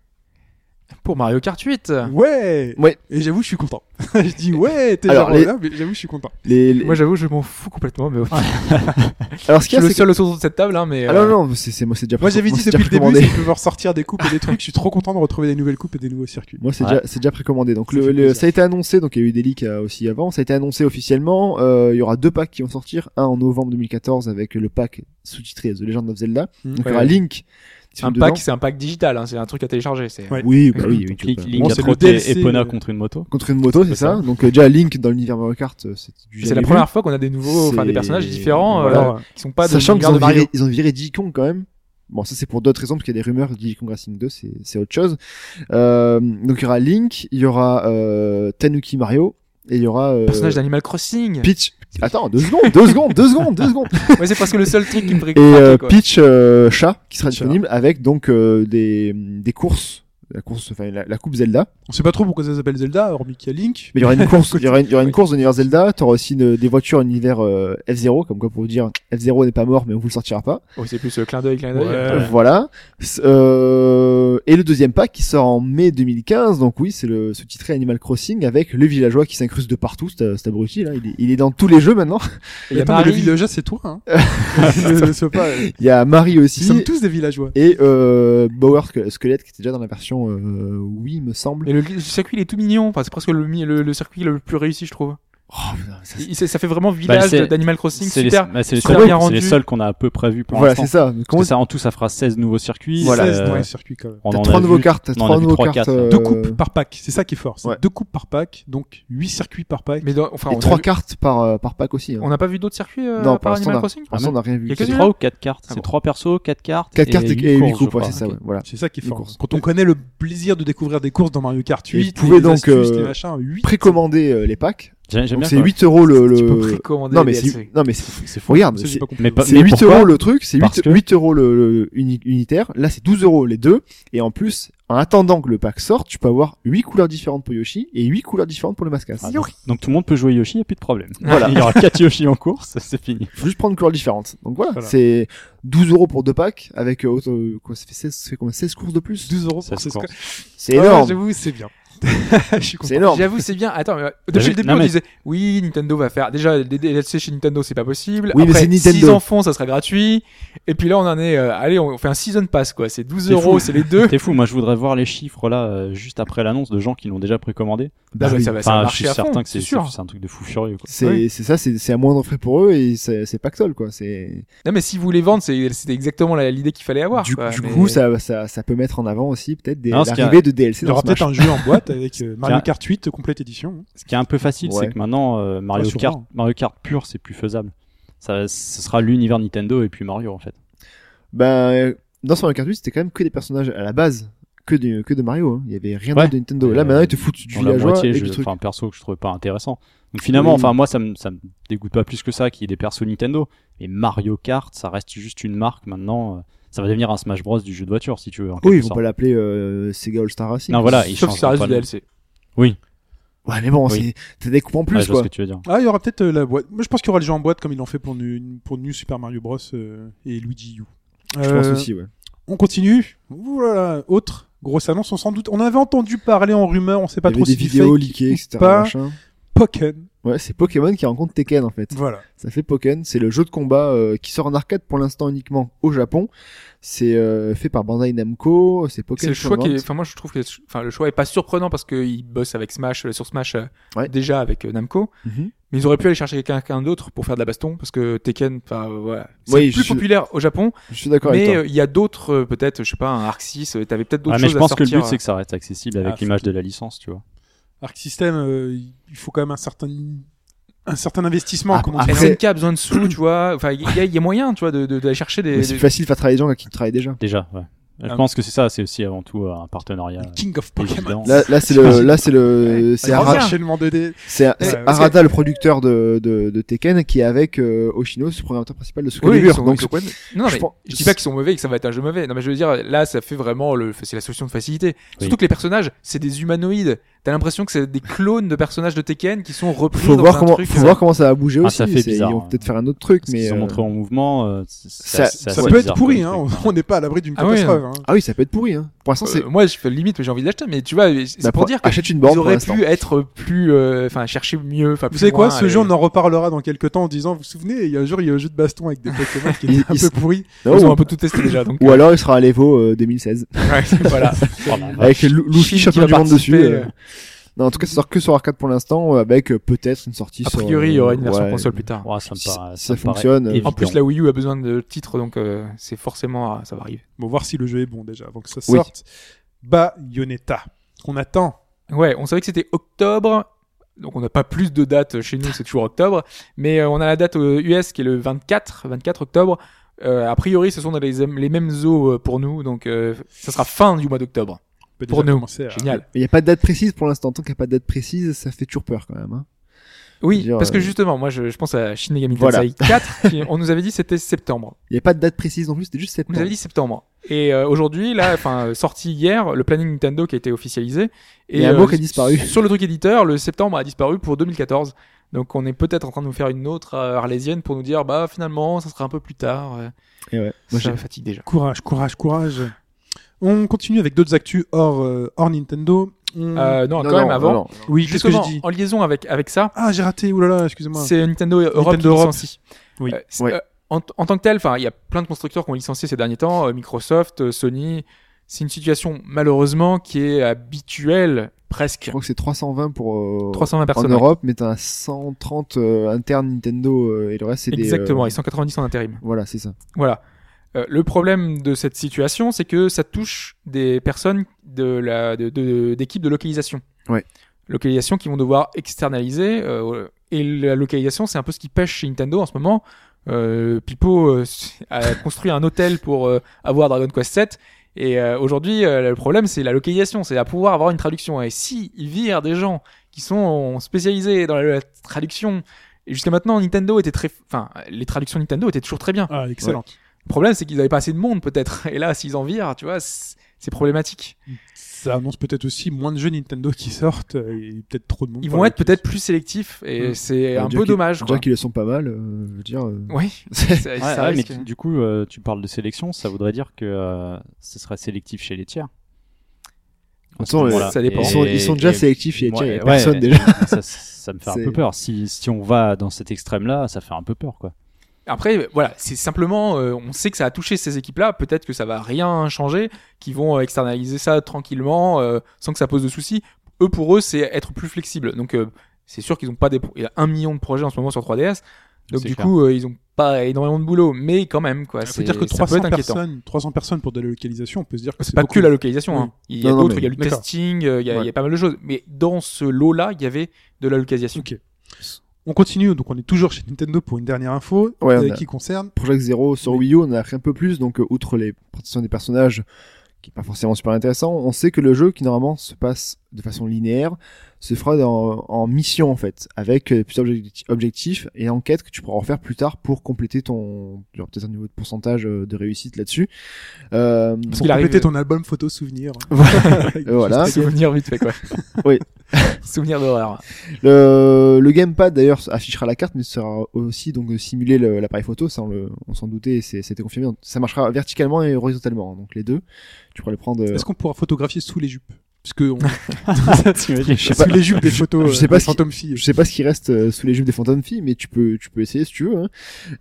Pour Mario Kart 8 Ouais. Ouais. Et j'avoue, je suis content. *laughs* je dis ouais, t'es Alors, genre les- là, mais j'avoue, je suis content. Les, les- Moi, j'avoue, *laughs* je m'en fous complètement. Mais... Alors, ce Je qu'il y suis a, le c'est que- seul autour de cette table, hein, mais. Ah euh, non, non, c'est, c'est, moi, c'est déjà Moi, pré- j'avais dit c'est déjà depuis le début, précommandé. c'est que je vais ressortir des coupes et des trucs. Je suis trop content de retrouver des nouvelles coupes et des nouveaux circuits. Moi, c'est Ouais. déjà, c'est déjà précommandé. Donc, Ça le, fait le- plaisir. ça a été annoncé. Donc, il y a eu des leaks euh, aussi avant. Ça a été annoncé officiellement. Euh, il y aura deux packs qui vont sortir. Un en novembre 2014 avec le pack sous-titré The Legend of Zelda. Mhm. Donc, il y Ouais, aura ouais. Link. Un dedans. pack, c'est un pack digital, hein, c'est un truc à télécharger. C'est... Ouais. Oui, bah oui, oui, tu Click, peux pas- Link Bon, a c'est le trotté DLC, Epona euh, contre une moto. Contre une moto, c'est, C'est ça. ça. Donc, euh, déjà, Link dans l'univers Mario Kart, euh, c'est du C'est la jamais vu. première fois qu'on a des nouveaux, enfin C'est- des personnages différents euh, Voilà. qui sont pas de Sachant qu'ils l'univers ont, de Mario. viré, ils ont viré Diddy Kong quand même. Bon, ça c'est pour d'autres raisons, parce qu'il y a des rumeurs, Diddy Kong Racing 2, c'est c'est autre chose. Euh, donc il y aura Link, il y aura euh, Tanuki Mario, et il y aura... Euh, Personnage d'Animal Crossing. Peach. Attends, deux secondes, deux secondes, deux secondes, *laughs* deux secondes. Ouais, c'est parce que le seul truc qui me ferait *laughs* Et euh, craquer, quoi. Peach euh, chat qui sera Chat. disponible avec donc euh, des, des courses, la course, enfin la, la coupe Zelda. On sait pas trop pourquoi ça s'appelle Zelda, hormis qu'il y a Link. Mais il y aura une course, il y aura une, il y aura une Oui. course d'univers Zelda. T'auras aussi une- des voitures univers euh, F0, comme quoi pour vous dire F0 n'est pas mort, mais on vous le sortira pas. Oh, c'est plus euh, clin d'œil, clin d'œil. Ouais. Euh, Euh, Voilà. S- euh, et le deuxième pack qui sort en mai 2015, donc oui, c'est le sous-titré Animal Crossing avec le villageois qui s'incruste de partout, cet cet abruti là, il est, il est dans tous les jeux maintenant. Il y a Attends, mais Marie. le villageois, c'est toi. *laughs* Hein. Je- je sais pas, euh, Il y a Marie Ils sommes aussi tous des villageois. et euh, Bower Ske- Squelette qui était déjà dans la version euh, Wii me semble. Mais le, le circuit il est tout mignon, enfin, c'est presque le, mi- le, le circuit le plus réussi je trouve. Oh, putain, ça, c'est- Il- c'est- ça fait vraiment Bah, village c'est- de- d'Animal Crossing, C'est les, super. bah, c'est les super seuls- bien c'est rendu. les seuls qu'on a à peu près vu pour voilà, l'instant. c'est ça. Mais Parce Comment que ça, en tout, ça fera 16 nouveaux circuits. Voilà. euh, 16 dans les circuits quand même. on T'as en trois a nouveaux vu- cartes, t'as on en trois a vu nouveaux trois, cartes. quatre, là. euh, Deux coupes par pack, c'est ça qui est fort. C'est ouais. deux coupes par pack, donc 8 circuits par pack. Mais dans- enfin, Et on a trois vu- cartes par, euh, par pack aussi. hein. on n'a pas vu d'autres circuits euh, Non, à pour part l'instant, Animal on a- Crossing Pour l'instant, on n'a rien vu. Il y a que C'est des- 3 ou 4 cartes. Ah C'est bon. 3 persos, 4 cartes. 4 cartes huit et 8 je coupes, ouais, crois. c'est ça, ouais, voilà. C'est ça qui est Les fort. courses. Quand on connaît le plaisir de découvrir des courses dans Mario Kart Et 8, vous pouvez les donc, astuces, euh, les machins, 8. Précommander euh, les packs. J'aime j'aime bien. Donc c'est quand 8 euros le. Tu peux le- précommander Non les mais c'est DLC. non mais c'est même. C'est fou. regarde, Ça, j'ai c'est- pas compris. Mais pas- c'est 8 pourquoi euros le truc, c'est Parce 8, que- 8 euros le, le uni- unitaire. Là, c'est 12 euros les deux. Et en plus, en attendant que le pack sorte, tu peux avoir 8 couleurs différentes pour Yoshi et 8 couleurs différentes pour le mascasse. Ah, donc, donc tout le monde peut jouer Yoshi, il n'y a plus de problème. Voilà. il y aura 4 Yoshi en course, c'est fini. faut juste prendre une couleur différente. Donc voilà, Voilà. c'est 12 euros pour deux packs avec euh, auto- quoi, ça fait 16, ça fait combien 16 courses de plus. 12 euros Ça pour ce se court. score. C'est Ah ouais, énorme. J'avoue, c'est *laughs* bien. Je suis content. c'est énorme. J'avoue, c'est bien. Attends, mais, euh, depuis j'ai- le début, non, on mais- disait oui, Nintendo va faire. Déjà, des DLC chez Nintendo, c'est pas possible. Oui, mais Après, c'est Nintendo. S'ils en font, ça sera gratuit. Et puis là, on en est. euh, allez, on fait un season pass, quoi. C'est 12 C'est euros, fou. c'est les deux. T'es fou, moi je voudrais voir les chiffres là, euh, juste après l'annonce de gens qui l'ont déjà précommandé. Bah Ah, bah, oui. ça va, ça va Enfin, je marcher suis à fond, certain que c'est c'est sûr. c'est un truc de fou furieux. Quoi. C'est Oui. c'est ça, c'est c'est à moindre frais pour eux et c'est c'est pactole quoi. C'est Non, mais si vous voulez vendre, c'est c'était exactement la- l'idée qu'il fallait avoir. du, quoi. du Mais- coup ça, ça ça peut mettre en avant aussi peut-être des Non, ce qui a- l'arrivée de DLC Il y dans aura Smash. peut-être un jeu en boîte *laughs* avec euh, Mario Tiens. Kart 8 complète édition. Ce qui est un peu facile, Ouais. c'est que maintenant euh, Mario, Ouais, sûrement. Kart, Mario Kart pur, c'est plus faisable. Ça, ce sera l'univers Nintendo et puis Mario en fait. Ben euh, dans Mario Kart 8, c'était quand même que des personnages à la base, que de que de Mario. hein. Il y avait rien Ouais. d'autre de Nintendo. Là Euh, maintenant ils te foutent du Dans la villageois moitié, et je, du truc. enfin perso que je trouvais pas intéressant. Donc finalement, Oui. enfin moi ça me ça me dégoûte pas plus que ça qu'il y ait des persos Nintendo. Mais Mario Kart, ça reste juste une marque maintenant. euh, Ça va devenir un Smash Bros du jeu de voiture si tu veux. en Oui, quelque Oh, ils vont sorte. pas l'appeler euh, Sega All Star Racing. Non voilà, ils Sauf si ça changeront reste pas du le- DLC. Ouais, mais bon, Oui. c'est t'as des coupes en Ouais, plus je vois quoi. ce que tu veux dire. Ah, il y aura peut-être euh, la boîte. Moi, je pense qu'il y aura le jeu en boîte comme ils l'ont fait pour, nu- pour New Super Mario Bros euh, et Luigi U. Je Euh, pense aussi ouais. On continue. Ouh là là, autre grosse annonce, on s'en doute. On avait entendu parler en rumeur, on sait pas Il y avait trop des si vidéos fake leakées, ou etc. pas. machin. Pokken. Ouais, c'est Pokémon qui rencontre Tekken en fait. Voilà. Ça fait Pokken, c'est le jeu de combat euh, qui sort en arcade pour l'instant uniquement au Japon. C'est euh, fait par Bandai Namco, c'est Pokken. C'est le choix qui Tournament. est, enfin moi je trouve que enfin le choix est pas surprenant parce qu'ils bossent avec Smash euh, sur Smash euh, Ouais. déjà avec euh, Namco, Mhm. mais ils auraient pu aller chercher quelqu'un quelqu'un d'autre pour faire de la baston parce que Tekken enfin euh, voilà, c'est Oui, je plus suis- populaire au Japon, Je suis d'accord avec mais toi. euh, il y a d'autres euh, peut-être je sais pas un Arc 6, euh, t'avais peut-être d'autres Ouais, Ah, mais choses je pense à que le sortir. but c'est que ça reste accessible avec Ah, l'image de la licence, tu Ah, vois. Arc System, euh, il faut quand même un certain, un certain investissement. Ah, comment ah, dire. après- SNK a besoin de sous, tu vois. Enfin, il y, a- il y a moyen, tu vois, de, de- d'aller chercher des. Mais c'est des- plus facile de faire travailler des gens qui *laughs* travaillent déjà. Déjà, ouais. Je Ah. pense que c'est ça, c'est aussi avant tout euh, un partenariat. Le King of évident. Pokémon. Là, là c'est le, là c'est le, c'est Ah, un Ara- bien. enchaînement 2D. c'est c'est parce que- Arada le producteur de, de, de Tekken qui est avec euh, Oshino, ce programmateur principal de Soul Oui, ils Calibur. sont- Donc ils sont- Non, non, je mais pense- je dis pas qu'ils sont mauvais et que ça va être un jeu mauvais. Non, mais je veux dire, là, ça fait vraiment le, c'est la solution de facilité. Oui. Surtout que les personnages, c'est des humanoïdes. T'as l'impression que c'est des clones de personnages de Tekken qui sont repris faut dans voir un comment, truc. euh, faut voir comment ça va bouger Ah, aussi. ça fait c'est- bizarre, Ils vont hein. peut-être faire un autre truc, mais mais sont euh, montrés en mouvement, euh, c'est- c'est ça- assez- c'est Ça assez peut être bizarre pourri, comme hein. truc, On n'est pas à l'abri d'une Ah ouais, catastrophe. hein. ah oui, ça peut être pourri. Hein. Pour l'instant, c'est Euh, moi, je fais limite, mais j'ai envie de l'acheter. Mais tu vois, c'est bah, pour dire que achète une borne ils pour auraient l'instant. pu être plus, euh, enfin, chercher mieux. Enfin, Vous plus savez quoi loin, Ce aller- jeu, on en reparlera dans quelques temps en disant, vous vous souvenez, il y a un jour, il y a un jeu de baston avec des Pokémon *laughs* qui Il- était un il peu s- pourri. Non, Ils ont ou- un peu tout testé déjà. Donc, *laughs* Ou alors il sera à l'Evo euh, 2016. ouais, *laughs* voilà. Oh la vache. avec Lu- Luffy Chine qui champion va du monde dessus. participer, euh. euh. Non, en tout cas, ça sort que sur arcade pour l'instant, euh, avec euh, peut-être une sortie. A sur, priori, il y aura une version ouais. console plus tard. Ouais, ça me Si- paraît- si ça ça me paraît fonctionne, euh, en évident. En plus, la Wii U a besoin de titres, donc euh, c'est forcément, ah, ça va arriver. Bon, voir si le jeu est bon déjà avant que ça Oui. sorte. Bayonetta, qu'on attend. Ouais, on savait que c'était octobre. Donc on n'a pas plus de dates chez nous, c'est toujours octobre. Mais euh, on a la date euh, US qui est le 24, 24 octobre. Euh, a priori, ce sont dans les, les mêmes eaux euh, pour nous, donc euh, ça sera fin du mois d'octobre. On peut Pour déjà nous. commencer à- Génial. Mais il n'y a pas de date précise pour l'instant. Tant qu'il n'y a pas de date précise, ça fait toujours peur quand même. hein. Oui, Dire, parce que euh, justement, moi je, je pense à Shin Megami Voilà. Tensei 4, qui- on nous avait dit c'était septembre. Il n'y a pas de date précise non plus, c'était juste On septembre. nous avait dit septembre. Et euh, aujourd'hui, là, enfin, euh, sorti hier, le planning Nintendo qui a été officialisé. euh, Il y a un mot qui a disparu. Sur le truc éditeur, le septembre a disparu pour 2014. Donc on est peut-être en train de nous faire une autre euh, arlésienne pour nous dire, bah finalement, ça sera un peu plus tard. euh, Et ouais. ça Moi, j'ai- me fatigue déjà. Courage, courage, courage. On continue avec d'autres actus hors, euh, hors Nintendo. On- Euh, non, Non, quand non, même, avant. non, non. oui, qu'est-ce que j'ai Justement, dit en liaison avec, avec ça, Ah, j'ai raté, oulala, excusez-moi. c'est Nintendo Europe qui Nintendo Europe. licencie. Oui. Euh, c'est- Ouais. euh, en, en tant que tel, enfin, il y a plein de constructeurs qui ont licencié ces derniers temps, euh, Microsoft, euh, Sony. C'est une situation malheureusement qui est habituelle Je Presque. crois que c'est 320 pour euh, 320 en personnes. Europe, mais t'as 130 euh, internes Nintendo euh, et le reste c'est des. euh, Exactement, et 190 en intérim. Voilà, c'est ça. Voilà. Euh, le problème de cette situation, c'est que ça touche des personnes de la de, de- d'équipes de localisation. Ouais. Localisation qui vont devoir externaliser. euh, et la localisation, c'est un peu ce qui pêche chez Nintendo en ce moment. Euh, Pipo euh, *laughs* a construit un hôtel pour euh, avoir Dragon Quest 7. Et euh, aujourd'hui, euh, le problème, c'est la localisation, c'est à pouvoir avoir une traduction. Et si ils virent des gens qui sont euh, spécialisés dans la, la traduction, et jusqu'à maintenant, Nintendo était très, enfin, les traductions Nintendo étaient toujours très bien. Ah, excellente. Le problème, c'est qu'ils n'avaient pas assez de monde, peut-être. *laughs* Et là, s'ils en virent, tu vois, c'est c'est problématique. Ça annonce peut-être aussi moins de jeux Nintendo qui sortent euh, et peut-être trop de monde. Ils dans vont la être peut-être plus sélectifs, et Mm. c'est Euh, un déjà peu qu'ils- dommage, quoi. Déjà qu'ils le sont pas mal, euh, je veux dire. euh, *laughs* Oui, c'est- c'est- Ouais, ça ouais, mais risque. tu- du coup, euh, tu parles de sélection, ça voudrait dire que euh, ce serait sélectif chez les tiers. À ce Attends, moment-là. ça dépend. Et- Ils, sont, ils sont déjà et- sélectifs, il y a, Ouais, tiens, il y a ouais, personne et- déjà. *laughs* Ça, ça me fait un C'est- peu peur. Si, si on va dans cet extrême-là, ça fait un peu peur, quoi. Après, voilà, c'est simplement, euh, on sait que ça a touché ces équipes-là. Peut-être que ça va rien changer, qu'ils vont euh, externaliser ça tranquillement, euh, sans que ça pose de soucis. Eux, pour eux, c'est être plus flexible. Donc, euh, c'est sûr qu'ils n'ont pas des, pro- il y a un million de projets en ce moment sur 3DS. Donc, C'est du clair. *laughs* coup, euh, ils ont pas énormément de boulot, mais quand même, quoi. Il faut c'est- dire que ça 300 peut être inquiétant. personnes, 300 personnes pour de la localisation, on peut se dire que C'est pas beaucoup. que la localisation. hein. Il y a Non, non, d'autres, mais- il y a le D'accord. testing, euh, il y, a, il y a pas mal de choses. Mais dans ce lot-là, il y avait de la localisation. Ok. On continue, donc on est toujours chez Nintendo pour une dernière info Ouais, euh, on a- qui concerne. Project Zero sur Wii U, on en a appris un peu plus, donc euh, outre les présentations des personnages, qui est pas forcément super intéressant, on sait que le jeu, qui normalement se passe de façon linéaire, se fera dans- en mission en fait, avec euh, plusieurs objecti- objectifs et enquêtes que tu pourras refaire plus tard pour compléter ton, tu auras peut-être un niveau de pourcentage euh, de réussite là-dessus. Euh, Parce qu'il qu'il a arrive- répété ton album photo *laughs* souvenir. *laughs* *laughs* voilà. Ah, Souvenir vite fait, quoi. *laughs* Oui. *laughs* Souvenir d'horreur. Le, le gamepad d'ailleurs affichera la carte, mais sera aussi donc euh, simuler le- l'appareil photo. Ça, on, le- on s'en doutait, et c'est- c'était confirmé. Ça marchera verticalement et horizontalement, hein, donc les deux. Tu pourras le prendre. euh, Est-ce qu'on pourra photographier sous les jupes Parce que on... T'imagines sous les jupes des photos. je sais euh, pas des si- Phantom Fille. Je sais pas ce qui reste euh, sous les jupes des fantômes filles, mais tu peux, tu peux essayer si tu veux. hein.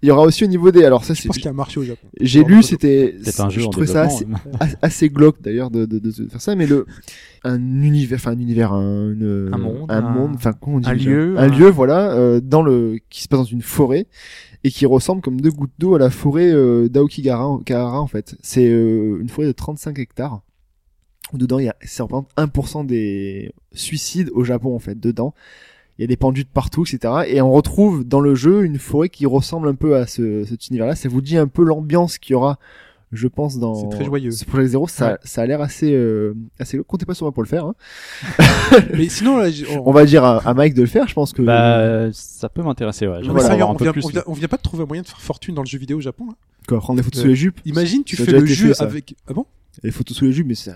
Il y aura aussi au niveau des. Alors ça, Je c'est- pense qu'il y a un marché au Japon. j'ai lu, c'était. Peut-être un jeu je en trouvais ça développement. hein. assez, même. a- assez glauque d'ailleurs de, de, de, de faire ça, mais le un univers, enfin un univers, un, une- Un monde, un un- monde, enfin comment on dit un déjà lieu, un, un- lieu, voilà, euh, dans le qui se passe dans une forêt et qui ressemble comme deux gouttes d'eau à la forêt euh, d'Aokigahara Kahara, en fait. C'est euh, une forêt de 35 hectares. où Dedans, il y a, ça représente 1% des suicides au Japon en fait. Dedans, il y a des pendus de partout, etc. Et on retrouve dans le jeu une forêt qui ressemble un peu à ce, cet univers-là. Ça vous dit un peu l'ambiance qu'il y aura, je pense, dans C'est très joyeux. ce Project Zero. Ça, Ouais. ça a l'air assez, euh, assez. lourd. Comptez pas sur moi pour le faire. hein. Mais sinon, là, j- On va dire à, à Mike de le faire, je pense que. Bah, euh, ça peut m'intéresser, ouais. Non, J'aimerais mais Voilà, en sérieux, avoir on un peu vient, plus. on vient- on vient pas de trouver un moyen de faire fortune dans le jeu vidéo au Japon. là Quoi, prendre des photos Euh, sous les jupes. Imagine, tu Ça a fais déjà le été jeu fait, ça. avec. Ah bon Les photos sous les jupes, mais ça.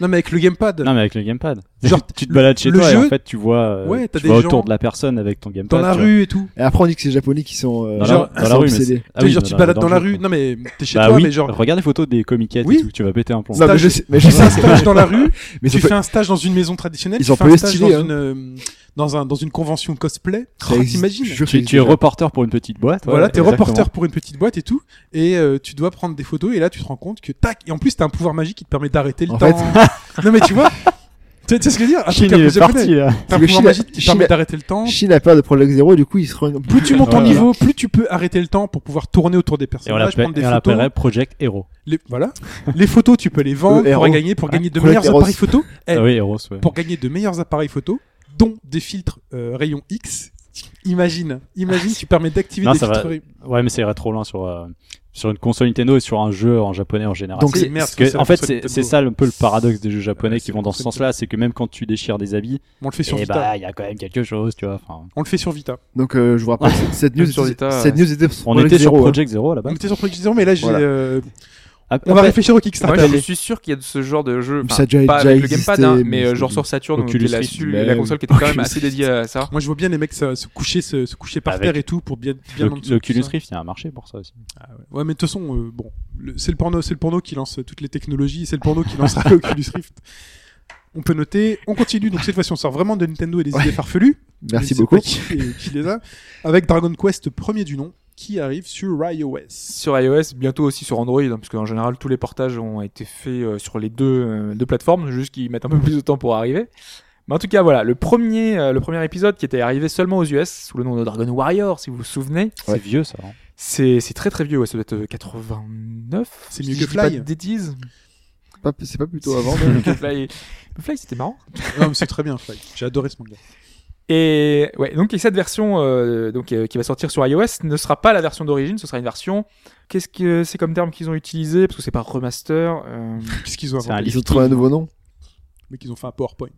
Non, mais avec le gamepad. Non, mais avec le gamepad. Genre, tu te balades chez le toi et jeu- en fait, tu vois, euh, Ouais, t'as tu des vois gens autour de la personne avec ton gamepad. Dans la tu vois. rue et tout. Et après, on dit que c'est les japonais qui sont. euh, Dans la- genre, dans la rue, mais c'est- obsédés. Tu Ah sais, oui, genre, tu te balades dans la rue, rue. quoi. Non, mais t'es chez Bah toi, oui, mais genre. regarde les photos des comiquettes Oui. et tout, tu vas péter un plomb. Non, mais je sais, mais *laughs* je Tu fais un sais. stage dans la rue, Mais tu ça, fais un stage dans une maison traditionnelle, Ils tu ont fais pas un eu stage stylé, dans, hein. une, euh, dans, un, dans une convention cosplay. ça Oh, existe, T'imagines je jure que ça Tu, tu es existe. reporter pour une petite boîte. ouais, Voilà, t'es exactement. reporter pour une petite boîte et tout, et euh, tu dois prendre des photos, et là tu te rends compte que tac, et en plus t'as un pouvoir magique qui te permet d'arrêter le En temps. *laughs* non mais tu vois, tu tu sais ce que je veux dire Un truc Chine un peu est japonais. parti là. T'as un Le pouvoir Chine- magique qui te permet Chine- d'arrêter le temps. Chine a peur de Project Zero, du coup, ils se rendent. Plus tu montes en Voilà. niveau, plus tu peux arrêter le temps pour pouvoir tourner autour des Et on personnages, l'appelle- prendre des et on photos. l'appellerait Project Hero. Les, voilà. les photos, tu peux les vendre Le pour héros. gagner, pour gagner de Project meilleurs Heroes. appareils photos. Eh, Ah oui, Heroes, ouais. Pour gagner de meilleurs appareils photos, dont des filtres euh, rayon X. Imagine, Ah, imagine, tu permets d'activer Non, des ça va. filtres. rayon- Ouais, mais ça irait trop loin sur, euh, sur une console Nintendo et sur un jeu en japonais en général. Donc, C'est- c'est- merde, parce que, c'est la en fait, console c'est Nintendo. c'est ça un peu le paradoxe des jeux japonais Ouais, qui c'est vont la dans ce console sens-là, c'est que même quand tu déchires des habits, On le fait sur et Vita. bah, il y a quand même quelque chose, tu vois. enfin. On le fait sur Vita. Donc, euh, je vous rappelle, cette- cette news, Même sur Vita, cette news était sur On Project était sur Zero, hein. Project Zero là-bas. On était sur Project Zero, mais là j'ai. Voilà. euh, Ap- On va après, réfléchir au Moi, Kickstarter. je suis sûr qu'il y a de ce genre de jeu. Ça enfin, a déjà- pas déjà avec existé, le gamepad, hein, mais mais c'est euh, genre du- sur Saturn, donc, qui Oculus est la, Rift, su- mais- la console qui était quand même Oculus assez dédiée à ça. Moi, je vois bien les mecs se, se coucher, se, se coucher par Avec terre et tout pour bien, bien en le- dessous, L'Oculus tout ça. Rift, il y a un marché pour ça aussi. Ah ouais. Ouais, mais de toute façon, euh, bon, le- c'est le porno, c'est le porno qui lance toutes les technologies, c'est le porno qui *laughs* lancera l'Oculus Rift. On peut noter. On continue. Donc cette fois-ci, on sort vraiment de Nintendo et des idées farfelues. Merci Je sais beaucoup. pas Qui, qui les a Avec Dragon Quest premier du nom qui arrive sur iOS. Sur iOS, bientôt aussi sur Android, hein, parce qu'en général, tous les portages ont été faits euh, sur les deux, euh, deux plateformes, juste qu'ils mettent un peu plus de temps pour arriver. Mais Mais en tout cas, voilà, le premier, euh, le premier épisode qui était arrivé seulement aux US sous le nom de Dragon Warrior, si vous vous souvenez, C'est Ouais. vieux ça. hein. c'est c'est très très vieux, ouais, ça doit être euh, 89. C'est si mieux je que dis pas Fly. de bêtises. Pas- C'est pas plutôt *laughs* avant. mais- que Fly. Fly, c'était marrant. Non, Ah, mais c'est très bien, Fly. J'ai adoré ce manga. Et ouais, donc et cette version euh, donc euh, qui va sortir sur iOS ne sera pas la version d'origine, ce sera une version. Qu'est-ce que c'est comme terme qu'ils ont utilisé parce que c'est pas remaster. euh, Qu'est-ce qu'ils ont C'est un inventé Ils ont lifting. trouvé un nouveau nom. Mais qu'ils ont fait un PowerPoint.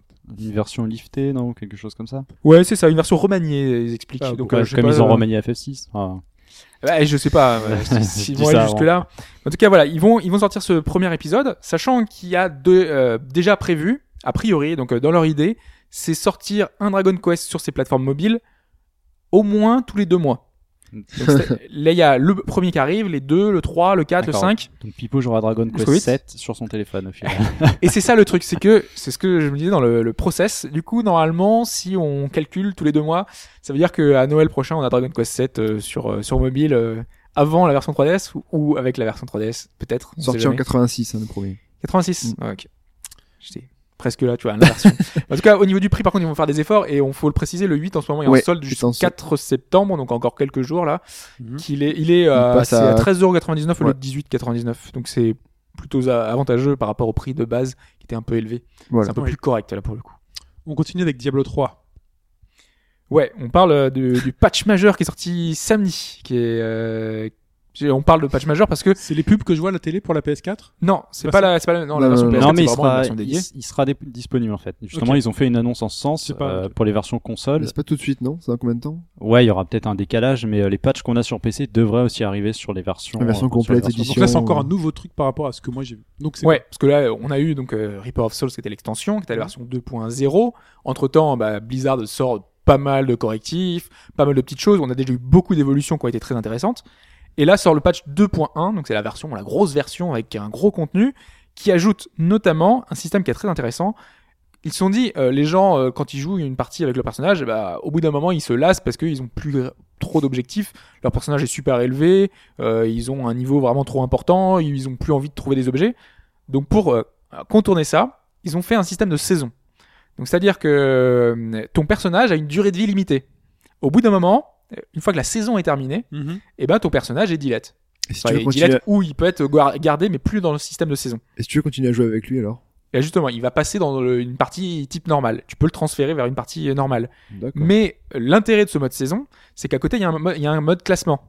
Une version liftée, non ou Quelque chose comme ça. Ouais, c'est ça, une version remaniée, ils expliquent. Ah, donc Ouais, euh, je sais comme pas, ils ont euh, remanié FF6. enfin, Ouais, je sais pas. *laughs* euh, S'ils Je vont dis aller ça jusque là. En tout cas, voilà, ils vont ils vont sortir ce premier épisode, sachant qu'il y a deux euh, déjà prévu a priori. Donc euh, dans leur idée, c'est sortir un Dragon Quest sur ces plateformes mobiles au moins tous les deux mois. Donc, c'est- là, il y a le premier qui arrive, les deux, le 3, le 4, le D'accord. 5. Donc Pipo jouera à Dragon Quest Sweet. 7 sur son téléphone au final. Et c'est ça le truc, c'est que c'est ce que je me disais dans le, le process. Du coup, normalement, si on calcule tous les deux mois, ça veut dire que à Noël prochain, on a Dragon Quest 7 euh, sur euh, sur mobile euh, avant la version 3DS ou, ou avec la version 3DS, peut-être. on sait Sorti en jamais. 86, hein, le premier. 86. Ouais, ok. J'étais presque là, tu vois, à *laughs* l'inversion. en tout cas, au niveau du prix, par contre, ils vont faire des efforts et on faut le préciser, le 8 en ce moment est Ouais, en solde c'est jusqu'au en solde. 4 septembre, donc encore quelques jours là. Mhm. Qu'il est, il est euh, passe c'est à à 13,99€ au lieu Ouais. de 18,99. Donc c'est plutôt a- avantageux par rapport au prix de base qui était un peu élevé. C'est Voilà. un peu Oui. plus correct là pour le coup. On continue avec Diablo 3. Ouais, on parle euh, du, du patch majeur qui est sorti samedi, qui est. euh, j'ai- on parle de patch majeur parce que C'est les pubs que je vois à la télé pour la PS4 non, c'est Bah, pas ça- la, c'est pas la, non, la Non, version non, PS4, Euh, non mais c'est il vraiment une sera, version il, dédiée. il sera dé- disponible en fait. Justement, Ok. ils ont fait une annonce en ce sens C'est pas- euh, pour les versions consoles. Mais C'est pas tout de suite, non C'est dans combien de temps Ouais, il y aura peut-être un décalage, mais euh, les patchs qu'on a sur PC devraient aussi arriver sur les versions. La version euh, sur les complète, versions- édition. Donc là, c'est Sur- encore un nouveau truc par rapport à ce que moi j'ai vu. Donc c'est Ouais, parce que là, euh, on a eu donc euh, Reaper of Souls qui était l'extension, qui était la version 2.0. Entre temps, bah, Blizzard sort pas mal de correctifs, pas mal de petites choses. On a déjà eu beaucoup d'évolutions qui ont été très intéressantes. Et là sort le patch 2.1, donc c'est la version, la grosse version avec un gros contenu, qui ajoute notamment un système qui est très intéressant. Ils se sont dit, euh, les gens, euh, quand ils jouent une partie avec le personnage, eh bah, au bout d'un moment, ils se lassent parce qu'ils ont plus trop d'objectifs. Leur personnage est super élevé, euh, ils ont un niveau vraiment trop important, ils ont plus envie de trouver des objets. Donc pour euh, contourner ça, ils ont fait un système de saison. Donc c'est-à-dire que euh, ton personnage a une durée de vie limitée. Au bout d'un moment, euh, une fois que la saison est terminée, Mhm. eh ben ton personnage est dilate. Et si, Enfin, tu il veux est continuer dilate à... ou il peut être guar- gardé mais plus dans le système de saison. et si tu veux continuer à jouer avec lui alors Et justement, il va passer dans le- une partie type normale. Tu peux le transférer vers une partie euh, normale. D'accord. Mais euh, l'intérêt de ce mode saison, c'est qu'à côté, il y, a un mo- il y a un mode classement.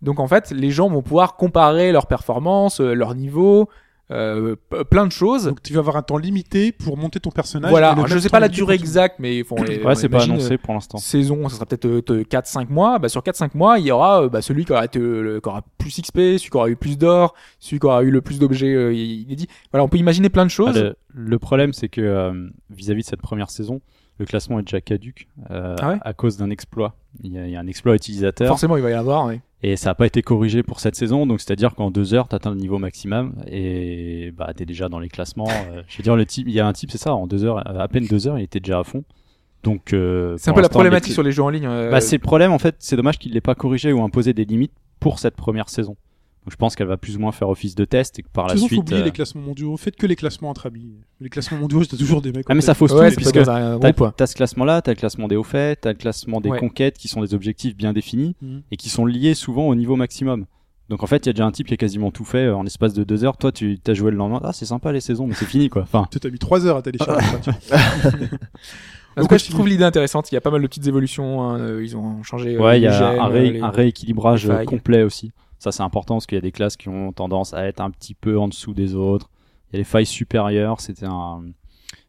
Donc en fait, les gens vont pouvoir comparer leurs performances, euh, leur niveau, euh, p- plein de choses. Donc tu vas avoir un temps limité pour monter ton personnage. Voilà, et le alors, je même sais temps pas la limité durée pour- exacte, mais on, Ouais, c'est pas annoncé hein. pour l'instant. Saison, ça sera peut-être 4-5 mois. Bah, sur 4-5 mois, il y aura euh, bah, celui qui aura, été, euh, le- qui aura plus XP, celui qui aura eu plus d'or, celui qui aura eu le plus d'objets. euh, il, il est dit. Voilà, on peut imaginer plein de Ah, choses. le, le problème, c'est que euh, vis-à-vis de cette première saison, le classement est déjà caduque euh, Ah ouais à cause d'un exploit. Il y, a, il y a un exploit utilisateur Forcément, il va y en avoir. ouais. et ça n'a pas été corrigé pour cette saison. Donc, c'est-à-dire qu'en deux heures, t'atteins le niveau maximum et bah t'es déjà dans les classements. euh, je veux dire, le type, il y a un type, c'est ça, en deux heures, à peine deux heures, il était déjà à fond. Donc, euh, C'est un pour peu la l'instant, problématique les- sur les jeux en ligne. euh, Bah, c'est le problème en fait, c'est dommage qu'il l'ait pas corrigé ou imposé des limites pour cette première saison. Donc je pense qu'elle va plus ou moins faire office de test et que par De la toute façon, faut suite. oublier euh, les classements mondiaux. Faites que les classements entre amis. Les classements mondiaux, c'est toujours des mecs. Ah mais en ça tête. fausse ouais, tout c'est parce pas que dans un t'as, groupe, ouais. t'as ce classement-là, t'as le classement des hauts faits, t'as le classement des Ouais. conquêtes qui sont des objectifs bien définis Mhm. et qui sont liés souvent au niveau maximum. Donc en fait, il y a déjà un type qui a quasiment tout fait euh, en l'espace de deux heures. Toi, tu t'as joué le lendemain. Ah, c'est sympa les saisons, mais c'est fini quoi. Enfin, Toi, T'as mis 3 heures à télécharger. *laughs* En tout On cas, je continue. trouve l'idée intéressante. Il y a pas mal de petites évolutions. hein, euh, Ils ont changé. euh, ouais, il *laughs* y les a gemmes, un, ré- euh, les- un rééquilibrage les failles. complet aussi. Ça, c'est important parce qu'il y a des classes qui ont tendance à être un petit peu en dessous des autres. Il y a les failles supérieures. C'était un,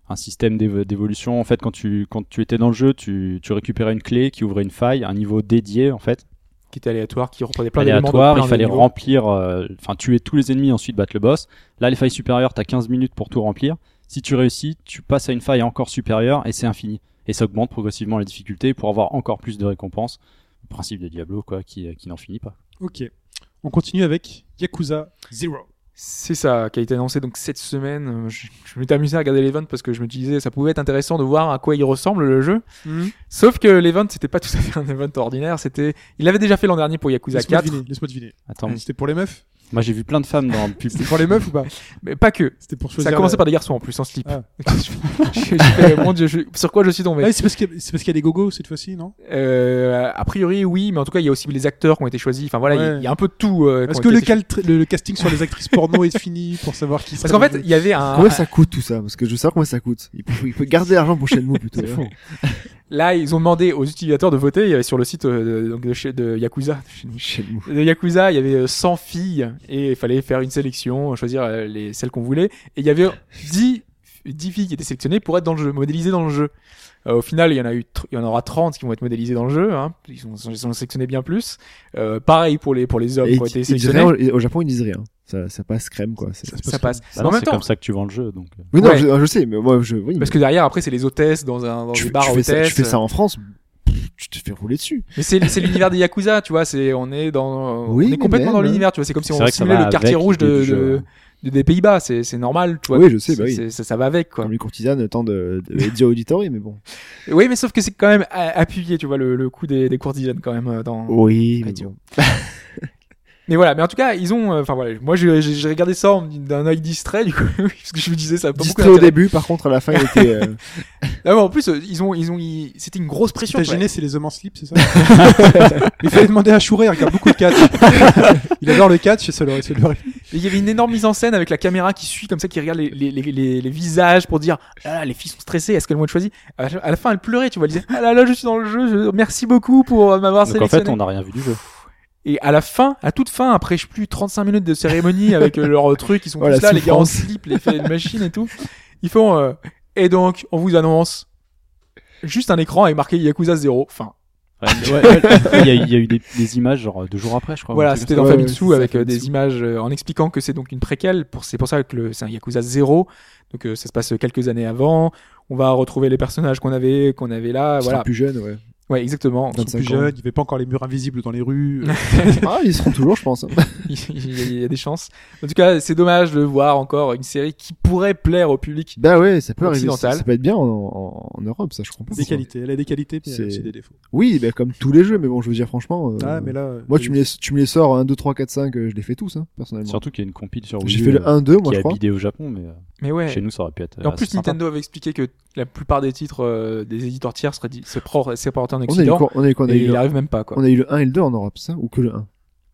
un système d'évo- d'évolution. En fait, quand tu quand tu étais dans le jeu, tu tu récupérais une clé qui ouvrait une faille, un niveau dédié en fait. qui étaient aléatoires, qui reprenaient plein d'éléments. de aléatoire, plein il de fallait niveaux. remplir, euh, enfin tuer tous les ennemis, ensuite battre le boss. Là, les failles supérieures, t'as 15 minutes pour tout remplir. Si tu réussis, tu passes à une faille encore supérieure et c'est infini. Et ça augmente progressivement la difficulté pour avoir encore plus de récompenses. Le principe de Diablo, quoi, qui, qui n'en finit pas. ok. On continue avec Yakuza Zero. C'est ça qui a été annoncé donc cette semaine. Euh, Je, je m'étais amusé à regarder l'event parce que je me disais ça pouvait être intéressant de voir à quoi il ressemble le jeu. Hmm. Sauf que l'event c'était pas tout à fait un event ordinaire. C'était il l'avait déjà fait l'an dernier pour Yakuza Laisse-moi 4. deviner. Laisse-moi deviner. Attends, C'était pour les meufs Moi, j'ai vu plein de femmes dans le pub. *laughs* C'était pour les meufs ou pas Mais pas que. C'était pour choisir. Ça a commencé la- par des garçons en plus, en slip. Ah. *laughs* Je- je fais, mon dieu, je- sur quoi je suis tombé Ah oui, c'est parce qu'il y a- c'est parce qu'il y a des gogos cette fois-ci, non Euh, A priori, oui, mais en tout cas, il y a aussi les acteurs qui ont été choisis. Enfin voilà, il y a- Ouais. il y, a un peu de tout. euh, qui Est-ce ont que été le, cho- cal- le- le casting sur les actrices porno est fini pour savoir qui Parce sera qu'en le- fait, il y avait un. Combien ça coûte tout ça Parce que je veux savoir combien ça coûte. Il peut, il peut garder l'argent pour *laughs* Shenmue plutôt. hein. Là, ils ont demandé aux utilisateurs de voter. Il y avait sur le site euh, de, donc de chez- de Yakuza. Shenmue. De Yakuza, il y avait euh, 100 filles et il fallait faire une sélection, choisir euh, les, celles qu'on voulait. Et il y avait 10, 10 filles qui étaient sélectionnées pour être dans le jeu, modélisées dans le jeu. Euh, au final, il y en a eu, tr- il y en aura 30 qui vont être modélisées dans le jeu. Hein. Ils sont, ils sont sélectionnés bien plus. Euh, pareil pour les pour les hommes Et qui ils- ont été ils disent sélectionnés. rien, au- au Japon, ils disent rien. Ça, ça passe crème quoi. C'est- Ça passe. Bah Mais en non, même c'est temps, comme ça que tu vends le jeu. Donc. euh. Oui, non, Ouais. je, je sais, mais moi je. Oui, parce mais que derrière, après, c'est les hôtesses dans un dans tu, des bars tu fais hôtesses. ça, tu fais ça en France, pff, tu te fais rouler dessus. Mais c'est c'est l'univers des Yakuza, tu vois. C'est on est dans Oui, on est mais complètement même, dans hein. l'univers, tu vois. C'est comme si C'est on vrai que ça simulait va le quartier avec rouge l'idée de, du jeu, de- de- des Pays-Bas. C'est c'est normal, tu vois. Oui, je sais, C'est- bah oui. c'est- Ça, ça va avec quoi. Comme les courtisanes tant de, de Ezio Auditore, mais bon. Oui, mais sauf que c'est quand même a- appuyé, tu vois, le, le coup des, des courtisanes quand même. euh, Dans... Oh. Oui, mais Ezio. bon. Mais voilà, mais en tout cas, ils ont. euh, Enfin voilà, moi j'ai j'ai- j'ai regardé ça en- d'un œil distrait, du coup, *laughs* parce que je me disais ça. a Pas beaucoup Distrait au d'intérêt. début, par contre à la fin il était. *laughs* euh, Ah, mais en plus, euh, ils ont, ils ont, ils- c'était une grosse pression. T'as quoi. gêné, c'est les hommes en *laughs* slip, c'est ça Il fallait demander à Chouré, il regarde beaucoup de catch. il adore le catch, ça leur, ça leur- Et Il y avait une énorme mise en scène avec la caméra qui suit comme ça, qui regarde les, les, les, les, les visages pour dire ah là, les filles sont stressées, est-ce qu'elles vont être choisies à, la- à la fin, elle pleurait, tu vois, elle disait ah là là, je suis dans le jeu, je- merci beaucoup pour euh, m'avoir Donc en fait, sélectionné. on n'a rien vu *laughs* du jeu. Et à la fin, à toute fin, après je sais plus 35 minutes de *laughs* cérémonie avec euh, leur truc, ils sont Oh, tous la là, les gars en souffrance. slip, les faits de machine et tout. Ils font euh, et donc on vous annonce juste un écran avec marqué Yakuza 0. Enfin Ouais, mais ouais, ouais, il y, a eu- il y a eu des, des images genre deux jours après, je crois. ou Voilà, un truc c'était comme dans Oh, Ouais, Famitsu ouais, avec c'est euh, Famitsu. des images euh, en expliquant que c'est donc une préquelle. Pour, c'est pour ça que le- c'est un Yakuza 0. Donc euh, ça se passe quelques années avant. On va retrouver les personnages qu'on avait, qu'on avait là. il sera Voilà. plus jeune, ouais. Ouais, exactement. Ils sont 25 plus ans. jeunes, il n'y avait pas encore les murs invisibles dans les rues. euh, *laughs* Ah, ils seront toujours, je pense. hein. *laughs* Il y a- il y a des chances. En tout cas, c'est dommage de voir encore une série qui pourrait plaire au public. Bah ouais, ça peut arriver. Ça, Occidental. ça peut être bien en, en, en Europe, ça je comprends. des qualités. Elle a des qualités, mais elle a C'est- aussi des défauts. Oui, bah, comme tous les jeux, mais bon, je veux dire franchement. euh, Ah, mais là, euh, Moi, tu me, les, tu me les sors 1, 2, 3, 4, 5, euh, je les fais tous, hein, ça. personnellement. Surtout qu'il y a une compile sur Wii J'ai U, fait euh, le 1, 2, moi, qui je a crois. bidé au Japon, mais euh, Mais ouais. chez nous, ça aurait pu être. Et en euh, plus, assez sympa. Nintendo avait expliqué que la plupart des titres euh, des éditeurs tiers seraient di- se pro- se portés en On a, eu Occident. quoi on, a eu, quoi on, a et eu il le, arrive même pas, quoi. on a eu le 1 et le 2 en Europe, ça Ou que le 1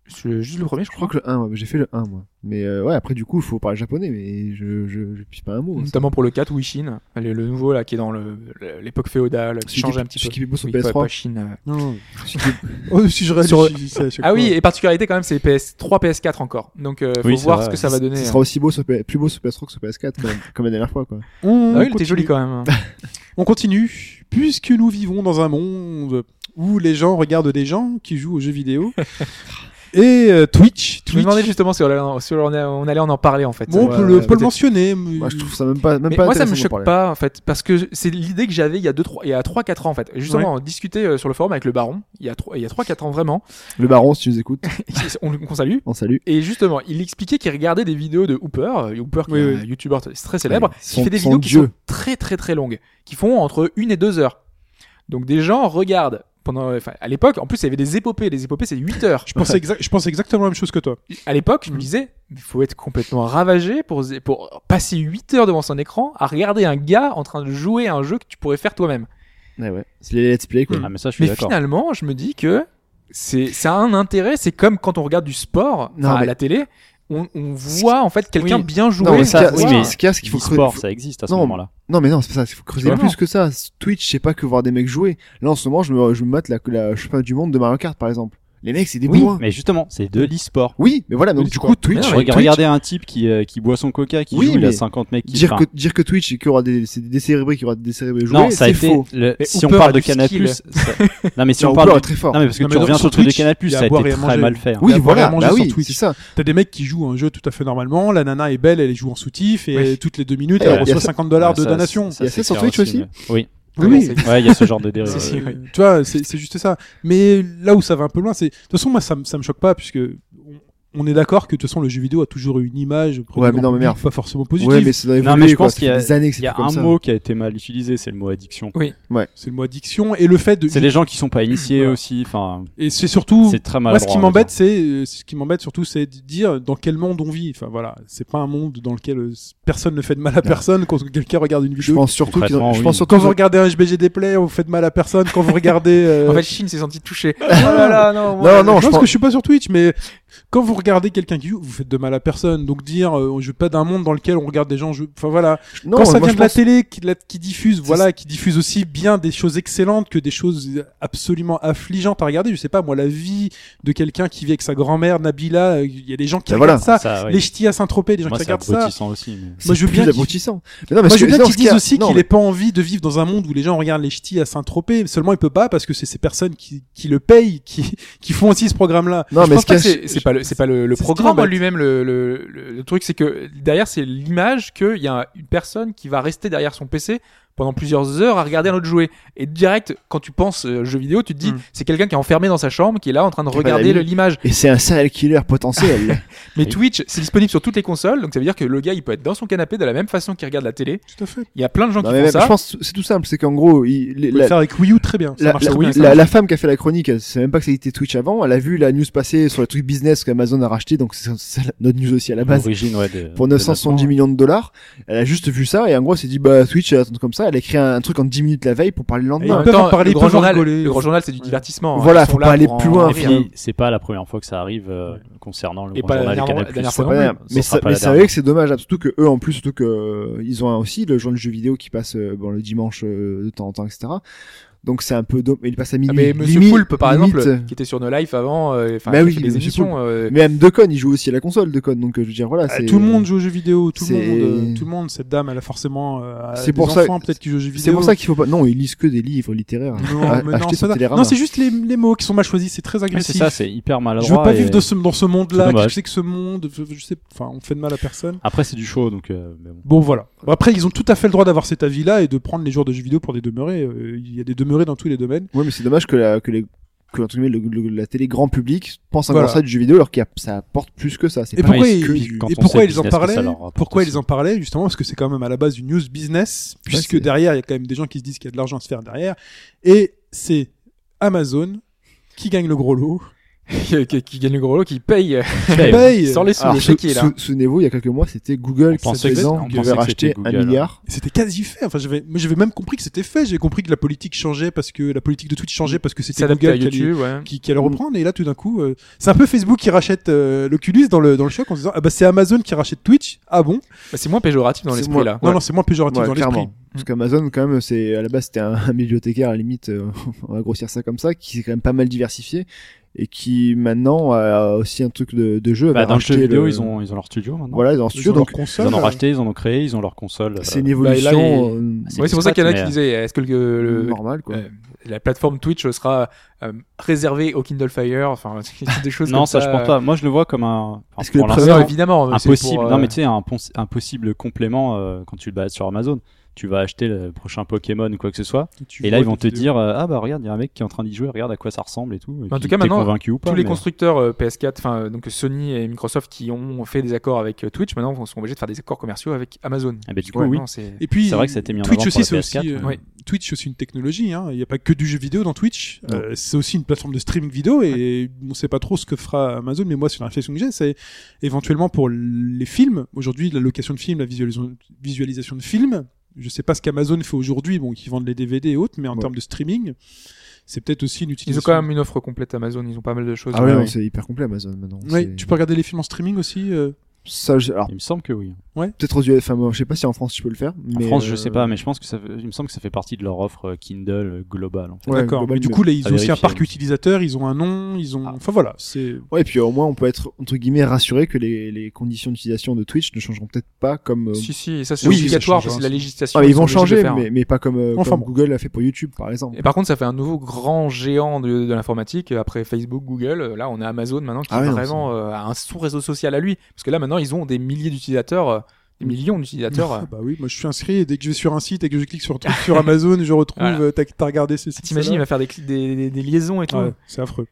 C'est Juste le premier, je Je crois. crois que le 1, ouais, j'ai fait le 1, moi. Mais euh, ouais, après, du coup, il faut parler japonais, mais je, je, je pisse pas un mot. hein, ça. Notamment pour le 4 Wishin, le, le nouveau là qui est dans le- le- l'époque féodale, qui Celui change qui- un petit peu. celui qui est beau sur Oui, PS3. pas- pas Chine, euh. Non, non. oh, si je Sur- réfléchis, c'est à chaque Ah oui, fois. et particularité quand même, c'est PS3, PS4 encore. Donc euh, faut Oui, c'est voir vrai, ce que ouais. ça va donner. hein. hein. Ce sera aussi beau sur, P- plus beau sur PS3 que sur PS4, quand même, comme la dernière fois, quoi. On, Ah oui, il était continue. joli quand *laughs* même. on continue. Puisque nous vivons dans un monde où les gens regardent des gens qui jouent aux *laughs* jeux vidéo. et euh, Twitch. Je me Twitch. demandais justement si on allait, si on allait- on allait en en parler en fait. Bon, on Euh, peut le, peut-être. peut le mentionner. mais- Moi, je trouve ça même pas, même Mais pas moi ça me intéressant d'en choque parler. pas en fait parce que c'est l'idée que j'avais il y a 2 3 il y a 3 4 ans en fait. Justement, on discutait euh, sur le forum avec le baron, il y a 3 il y a 3 4 ans vraiment. *laughs* Le baron, si tu nous écoutes, on le- qu'on salue. on salue. Et justement, il expliquait qu'il regardait des vidéos de Hooper, euh, Hooper qui Oui, est oui. un youtubeur t- très célèbre, Ouais, qui son- fait des son vidéos dieu. qui sont très très très longues, qui font entre une et deux heures. Donc des gens regardent pendant, euh, enfin, à l'époque, en plus il y avait des épopées, les épopées c'est 8 heures. Je pensais, exact- je pensais exactement la même chose que toi. À l'époque, je Mm. me disais, il faut être complètement ravagé pour, pour passer 8 heures devant son écran à regarder un gars en train de jouer à un jeu que tu pourrais faire toi-même. Ouais, ouais. C'est les let's play, quoi. Ah, mais ça, je suis Mais d'accord. finalement, je me dis que c'est ça a un intérêt. C'est comme quand on regarde du sport Non, enfin, à mais- la télé, on, on voit en fait quelqu'un Oui. bien jouer. Non, mais ça, ce oui, qu'il y a- mais- ce qu'il y a, c'est qu'il faut creuser. sport, ça existe à ce Non, moment-là. Non mais non, c'est pas ça, il faut creuser Bah plus non. que ça. Twitch, c'est pas que voir des mecs jouer. Là en ce moment, je me, je me mate la, la championnat du monde de Mario Kart par exemple. Les mecs, c'est des Oui, bourrins. mais justement, c'est de l'e-sport. Oui, mais voilà, donc Oui, du quoi. coup Mais Twitch, non, Twitch, Rega- Regardez un type qui, euh, qui boit son coca, qui Oui, joue, il a mais 50 mecs qui dire enfin, que dire que Twitch et qu'il y aura des c'est des décérébrés qui aura des décérébrés jouer, Non, ça a c'est été faux. le- Mais si on Hooper parle a de du Canal+, skill. ça- non mais si Non, on Hooper parle est très fort. Non mais parce que Non, mais tu reviens sur sur le truc de Twitch, Canal+, il y a ça a à boire été et à très manger. mal fait. hein. Oui, à boire et à voilà, manger bah sur oui, Twitch. c'est ça. T'as des mecs qui jouent à un jeu tout à fait normalement, la nana est belle, elle joue en soutif et Oui. toutes les deux minutes Et elle il y a reçoit ça- 50 dollars Ouais, de ça, donation. ça, Il y a c'est ça sur clair Twitch aussi mais- Oui, Oui, Comment oui. c'est- ouais, il y a ce genre de dérive. Si, si, ouais. oui. Euh, Tu vois, c'est c'est juste ça. Mais là où ça va un peu loin, c'est de toute façon moi ça, me- ça me choque pas puisque on, on est d'accord que de toute façon le jeu vidéo a toujours eu une image Ouais, mais non, mais merde. pas forcément positive. Ouais, mais ça doit évoluer, Non, mais je quoi. pense Ça qu'il y fait a- des années que Il y c'est a plus comme un ça. mot qui a été mal utilisé, c'est le mot addiction. Oui. C'est le mot addiction et le fait de C'est les gens qui sont pas initiés Voilà. aussi. Enfin, et c'est surtout c'est très mal. moi ce qui m'embête c'est euh, ce qui m'embête surtout c'est de dire dans quel monde on vit. Enfin voilà, c'est pas un monde dans lequel euh, personne ne fait de mal à personne quand quelqu'un regarde une Je vidéo. pense surtout qu'ils ont- Concrètement, je pense oui. Quand surtout vous qu'ils ont- regardez un HBG des plays, vous faites de mal à personne. Quand vous regardez euh, En fait, Chine s'est sentie touchée. Oh là là, non. moi, Non, Non, non, je je pense que pense. je suis pas sur Twitch, mais quand vous regardez quelqu'un qui joue, vous faites de mal à personne. Donc dire, euh, je veux pas d'un monde dans lequel on regarde des gens jouer. Enfin voilà. Non, quand ça moi, vient je de la pense- télé qui, la- qui diffuse, C'est- voilà, qui diffuse aussi bien des choses excellentes que des choses absolument affligeantes à regarder. Je sais pas, moi, la vie de quelqu'un qui vit avec sa grand-mère, Nabila, euh, il y a des gens qui Ben regardent ça. Ça, oui. Les ch'tis à Saint-Tropez, les gens Moi, qui c'est regardent ça. abrutissant aussi. mais- c'est Moi, je veux plus bien qu'ils- abrutissant. Mais non, parce Moi, je que- veux bien non, qu'ils ce qu'il y disent a- aussi non, qu'il mais- n'ait pas envie de vivre dans un monde où les gens regardent les ch'tis à Saint-Tropez. Seulement, il peut pas parce que c'est ces personnes qui, qui le payent, qui, qui font aussi ce programme-là. Non, je mais pense ce qu'il pas y que a- c'est c'est pas le, c'est pas le, le C'est ce qui programme en m'embête. lui-même le, le, le- le truc, c'est que derrière c'est l'image qu'il y a une personne qui va rester derrière son PC pendant plusieurs heures à regarder un autre jouet. Et direct, quand tu penses euh, jeu vidéo, tu te dis Mm. c'est quelqu'un qui est enfermé dans sa chambre, qui est là en train de Qui a pas regarder d'amis. le- l'image. Et c'est un serial killer *laughs* potentiel. Mais Oui. Twitch, c'est disponible sur toutes les consoles, donc ça veut dire que le gars il peut être dans son canapé de la même façon qu'il regarde la télé. Tout à fait. Il y a plein de gens Non, qui mais font même, ça. je pense c'est tout simple, c'est qu'en gros, il- les- Vous pouvez la- le faire avec Wii U très bien. Ça la, marche la- sur Wii U, ça la- marche. la femme qui a fait la chronique, elle savait même pas que ça existait Twitch avant. Elle a vu la news passer sur le truc business qu'Amazon a racheté, donc c'est c'est notre news aussi à la base. L'origine, ouais, de- Eh ben, Pour de 970 Nathan. millions de dollars, elle a juste vu ça et en gros elle s'est dit bah Twitch elle attend comme ça, elle a écrit un, un truc en 10 minutes la veille pour parler Et le ils lendemain. En peuvent même en parler, le ils grand peuvent en journal, rigoler. le grand journal, c'est du divertissement. hein. Voilà, Ils sont faut là pas aller pour plus en loin, Et rire. faut- puis, c'est pas la première fois que ça arrive euh, concernant le Et grand pas la journal dernière- Canal+. dernière C'est fois pas non la- plus. Ce mais sera ça- pas mais la c'est vrai dernière. que c'est dommage, hein. surtout que eux en plus, surtout que euh, ils ont un aussi le journal jeu vidéo qui passe euh, bon, le dimanche euh, de temps en temps, etc. Donc c'est un peu dommage, il passe à minuit. Ah, mais Monsieur limite- Poulpe, par limite, euh, exemple, qui était sur nos lives avant, euh, enfin, Bah qui oui, fait des Monsieur émissions. Poulpe. euh, Mais même Decon, il joue aussi à la console, Decon. Donc, euh, je veux dire, voilà. Ah, c'est- tout le monde joue aux jeux vidéo, tout le c'est- monde, euh, tout le monde. Cette dame, elle a forcément euh, C'est des pour ça- enfants peut-être qui jouent aux jeux vidéo. C'est pour ça qu'il faut pas. Non, ils lisent que des livres littéraires. Non, A- mais non, acheter ça sur va. Télérama. Non, c'est juste les, les mots qui sont mal choisis. C'est très Ouais, c'est agressif. ça, c'est hyper maladroit. je veux pas et- vivre de ce, dans ce C'est monde-là. Qu'est-ce dommage. que c'est que ce monde je, je sais, enfin, on fait de mal à personne. Après, c'est du show, donc. euh, *laughs* mais bon. Bon, voilà. Bon, Après, ils ont tout à fait le droit d'avoir cet avis-là et de prendre les joueurs de jeux vidéo pour des demeurés. Euh, Il y a des demeurés dans tous les domaines. Ouais, mais c'est dommage que la, que les, que, entre guillemets, le- le- la télé grand public pense encore Voilà. ça du jeu vidéo alors qu'il y a, ça apporte plus que ça. C'est Et pas- pareil, pourquoi, c'est ils, que du- quand et on pourquoi sait ils en business que ça parlaient leur rapporte Pourquoi aussi. ils en parlaient justement Parce que c'est quand même à la base du news business, puisque c'est- derrière il y a quand même des gens qui se disent qu'il y a de l'argent à se faire derrière, et c'est Amazon qui gagne le gros lot, qui, qui- qui gagne le gros lot, qui paye, Eh ben, Ouais, paye. qui sort les sous, Alors, le sou- chéquier, là. sou- souvenez-vous, il y a quelques mois, c'était Google On qui pensait s'est que- présent, on qui pensait devait que racheter c'était un Google, hein. milliard. C'était quasi fait. Enfin, j'avais, moi, j'avais même compris que c'était fait. J'avais compris que la politique changeait parce que la politique de Twitch changeait parce que c'était S'adapter à Google qui allait, YouTube, ouais. qui, qui Mm. allait reprendre. Et là, tout d'un coup, euh, c'est un peu Facebook qui rachète euh, l'Oculus dans le dans le choc en se disant ah bah c'est Amazon qui rachète Twitch. Ah bon Bah, c'est moins péjoratif dans C'est l'esprit, moins- là. Non Ouais. non, c'est moins péjoratif Ouais, Oh, dans l'esprit. Mm. clairement. Parce qu'Amazon, quand même, c'est à la base c'était un, un bibliothécaire à la limite, euh, *laughs* on va grossir ça comme ça, qui s'est quand même pas mal diversifié et qui maintenant a aussi un truc de, de jeu. Bah, avait dans le racheté jeu vidéo, le- ils ont ils ont leur studio maintenant. voilà, ils ont un Ils studio, ont leur donc Ils console, en ont euh, racheté, ils en ont créé, ils ont leur console. euh, c'est une bah, là, évolution euh, assez Ouais, c'est pour ça qu'il y en a qui discrète, mais, disaient est-ce que le, le- normale quoi. euh, la plateforme Twitch sera euh, réservée au Kindle Fire Enfin, c'est des choses Non, comme ça, je pense pas. Moi, je le vois comme un. enfin, Est-ce que pour le l'instant, premier- Non, évidemment. un c'est pour, possible. euh, Non, mais tu sais, un, pon- un possible complément euh, quand tu le balades sur Amazon. Tu vas acheter le prochain Pokémon ou quoi que ce soit, Tu et là vois ils vont des te vidéos. dire euh, ah bah regarde il y a un mec qui est en train d'y jouer, regarde à quoi ça ressemble et tout. Et En puis, tout cas, t'es maintenant, convaincu ou pas tous les mais- constructeurs euh, PS4, enfin euh, donc Sony et Microsoft qui ont fait des accords avec euh, Twitch, maintenant sont obligés de faire des accords commerciaux avec Amazon. Ah, bah, du coup Ouais, oui. non, c'est- Et puis, C'est vrai que ça a été mis en Twitch avant aussi, pour la c'est PS4, aussi, ouais. euh, Ouais. Twitch, c'est aussi une technologie. hein. Il n'y a pas que du jeu vidéo dans Twitch. Euh, c'est aussi une plateforme de streaming vidéo et on ne sait pas trop ce que fera Amazon. Mais moi, c'est une réflexion que j'ai. C'est éventuellement pour les films. Aujourd'hui, la location de films, la visualis- visualisation de films. Je ne sais pas ce qu'Amazon fait aujourd'hui. Bon, ils vendent les DVD et autres, mais en Ouais. termes de streaming, c'est peut-être aussi une Ils utilisation. ont quand même une offre complète Amazon, ils ont pas mal de choses. Euh, Ah ouais, Ouais. non, c'est hyper complet Amazon maintenant. Ouais, c'est- tu peux regarder les films en streaming aussi. euh, ça, je- alors Il me semble que oui. peut-être aux US, enfin moi, je sais pas si en France tu peux le faire. En mais, France, euh, je sais pas, mais je pense que ça, fait- il me semble que ça fait partie de leur offre euh, Kindle euh, globale. en fait. ouais, D'accord. global, Mais du mais- coup, là, ils à ont aussi un vérifier. parc utilisateur. Ils ont un nom. Ils Ah. ont. Enfin voilà. C'est. Ouais, et puis au moins on peut être entre guillemets rassuré que les, les conditions d'utilisation de Twitch ne changeront peut-être pas comme. euh, Si, si, ça c'est Oui, obligatoire ça parce change, que la hein. législation. Ah, mais ils sont vont obligés de changer, le faire. hein. mais, mais pas comme, euh, Enfin comme bon. Google a fait pour YouTube par exemple. Et par contre, ça fait un nouveau grand géant de, de l'informatique. Après Facebook, Google, euh, là, on a Amazon maintenant qui Ah ouais, non, vraiment euh, a un sous-réseau social à lui. Parce que là, maintenant, ils ont des milliers d'utilisateurs, euh, des millions d'utilisateurs. *laughs* euh. Ah *laughs* bah oui, moi je suis inscrit et dès que je vais sur un site et que je clique sur, sur Amazon, je retrouve Voilà. euh, t'as t'as regardé ce site. T'imagines, il va faire des, cli- des, des- des liaisons et tout. Ouais, c'est affreux.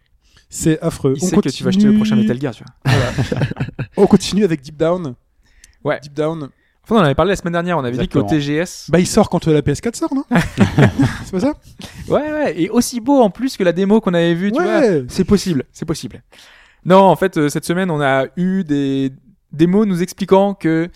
C'est affreux. Il on sait continue... que tu vas acheter le prochain Metal Gear, tu vois. On continue avec Deep Down. Ouais. Deep Down. Enfin, on en avait parlé la semaine dernière, on avait Exactement. dit qu'au TGS. Bah, il sort quand la PS4 sort, *laughs* non C'est pas ça Bah. Ouais, ouais, et aussi beau en plus que la démo qu'on avait vue, tu vois. Ouais. C'est possible, c'est possible. Non, en fait, euh, cette semaine, on a eu des démos nous expliquant que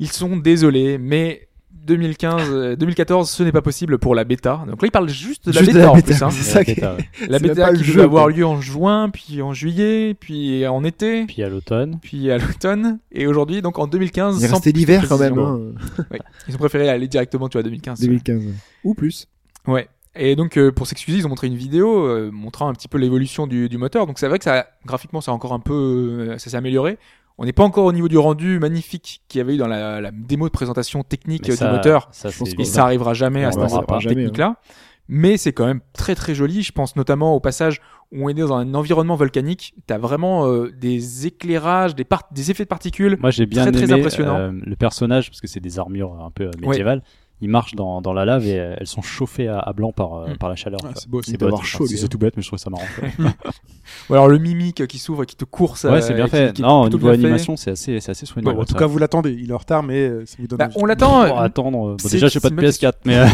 ils sont désolés, mais 2015, euh, 2014, ce n'est pas possible pour la bêta. Donc là, ils parlent juste de la Juste bêta, en plus. *laughs* hein. c'est ça qui- Beta, *laughs* ouais. La C'est même bêta pas qui le devait jeu, avoir quoi. lieu en juin, puis en juillet, puis en été, Puis à l'automne. puis à l'automne, et aujourd'hui, donc en 2015, Il sans restait plus de l'hiver quand même, précision. hein, Ils ont préféré aller directement, tu vois, à 2015. 2015. Ou plus. Ouais. Et donc euh, pour s'excuser, ils ont montré une vidéo euh, montrant un petit peu l'évolution du, du moteur. Donc c'est vrai que ça graphiquement, ça a encore un peu, euh, ça s'est amélioré. On n'est pas encore au niveau du rendu magnifique qu'il y avait eu dans la, la démo de présentation technique Mais euh, ça- du moteur. Ça, c'est pense Et qu'on- évident. ça arrivera jamais à On hein. cette l'aura pas. Jamais, technique-là. Mais c'est quand même très très joli. Je pense notamment au passage où on est dans un environnement volcanique. T'as vraiment euh, des éclairages, des, par- des effets de particules. Moi, j'ai bien Très, très aimé impressionnant. euh, le personnage parce que c'est des armures un peu euh, médiévales. Il marche dans, dans la lave et euh, elles sont chauffées à, à blanc par, euh, Mm. par la chaleur. Ah, quoi. c'est beau, Il c'est doit bottes, avoir chaud, c'est lui, c'est tout bête, mais je trouve ça marrant. *laughs* quoi. Ou alors le mimique qui s'ouvre et qui te course. ouais, c'est euh, bien et qui- fait. qui est non, au plutôt niveau bien fait. animation, c'est assez, c'est assez soignant. hein, Ouais, En tout cas, vous l'attendez. Il est en retard, mais euh, ça vous donne. Bah, envie. on l'attend. *laughs* Pour euh, attendre. euh, bon, c'est- déjà, j'ai pas de c'est une bonne PS4, mais euh,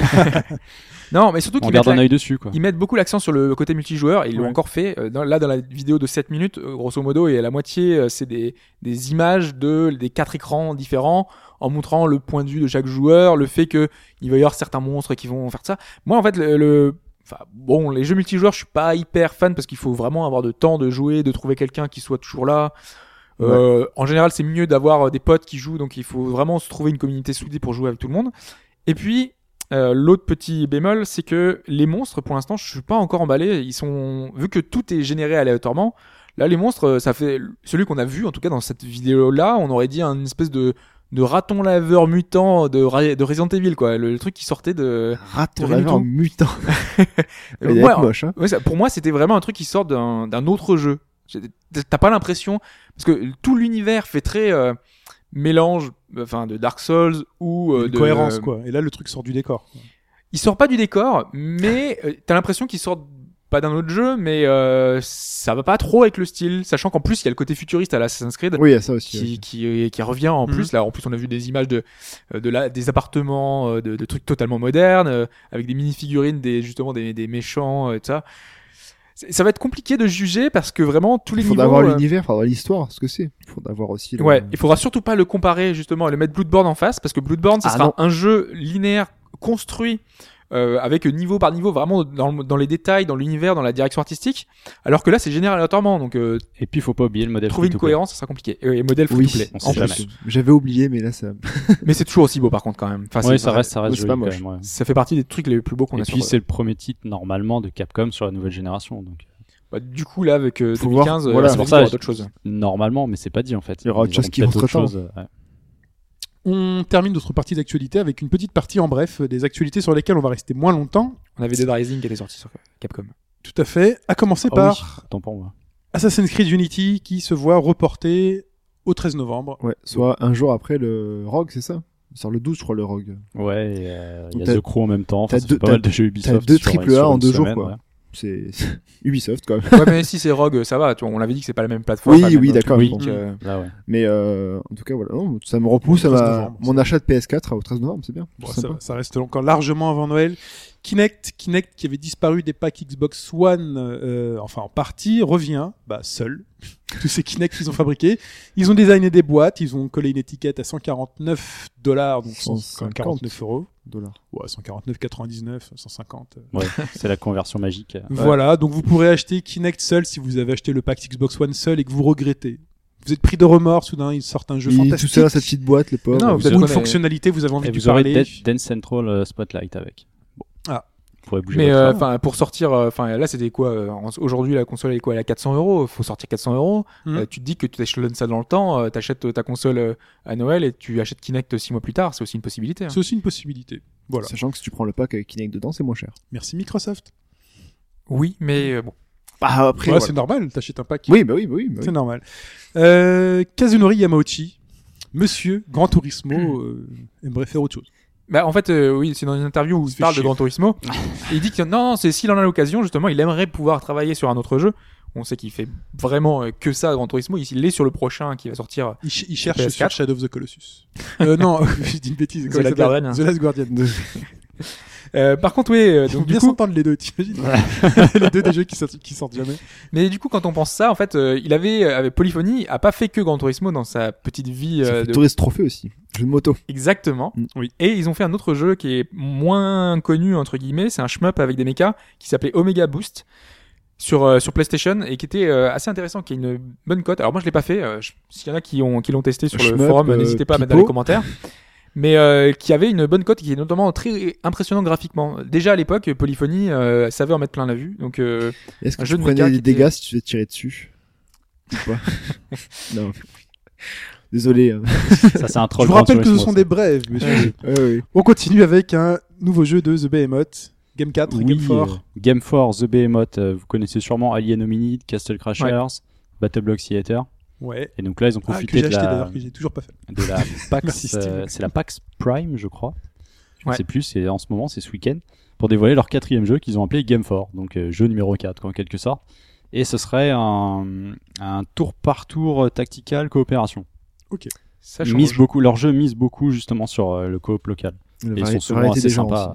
Non, mais surtout on qu'il garde mettent un la- œil dessus, quoi. Ils mettent beaucoup l'accent sur le côté multijoueur, et ils l'ont Ouais. encore fait. euh, dans- là, dans la vidéo de 7 minutes, euh, grosso modo, et à la moitié, euh, c'est des, des images de, des quatre écrans différents, en montrant le point de vue de chaque joueur, le fait que il va y avoir certains monstres qui vont faire ça. Moi, en fait, le, le- enfin, bon, les jeux multijoueurs, je suis pas hyper fan parce qu'il faut vraiment avoir de temps de jouer, de trouver quelqu'un qui soit toujours là. Euh, En général, c'est mieux d'avoir euh, des potes qui jouent, donc il faut vraiment se trouver une communauté soudée pour jouer avec tout le monde. Et puis, euh, l'autre petit bémol, c'est que les monstres, pour l'instant, je suis pas encore emballé. Ils sont, vu que tout est généré aléatoirement, là, les monstres, euh, ça fait celui qu'on a vu, en tout cas dans cette vidéo-là, on aurait dit une espèce de de raton laveur mutant de, Ra- de Resident Evil quoi le, le truc qui sortait hein. de Raton Rien du laveur tout. mutant. Il Euh, est ouais, moche, hein. ouais, ça- pour moi c'était vraiment un truc qui sort d'un d'un autre jeu J'ai- t'as pas l'impression parce que tout l'univers fait très euh, mélange enfin de Dark Souls ou euh, Une de cohérence, quoi. Et là, le truc sort du décor. Il sort pas du décor, mais euh, t'as l'impression qu'il sort pas d'un autre jeu, mais euh, ça va pas trop avec le style, sachant qu'en plus il y a le côté futuriste à l'Assassin's Creed Oui, il y a ça aussi. ouais. qui, qui, qui revient en Mhm. plus. Là, en plus, on a vu des images de, euh, de la, des appartements, euh, de, de trucs totalement modernes, euh, avec des mini-figurines, des, justement des, des méchants euh, et tout ça. C'est- Ça va être compliqué de juger parce que vraiment tous les Il faut niveaux. d'avoir euh, l'univers, il faut avoir euh. l'histoire, ce que c'est. Il faut d'avoir aussi. le- Ouais, il faudra surtout pas le comparer justement et le mettre Bloodborne en face parce que Bloodborne, ça Ah sera non. un jeu linéaire construit euh, avec niveau par niveau, vraiment dans, le- dans les détails, dans l'univers, dans la direction artistique. Alors que là, c'est général aléatoirement, donc euh, Et puis, il faut pas oublier le modèle. trouver une free to play. cohérence, ça sera compliqué. Euh, Et, et modèle Oui, free-to-play. on sait en jamais. plus. J'avais oublié, mais là, ça. Mais c'est toujours aussi beau par contre quand même. Enfin, Ouais, c'est- ça reste, ça reste Ouais, c'est joli pas quand moche. même, ouais. Ça fait partie des trucs les plus beaux qu'on Et a puis, sur. euh, c'est le premier titre normalement de Capcom sur la nouvelle génération, donc Bah, du coup là avec euh, Faut voir. 2015, euh, Voilà, ça c'est pour va ça, avoir je- d'autres choses. normalement, mais c'est pas dit en fait. Il y aura Ils autre chose auront qui peut-être autre rentrera. chose. ouais. Ah On termine notre partie d'actualité avec une petite partie en bref euh, des actualités sur lesquelles on va rester moins longtemps. On avait Dead Rising qui était sorti sur Capcom. Tout à fait. À commencer Ah par oui, Tant pour moi. Assassin's Creed Unity qui se voit reporté au 13 novembre. Ouais, soit un jour après le Rogue, c'est ça Il sort le 12, je crois, le Rogue. Ouais, et, euh, il y T'as- a The Crew en même temps. Enfin, t'as ça deux- fait pas t'as- mal de jeux Ubisoft. deux sur- triple A sur en une deux jours, semaine, quoi. ouais. C'est *laughs* Ubisoft, quand même. Ouais, mais si c'est Rogue, ça va. Tu vois, on l'avait dit que c'est pas la même plateforme. pas oui, le oui, même d'accord. Oui. je comprends. truc, euh, Là, *laughs* ouais. Mais euh, en tout cas, voilà. Non, ça me repousse à 13 ma- novembre, mon achat de PS4 au 13 novembre, c'est bien. Bon, C'est ça, sympa. ça reste encore largement avant Noël. Kinect, Kinect qui avait disparu des packs Xbox One, euh, enfin en partie, revient bah, seul. *laughs* Tous ces Kinect qu'ils ont fabriqués. Ils ont designé des boîtes, ils ont collé une étiquette à 149 dollars, donc 150. 149 euros. Dollar. Ouais, 149,99, 150. Ouais, c'est la conversion magique. euh. Voilà, donc vous pourrez acheter Kinect seul si vous avez acheté le pack Xbox One seul et que vous regrettez. Vous êtes pris de remords, soudain ils sortent un jeu Il est tout fantastique. seul dans sa petite boîte, les pauvres. Non, Ou vous êtes Ah, une honnête. fonctionnalité, vous avez envie Et de vous aurez parler. Dead- Dance Central euh, Spotlight avec. Bon. Ah. Vous pourrez bouger. Mais votre- euh, enfin pour sortir, euh, enfin là c'était quoi euh, en- Aujourd'hui la console elle est quoi Elle est à 400 euros. Faut sortir 400 euros. Mhm. Euh, Tu te dis que tu t'échelonnes ça dans le temps. euh, T'achètes euh, ta console euh, à Noël et tu achètes Kinect six mois plus tard. C'est aussi une possibilité. hein. C'est aussi une possibilité. Voilà. Sachant que si tu prends le pack avec Kinect dedans, c'est moins cher. Merci Microsoft. Oui, mais euh, bon. Bah, après. Ouais, voilà. c'est normal, t'achètes un pack. Oui, bah oui, bah oui. bah oui. C'est normal. Euh, Kazunori Yamauchi, monsieur Gran Turismo, euh, aimerait faire autre chose. Bah, en fait, euh, oui, c'est dans une interview où Il se il fait parle chier. de Gran Turismo. et il dit que non, non, c'est s'il en a l'occasion, justement, il aimerait pouvoir travailler sur un autre jeu. On sait qu'il fait vraiment euh, que ça, Grand Turismo. Il il est sur le prochain qui va sortir. Il, ch- il cherche PS4. sur Shadow of the Colossus. Euh, non, *laughs* je dis une bêtise. The comment il Last s'appelle Guardian. The Last Guardian. Euh, par contre, oui. euh, Ils vont *laughs* donc du bien coup, s'entendre les deux, t'imagines *laughs* Les deux des jeux qui sortent, qui sortent jamais. mais du coup, quand on pense ça, en fait, euh, il avait euh, avec Polyphony a pas fait que Grand Turismo dans sa petite vie. Ça euh, fait de- Tourist Trophée aussi. Jeu de moto. Exactement. Mm. Oui. Et ils ont fait un autre jeu qui est moins connu entre guillemets. C'est un shmup avec des mechas qui s'appelait Omega Boost sur euh, sur PlayStation et qui était euh, assez intéressant, qui a une bonne cote. Alors moi je l'ai pas fait. euh, je- S'il y en a qui ont qui l'ont testé sur le Shmup, forum, euh, n'hésitez pas à mettre Pipo. dans les commentaires. Mais euh, qui avait une bonne cote, et qui est notamment très impressionnant graphiquement. Déjà à l'époque, Polyphony euh, savait en mettre plein la vue. Donc euh, Est-ce que Un tu jeu de prenais méca des qui était- dégâts si tu faisais tirer dessus Ou pas Non. Désolé. hein. Ça, *laughs* c'est un Je troll. vous Gran rappelle que ce Turismo, sont ça. des brèves, monsieur. Ouais, ouais. On continue avec un nouveau jeu de The Behemoth, Game 4, Oui, Game 4. euh, Game 4, The Behemoth, euh, vous connaissez sûrement Alien Hominid, Castle Crashers, Battle Block Theater. Ouais. Et donc là, ils Ah, ont que profité j'ai de acheté la, d'ailleurs, que j'ai toujours pas fait. de *laughs* la Merci, PAX. Steve. euh, c'est la PAX Prime, je crois. Je ne Ouais. sais plus, c'est en ce moment, c'est ce week-end, pour dévoiler leur quatrième jeu qu'ils ont appelé Game 4, donc euh, jeu numéro 4, quoi, en quelque sorte. Et ce serait un, un tour par tour euh, tactical coopération. ça Ils change. misent beaucoup, leur jeu mise beaucoup justement sur euh, le coop local. La Et ils vari- sont souvent variété assez des genres sympas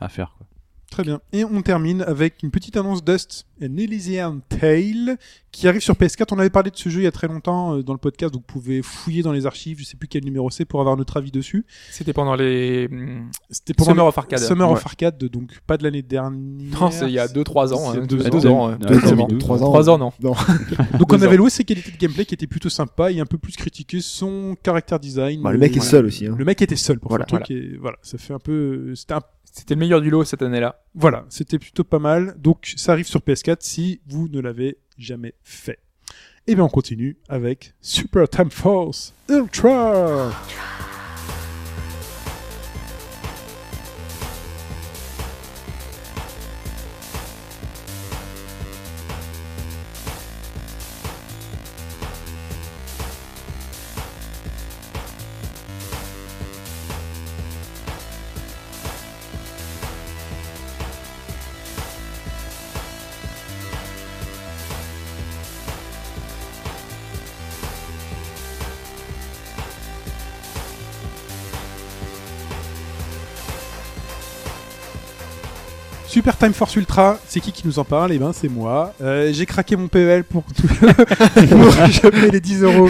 à, à faire. quoi. Très bien. Et on termine avec une petite annonce Dust and Elysian Tale qui arrive sur PS4. On avait parlé de ce jeu il y a très longtemps euh, dans le podcast, donc vous pouvez fouiller dans les archives, je sais plus quel numéro c'est pour avoir notre avis dessus. C'était pendant les mm, C'était pendant Summer of Arcade. le Summer Ouais. of Arcade, donc pas de l'année dernière. Non, c'est il y a 2-3 ans. C'est hein, deux deux ans. ans. hein. Ouais, aussi. Deux Exactement. ans, Deux trois ans. ans. Trois ans, non. Donc on Deux avait ans. loué ses qualités de gameplay qui étaient plutôt sympas et un peu plus critiquées son caractère design. Bah, le mec est Voilà. seul aussi. Hein. Le mec était seul pour Voilà, faire le truc et voilà, ça fait un peu c'était un C'était le meilleur du lot cette année-là. voilà, c'était plutôt pas mal. Donc ça arrive sur PS4 si vous ne l'avez jamais fait. Et bien on continue avec Super Time Force Ultra. Super Time Force Ultra, c'est qui qui nous en parle Eh ben c'est moi. Euh, J'ai craqué mon PEL pour, *laughs* *laughs* pour choper les 10 euros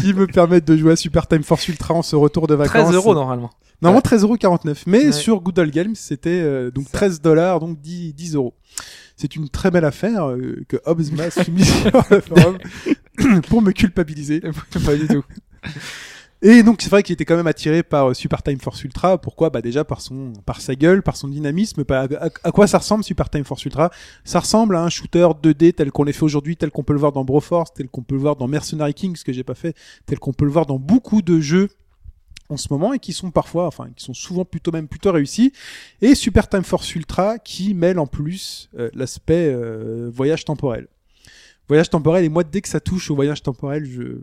qui me permettent de jouer à Super Time Force Ultra en ce retour de vacances. 13 euros normalement. Normalement 13,49€. Mais Ouais. sur Good Old Games, c'était euh, donc 13 dollars, donc 10, 10 euros. C'est une très belle affaire euh, que Hobbs Mass mis *laughs* sur le forum *coughs* pour me culpabiliser. *laughs* pas du tout. Et donc c'est vrai qu'il était quand même attiré par euh, Super Time Force Ultra. Pourquoi Bah déjà par son, par sa gueule, par son dynamisme. Par, à, à quoi ça ressemble Super Time Force Ultra Ça ressemble à un shooter 2D tel qu'on les fait aujourd'hui, tel qu'on peut le voir dans Broforce, tel qu'on peut le voir dans Mercenary King, ce que j'ai pas fait, tel qu'on peut le voir dans beaucoup de jeux en ce moment et qui sont parfois, enfin qui sont souvent plutôt même plutôt réussis. Et Super Time Force Ultra qui mêle en plus euh, l'aspect euh, voyage temporel. Voyage temporel et moi dès que ça touche au voyage temporel, je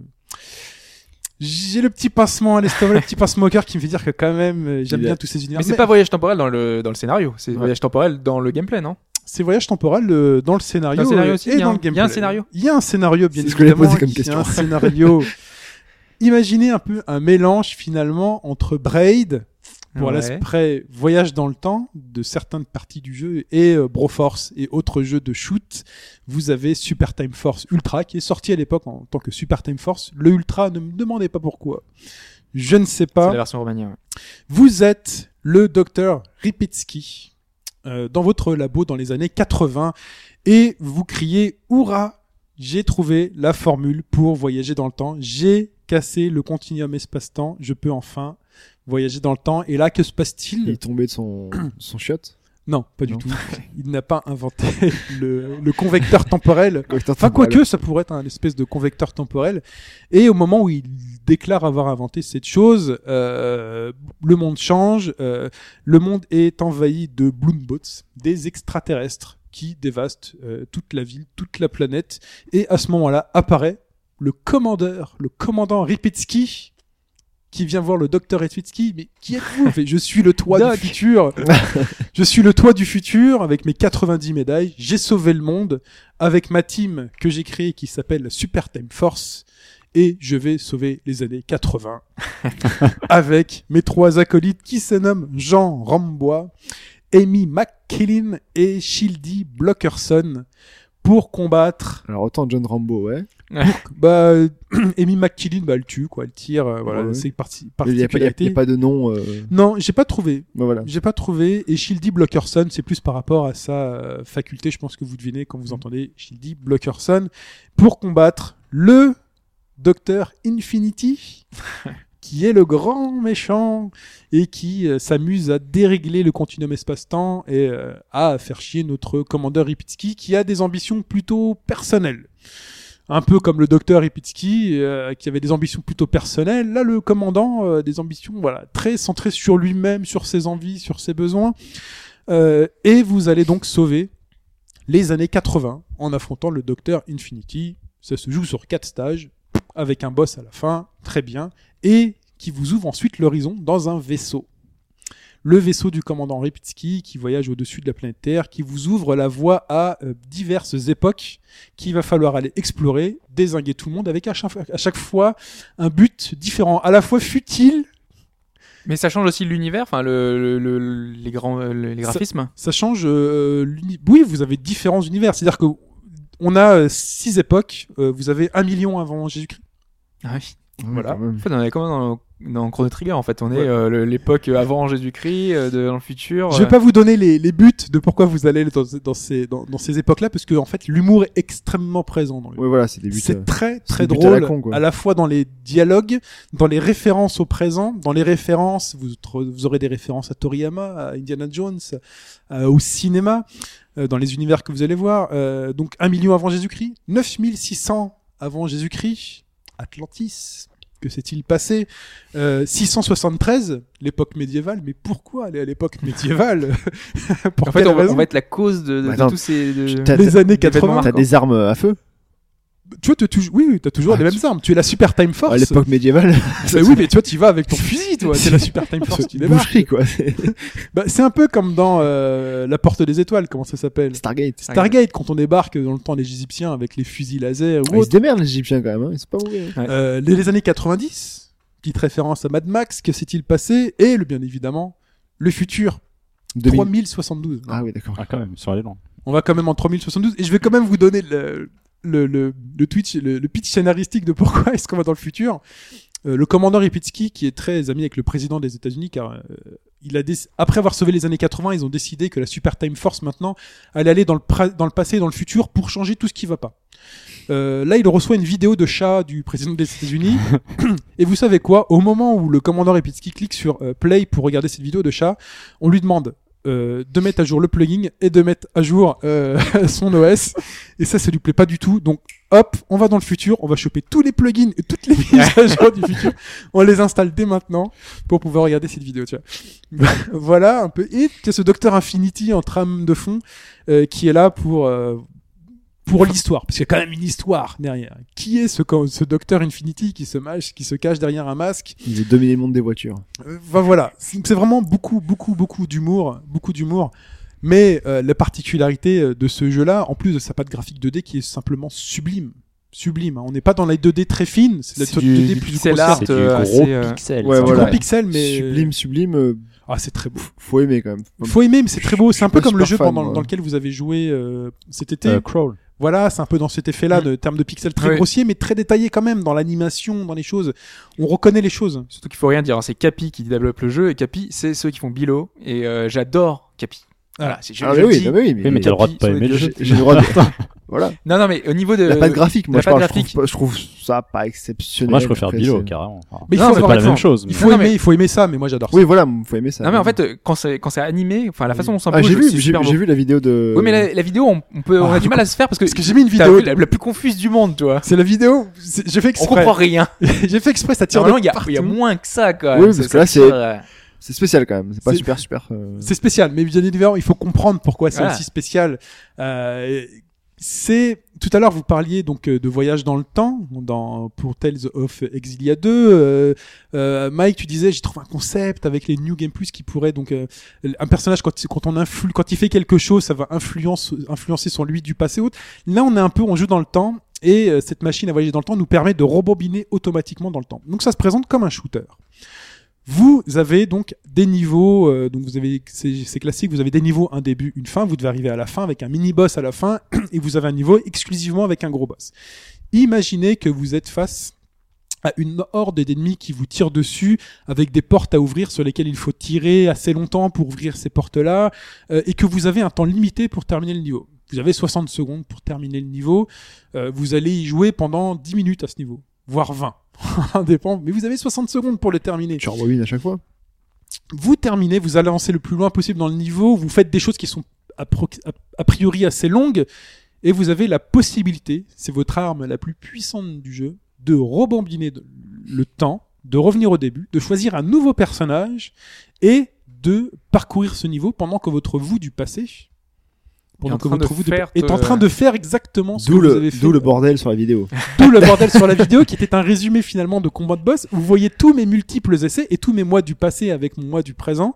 j'ai le petit pincement à l'estomac, le petit pincement au cœur qui me fait dire que quand même euh, j'aime Il a- bien tous ces univers. Mais c'est Mais pas voyage temporel dans le, dans le scénario, c'est voyage temporel dans le gameplay, non c'est voyage temporel euh, dans le scénario, Dans le scénario euh, aussi, et il y a dans un- le il y a un gameplay. scénario Il y a un scénario, bien C'est ce que j'allais évidemment, poser comme qui est question. un *laughs* scénario. Imaginez un peu un mélange finalement entre Braid pour Ouais. l'aspect voyage dans le temps de certaines parties du jeu et euh, Broforce et autres jeux de shoot. Vous avez Super Time Force Ultra qui est sorti à l'époque en tant que Super Time Force. Le Ultra, ne me demandez pas pourquoi. Je ne sais C'est pas. la version romanienne. ouais. Vous êtes le docteur Ripitsky euh, dans votre labo dans les années 80 et vous criez Hurrah J'ai trouvé la formule pour voyager dans le temps. J'ai cassé le continuum espace-temps. Je peux enfin voyager dans le temps. Et là, que se Il passe-t-il est tombé de son, son shot. Non, pas du Non. *laughs* tout. Il n'a pas inventé le, le convecteur temporel. Enfin, Enfin, quoique, ça pourrait être un espèce de convecteur temporel. Et au moment où il déclare avoir inventé cette chose, euh, le monde change. euh, le monde est envahi de Bloombots, des extraterrestres qui dévastent euh, toute la ville, toute la planète. Et à ce moment-là apparaît le commandeur, le commandant Ripetsky, qui vient voir le docteur Etwitsky, mais qui êtes-vous Il fait, Je suis le toit du futur. je suis le toit du futur avec mes 90 médailles. J'ai sauvé le monde avec ma team que j'ai créée qui s'appelle Super Time Force. Et je vais sauver les années 80 avec mes trois acolytes qui se nomment Jean Rambois, Amy McKillin et Shildy Blockerson pour combattre Alors autant John Rambo, ouais. bah *clears throat* euh, Amy McKillin bah elle tue quoi elle tire euh, voilà Ouais, ouais. c'est parti Il n'y a, pas- il y a- il y a pas de nom. euh, non j'ai pas trouvé bah voilà. j'ai pas trouvé et Shildy Blockerson c'est plus par rapport à sa euh, faculté je pense que vous devinez quand Mm. vous entendez Shildy Blockerson pour combattre le docteur *laughs* Infinity qui est le grand méchant et qui euh, s'amuse à dérégler le continuum espace-temps et euh, à faire chier notre commandeur Ripitsky qui a des ambitions plutôt personnelles. Un peu comme le docteur Ripitsky euh, qui avait des ambitions plutôt personnelles, là le commandant euh, des ambitions voilà, très centrées sur lui-même, sur ses envies, sur ses besoins. Euh, et vous allez donc sauver les années 80 en affrontant le docteur Infinity. Ça se joue sur quatre stages avec un boss à la fin, très bien et qui vous ouvre ensuite l'horizon dans un vaisseau. Le vaisseau du commandant Ripitsky qui voyage au-dessus de la planète Terre, qui vous ouvre la voie à euh, diverses époques qu'il va falloir aller explorer, désinguer tout le monde avec à chaque, à chaque fois un but différent, à la fois futile, Mais ça change aussi l'univers, enfin le, le- le- les grands euh, les graphismes. ça change euh, l'uni- Oui, vous avez différents univers, c'est-à-dire que on a euh, six époques, euh, vous avez un million avant Jésus-Christ. Ah oui. Voilà. Ouais, quand même. En fait, on est quand même dans, dans Chrono Trigger en fait, on est Ouais. euh, le- l'époque avant Jésus-Christ, euh, de- dans le futur. Je vais euh, pas vous donner les, les buts de pourquoi vous allez dans, dans ces, dans, dans ces époques-là, parce que en fait l'humour est extrêmement présent dans le Ouais, voilà, c'est des buts. euh, C'est très très des buts drôle, à à la la, con, quoi. fois dans les dialogues, dans les références au présent, dans les références, vous, tr- vous aurez des références à Toriyama, à Indiana Jones, euh, au cinéma, euh, dans les univers que vous allez voir. Euh, donc un million avant Jésus-Christ, 9600 avant Jésus-Christ, Atlantis. Que s'est-il passé Euh, 673, l'époque médiévale. Mais pourquoi aller à l'époque médiévale *laughs* Pour En fait, quelle on va, raison on va être la cause de, de- de Attends, tous ces. de- t'as- Les années des vêtements 80. marquants. T'as des armes à feu Tu vois, t'as toujours, oui, oui, t'as toujours Ah, les mêmes armes. Tu es la Super Time Force. à l'époque médiévale. Bah oui, mais toi, tu vas avec ton fusil, toi. *laughs* C'est la Super Time Force qui débarque. Boucherie quoi. c'est- Bah, c'est un peu comme dans euh, La Porte des Étoiles, comment ça s'appelle Stargate. Stargate, quand on débarque dans le temps les Égyptiens avec les fusils laser ou Ah, Ils se autre. démerdent les Égyptiens quand même. Hein. Ils sont pas mauvais. hein. Euh, les, les années 90, petite référence à Mad Max, que s'est-il passé Et le bien évidemment, le futur, 2000. 3072. Ah oui, d'accord. Ah, quand même, sur les longs. On va quand même en 3072. Et je vais quand même vous donner le, le, le, le Twitch, le, le pitch scénaristique de pourquoi *laughs* est-ce qu'on va dans le futur. Euh, le commandant Ripitsky, qui est très ami avec le président des États-Unis, car euh, il a déc- après avoir sauvé les années 80, ils ont décidé que la Super Time Force maintenant allait aller dans le, pra- dans le passé et dans le futur pour changer tout ce qui va pas. Euh, là, il reçoit une vidéo de chat du président des États-Unis. et vous savez quoi Au moment où le commandant Ripitsky clique sur euh, play pour regarder cette vidéo de chat, on lui demande euh, de mettre à jour le plugin et de mettre à jour euh, *laughs* son OS. Et ça, ça lui plaît pas du tout. Donc, hop, on va dans le futur, on va choper tous les plugins et toutes les mises à jour du futur. On les installe dès maintenant pour pouvoir regarder cette vidéo. Tu vois. *laughs* voilà un peu. Et tu as ce Docteur Infinity en trame de fond euh, qui est là pour euh, pour l'histoire, parce qu'il y a quand même une histoire derrière. Qui est ce, ce Docteur Infinity qui se, mâche, qui se cache derrière un masque Ils ont dominé le monde des voitures. euh, Enfin voilà, c'est c'est vraiment beaucoup, beaucoup, beaucoup d'humour, beaucoup d'humour. Mais euh, la particularité euh, de ce jeu-là, en plus de sa patte graphique 2D qui est simplement sublime, sublime. hein. On n'est pas dans la 2D très fine, c'est la C'est du, 2D du plus pixel grossière. art C'est du euh, gros assez, euh, pixel. ouais, ça. Du voilà. gros pixel, mais Sublime, sublime. euh, ah c'est très beau. f- Faut aimer quand même. Faut aimer, mais c'est très beau. C'est un suis peu pas comme le jeu super fan, pendant- moi. dans lequel vous avez joué euh, cet été. Euh, Crawl. Voilà, c'est un peu dans cet effet-là, Mm. de termes de pixels très Oui. grossiers, mais très détaillés quand même dans l'animation, dans les choses. On reconnaît les choses. Surtout qu'il faut rien dire, hein, c'est Capi qui développe le jeu et Capi, c'est ceux qui font Bilo et euh, j'adore Capi. Voilà, c'est je- Ah je mais le oui, dis. ah, mais oui, mais, Oui, mais t'as le droit de Capi, pas sur aimer les le jeu. j'ai le droit de. *laughs* voilà. Non, non, mais au niveau de. La patte graphique, moi la je patte parle. Je graphique. trouve, pas- je trouve ça pas exceptionnel. Moi, je préfère Après, Bilo, c'est- carrément. Enfin, Mais il Non, faut mais c'est avoir pas par la même exemple, chose. Il mais- faut Non, aimer, mais- il faut aimer ça, mais moi j'adore ça. Oui, voilà, faut aimer ça. Non, mais en fait, euh, quand c'est quand c'est animé, enfin la façon dont on Ah, s'impose, j'ai c'est vu, j'ai super beau. j'ai vu la vidéo de. Oui, mais la, la vidéo, on, on peut, on euh, Ah, a du mal à se faire parce que Parce que j'ai mis une t'as vidéo. la, la plus confuse du monde, tu vois. C'est la vidéo, c'est- j'ai fait On exprès. comprend rien. *laughs* j'ai fait exprès, ça tire de Normalement, il y a- il y, a partout. moins que ça, quoi. Oui, parce Ça- que ça là, tire, c'est- euh, C'est spécial quand même. C'est pas C'est- super super. euh, C'est spécial, mais bien évidemment, il faut comprendre pourquoi c'est Voilà. aussi spécial. Euh, C'est tout à l'heure vous parliez donc euh, de voyage dans le temps dans pour Tales of Exilia 2 euh, euh, Mike tu disais j'y trouve un concept avec les New Game Plus qui pourrait donc euh, un personnage quand quand on influe quand il fait quelque chose ça va influence, influencer son lui du passé ou autre. Là on est un peu on joue dans le temps et euh, cette machine à voyager dans le temps nous permet de rebobiner automatiquement dans le temps. Donc ça se présente comme un shooter. Vous avez donc des niveaux, euh, donc vous avez c'est c'est classique, vous avez des niveaux, un début, une fin, vous devez arriver à la fin avec un mini boss à la fin *clears throat* et vous avez un niveau exclusivement avec un gros boss. Imaginez que vous êtes face à une horde d'ennemis qui vous tire dessus avec des portes à ouvrir sur lesquelles il faut tirer assez longtemps pour ouvrir ces portes-là euh, et que vous avez un temps limité pour terminer le niveau. Vous avez 60 secondes pour terminer le niveau. Euh, vous allez y jouer pendant 10 minutes à ce niveau, voire 20. *laughs* Ça dépend, mais vous avez 60 secondes pour le terminer Tu rembobines à chaque fois. vous terminez, vous avancez le plus loin possible dans le niveau, vous faites des choses qui sont a, pro- a- a priori assez longues, et vous avez la possibilité, c'est votre arme la plus puissante du jeu, de rebambiner de- le temps, de revenir au début, de choisir un nouveau personnage, et de parcourir ce niveau pendant que votre vous du passé pendant en que train de votre vous du faire pa- est en te- train de faire exactement ce que D'où vous le, avez fait. d'où le bordel sur la vidéo. D'où le bordel sur la vidéo qui était un résumé finalement de combat de boss. où Vous voyez tous mes multiples essais et tous mes mois du passé avec mon mois du présent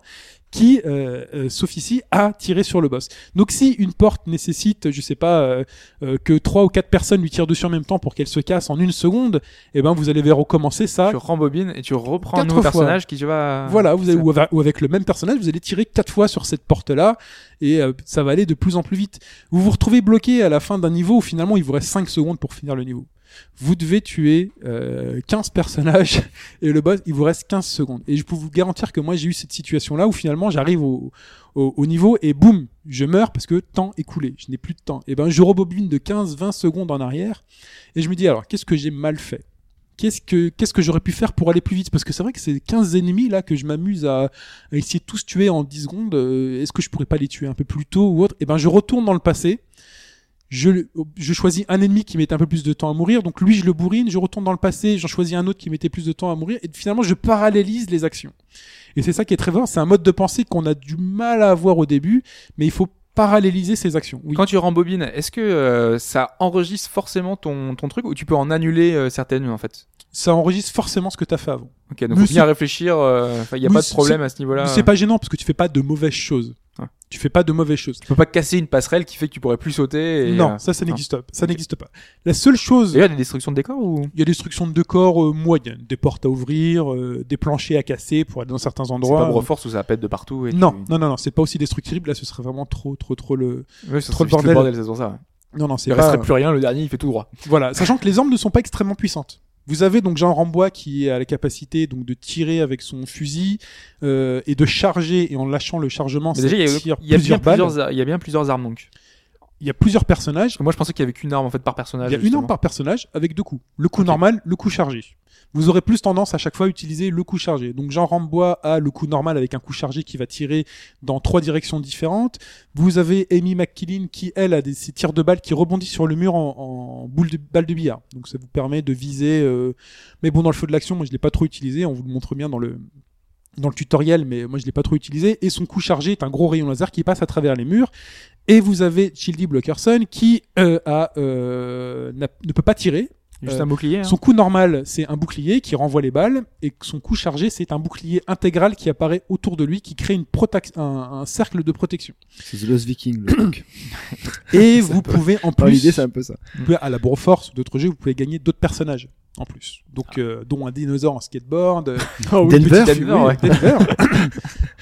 qui euh, euh, s'officie à tirer sur le boss. Donc si une porte nécessite, je sais pas, euh, euh, que trois ou quatre personnes lui tirent dessus en même temps pour qu'elle se casse en une seconde, eh ben vous allez recommencer ça. Tu rembobines et tu reprends un Ah. Quatre nouveau fois. personnage qui va. Voilà, vous avez, Ça- ou, ava- ou avec le même personnage, vous allez tirer quatre fois sur cette porte-là et euh, ça va aller de plus en plus vite. Vous vous retrouvez bloqué à la fin d'un niveau où finalement il vous reste 5 secondes pour finir le niveau. Vous devez tuer euh, 15 personnages *laughs* et le boss, il vous reste 15 secondes. Et je peux vous garantir que moi j'ai eu cette situation-là où finalement j'arrive au, au, au niveau et boum, je meurs parce que temps écoulé, je n'ai plus de temps. Et ben je rebobine de 15-20 secondes en arrière et je me dis alors qu'est-ce que j'ai mal fait Qu'est-ce que qu'est-ce que j'aurais pu faire pour aller plus vite Parce que c'est vrai que ces 15 ennemis là que je m'amuse à, à essayer de tous tuer en 10 secondes, euh, est-ce que je pourrais pas les tuer un peu plus tôt ou autre Et ben je retourne dans le passé. Je, le- je choisis un ennemi qui mettait un peu plus de temps à mourir, donc lui je le bourrine, je retourne dans le passé, j'en choisis un autre qui mettait plus de temps à mourir, et finalement je parallélise les actions. Et c'est ça qui est très fort, c'est un mode de pensée qu'on a du mal à avoir au début, mais il faut paralléliser ses actions. Oui. Quand tu rembobines, est-ce que euh, ça enregistre forcément ton, ton truc ou tu peux en annuler euh, certaines en fait Ça enregistre forcément ce que t'as fait avant. Ok, donc Mais faut bien c'est- réfléchir. euh, enfin, Il n'y a Mais pas de c'est- problème à ce niveau-là. Mais C'est pas gênant parce que tu fais pas de mauvaises choses. Ouais. Tu fais pas de mauvaises choses. Tu peux pas casser une passerelle qui fait que tu pourrais plus sauter. Et, non, euh, ça, ça non. n'existe pas. Ça n'existe pas. La seule chose, D'ailleurs, il y a des destructions de décors ou il y a des destructions de décors euh, moyennes, des portes à ouvrir, euh, des planchers à casser pour aller dans certains c'est pas endroits. Broforce où ça pète de partout et non, tu- non, non, non, c'est pas aussi destructible. Là, ce serait vraiment trop, trop, trop le. Ouais, ça serait Trop juste le de bordel. bordel, c'est pour ça. Non, non, Il c'est ne resterait pas. plus rien, le dernier il fait tout droit. Voilà, sachant que les armes ne sont pas extrêmement puissantes. Vous avez donc Jean Rambois qui a la capacité donc de tirer avec son fusil euh, et de charger et en lâchant le chargement, Mais ça déjà, il y a, tire il y a bien plusieurs balles. plusieurs, il y a bien plusieurs armes donc. Il y a plusieurs personnages. Parce que moi je pensais qu'il y avait qu'une arme en fait par personnage. Il y a une justement. arme par personnage avec deux coups. Le coup normal, le coup chargé. Vous aurez plus tendance à chaque fois à utiliser le coup chargé. Donc Jean Rambois a le coup normal avec un coup chargé qui va tirer dans trois directions différentes. Vous avez Amy McKillin qui, elle, a des ses tirs de balles qui rebondissent sur le mur en, en boule de, balle de billard. Donc ça vous permet de viser. euh, Mais bon, dans le feu de l'action, moi je l'ai pas trop utilisé. On vous le montre bien dans le dans le tutoriel, mais moi je l'ai pas trop utilisé. Et son coup chargé est un gros rayon laser qui passe à travers les murs. Et vous avez Childy Blockerson qui euh, a, euh, n'a- ne peut pas tirer. Juste Euh, un bouclier. hein. Son coup normal, c'est un bouclier qui renvoie les balles. Et son coup chargé, c'est un bouclier intégral qui apparaît autour de lui, qui crée une protac- un, un cercle de *laughs* protection. C'est The Lost Viking, le truc. Et vous pouvez en Dans plus, l'idée, c'est un peu ça. vous pouvez- à la Broforce ou d'autres jeux, vous pouvez gagner d'autres personnages en plus. Donc, euh, dont un dinosaure en skateboard, *laughs* euh, oui, Denver. petit ami, Denver, ouais. *laughs* Denver.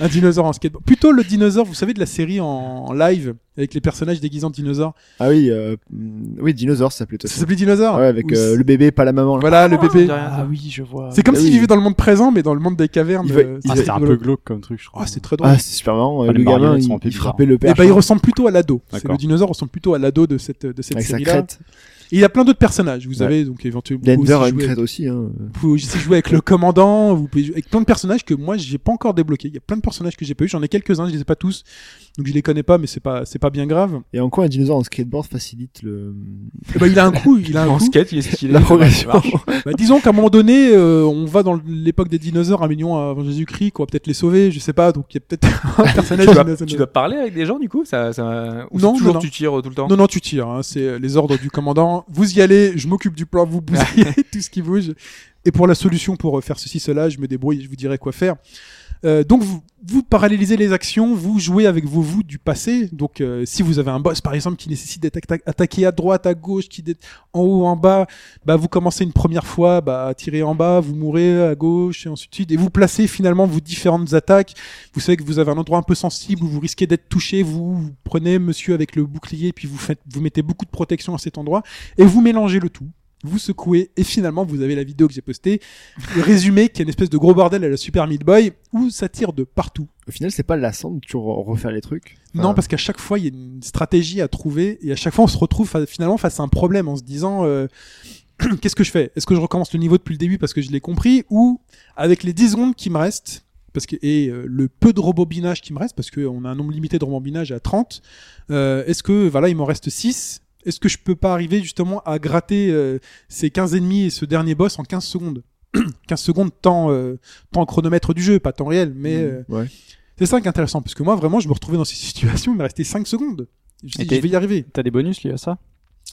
un dinosaure en skateboard. Plutôt le dinosaure, vous savez, de la série en, en live avec les personnages déguisés en dinosaures. Ah oui, euh, mm, oui, dinosaure, ça s'appelait tout Ça ça. s'appelait Dinosaure. Ouais, avec Ou euh, c'est- le bébé, pas la maman. là. Voilà, le bébé. Ah oui, je vois. C'est comme Ah s'il oui. vivait dans le monde présent, mais dans le monde des cavernes. Il va- euh, il Ah, va- c'est c'était un rigolo. peu glauque comme truc, je crois. Ah, c'est très drôle. Ah, c'est super marrant. Ah, le les gamin, marionnettes il, sont un peu il bizarres. frappait le Et père. bah, il ressemble plutôt à l'ado. C'est D'accord. le dinosaure ressemble plutôt à l'ado de cette, de cette avec sa série-là. crête. Et il y a plein d'autres personnages. Vous Ouais. avez donc éventuellement. vous Denver pouvez a aussi une jouer- crête aussi. Hein. Vous pouvez aussi jouer avec le commandant. Vous pouvez jouer avec plein de personnages que moi j'ai pas encore débloqué. Il y a plein de personnages que j'ai pas eu. J'en ai quelques-uns, je les ai pas tous. Donc je les connais pas, mais c'est pas, c'est pas bien grave. Et en quoi un dinosaure en skateboard facilite le... Eh ben, il a un coup, il a *laughs* un en coup. skate, il est stylé. la ça marche, ça progression marche. Bah, disons qu'à un moment donné, euh, on va dans l'époque des dinosaures, un million avant Jésus-Christ, qu'on va peut-être les sauver, je sais pas, donc il y a peut-être *laughs* *laughs* un personnage. tu, dois, qui nous- tu dois parler avec des gens du coup ça, ça... Ou Non, c'est toujours non, non. tu tires euh, tout le temps Non, non, tu tires, hein, c'est les ordres du commandant. Vous y allez, je m'occupe *laughs* du plan, vous bousillez *laughs* tout ce qui bouge. Et pour la solution pour euh, faire ceci, cela, je me débrouille, je vous dirai quoi faire. Euh, donc vous, vous parallélisez les actions, vous jouez avec vos vous du passé. Donc euh, si vous avez un boss par exemple qui nécessite d'être atta- attaqué à droite, à gauche, qui dé- en haut, en bas, bah vous commencez une première fois, bah tirez en bas, vous mourrez à gauche et ainsi de suite, et vous placez finalement vos différentes attaques. Vous savez que vous avez un endroit un peu sensible où vous risquez d'être touché, vous, vous prenez Monsieur avec le bouclier, puis vous faites, vous mettez beaucoup de protection à cet endroit et vous mélangez le tout. Vous secouez et finalement vous avez la vidéo que j'ai postée, résumé qui est une espèce de gros bordel à la Super Meat Boy où ça tire de partout. Au final, c'est pas lassant de toujours refaire les trucs. Enfin, Non, parce qu'à chaque fois, il y a une stratégie à trouver et à chaque fois, on se retrouve fa- finalement face à un problème en se disant euh, *clears throat* qu'est-ce que je fais Est-ce que je recommence le niveau depuis le début parce que je l'ai compris ou avec les 10 secondes qui me restent parce que, et euh, le peu de rebobinage qui me reste parce qu'on a un nombre limité de rebobinage à 30, euh, est-ce que voilà, il m'en reste 6 Est-ce que je peux pas arriver justement à gratter euh, ces 15 ennemis et ce dernier boss en 15 secondes *clears throat* 15 secondes temps, euh, temps chronomètre du jeu, pas temps réel, mais... euh, mm, ouais. c'est ça qui est intéressant, parce que moi, vraiment, je me retrouvais dans ces *laughs* situations, il me restait 5 secondes. Je, me Et dis, t'es- je vais y arriver. T'as des bonus liés à ça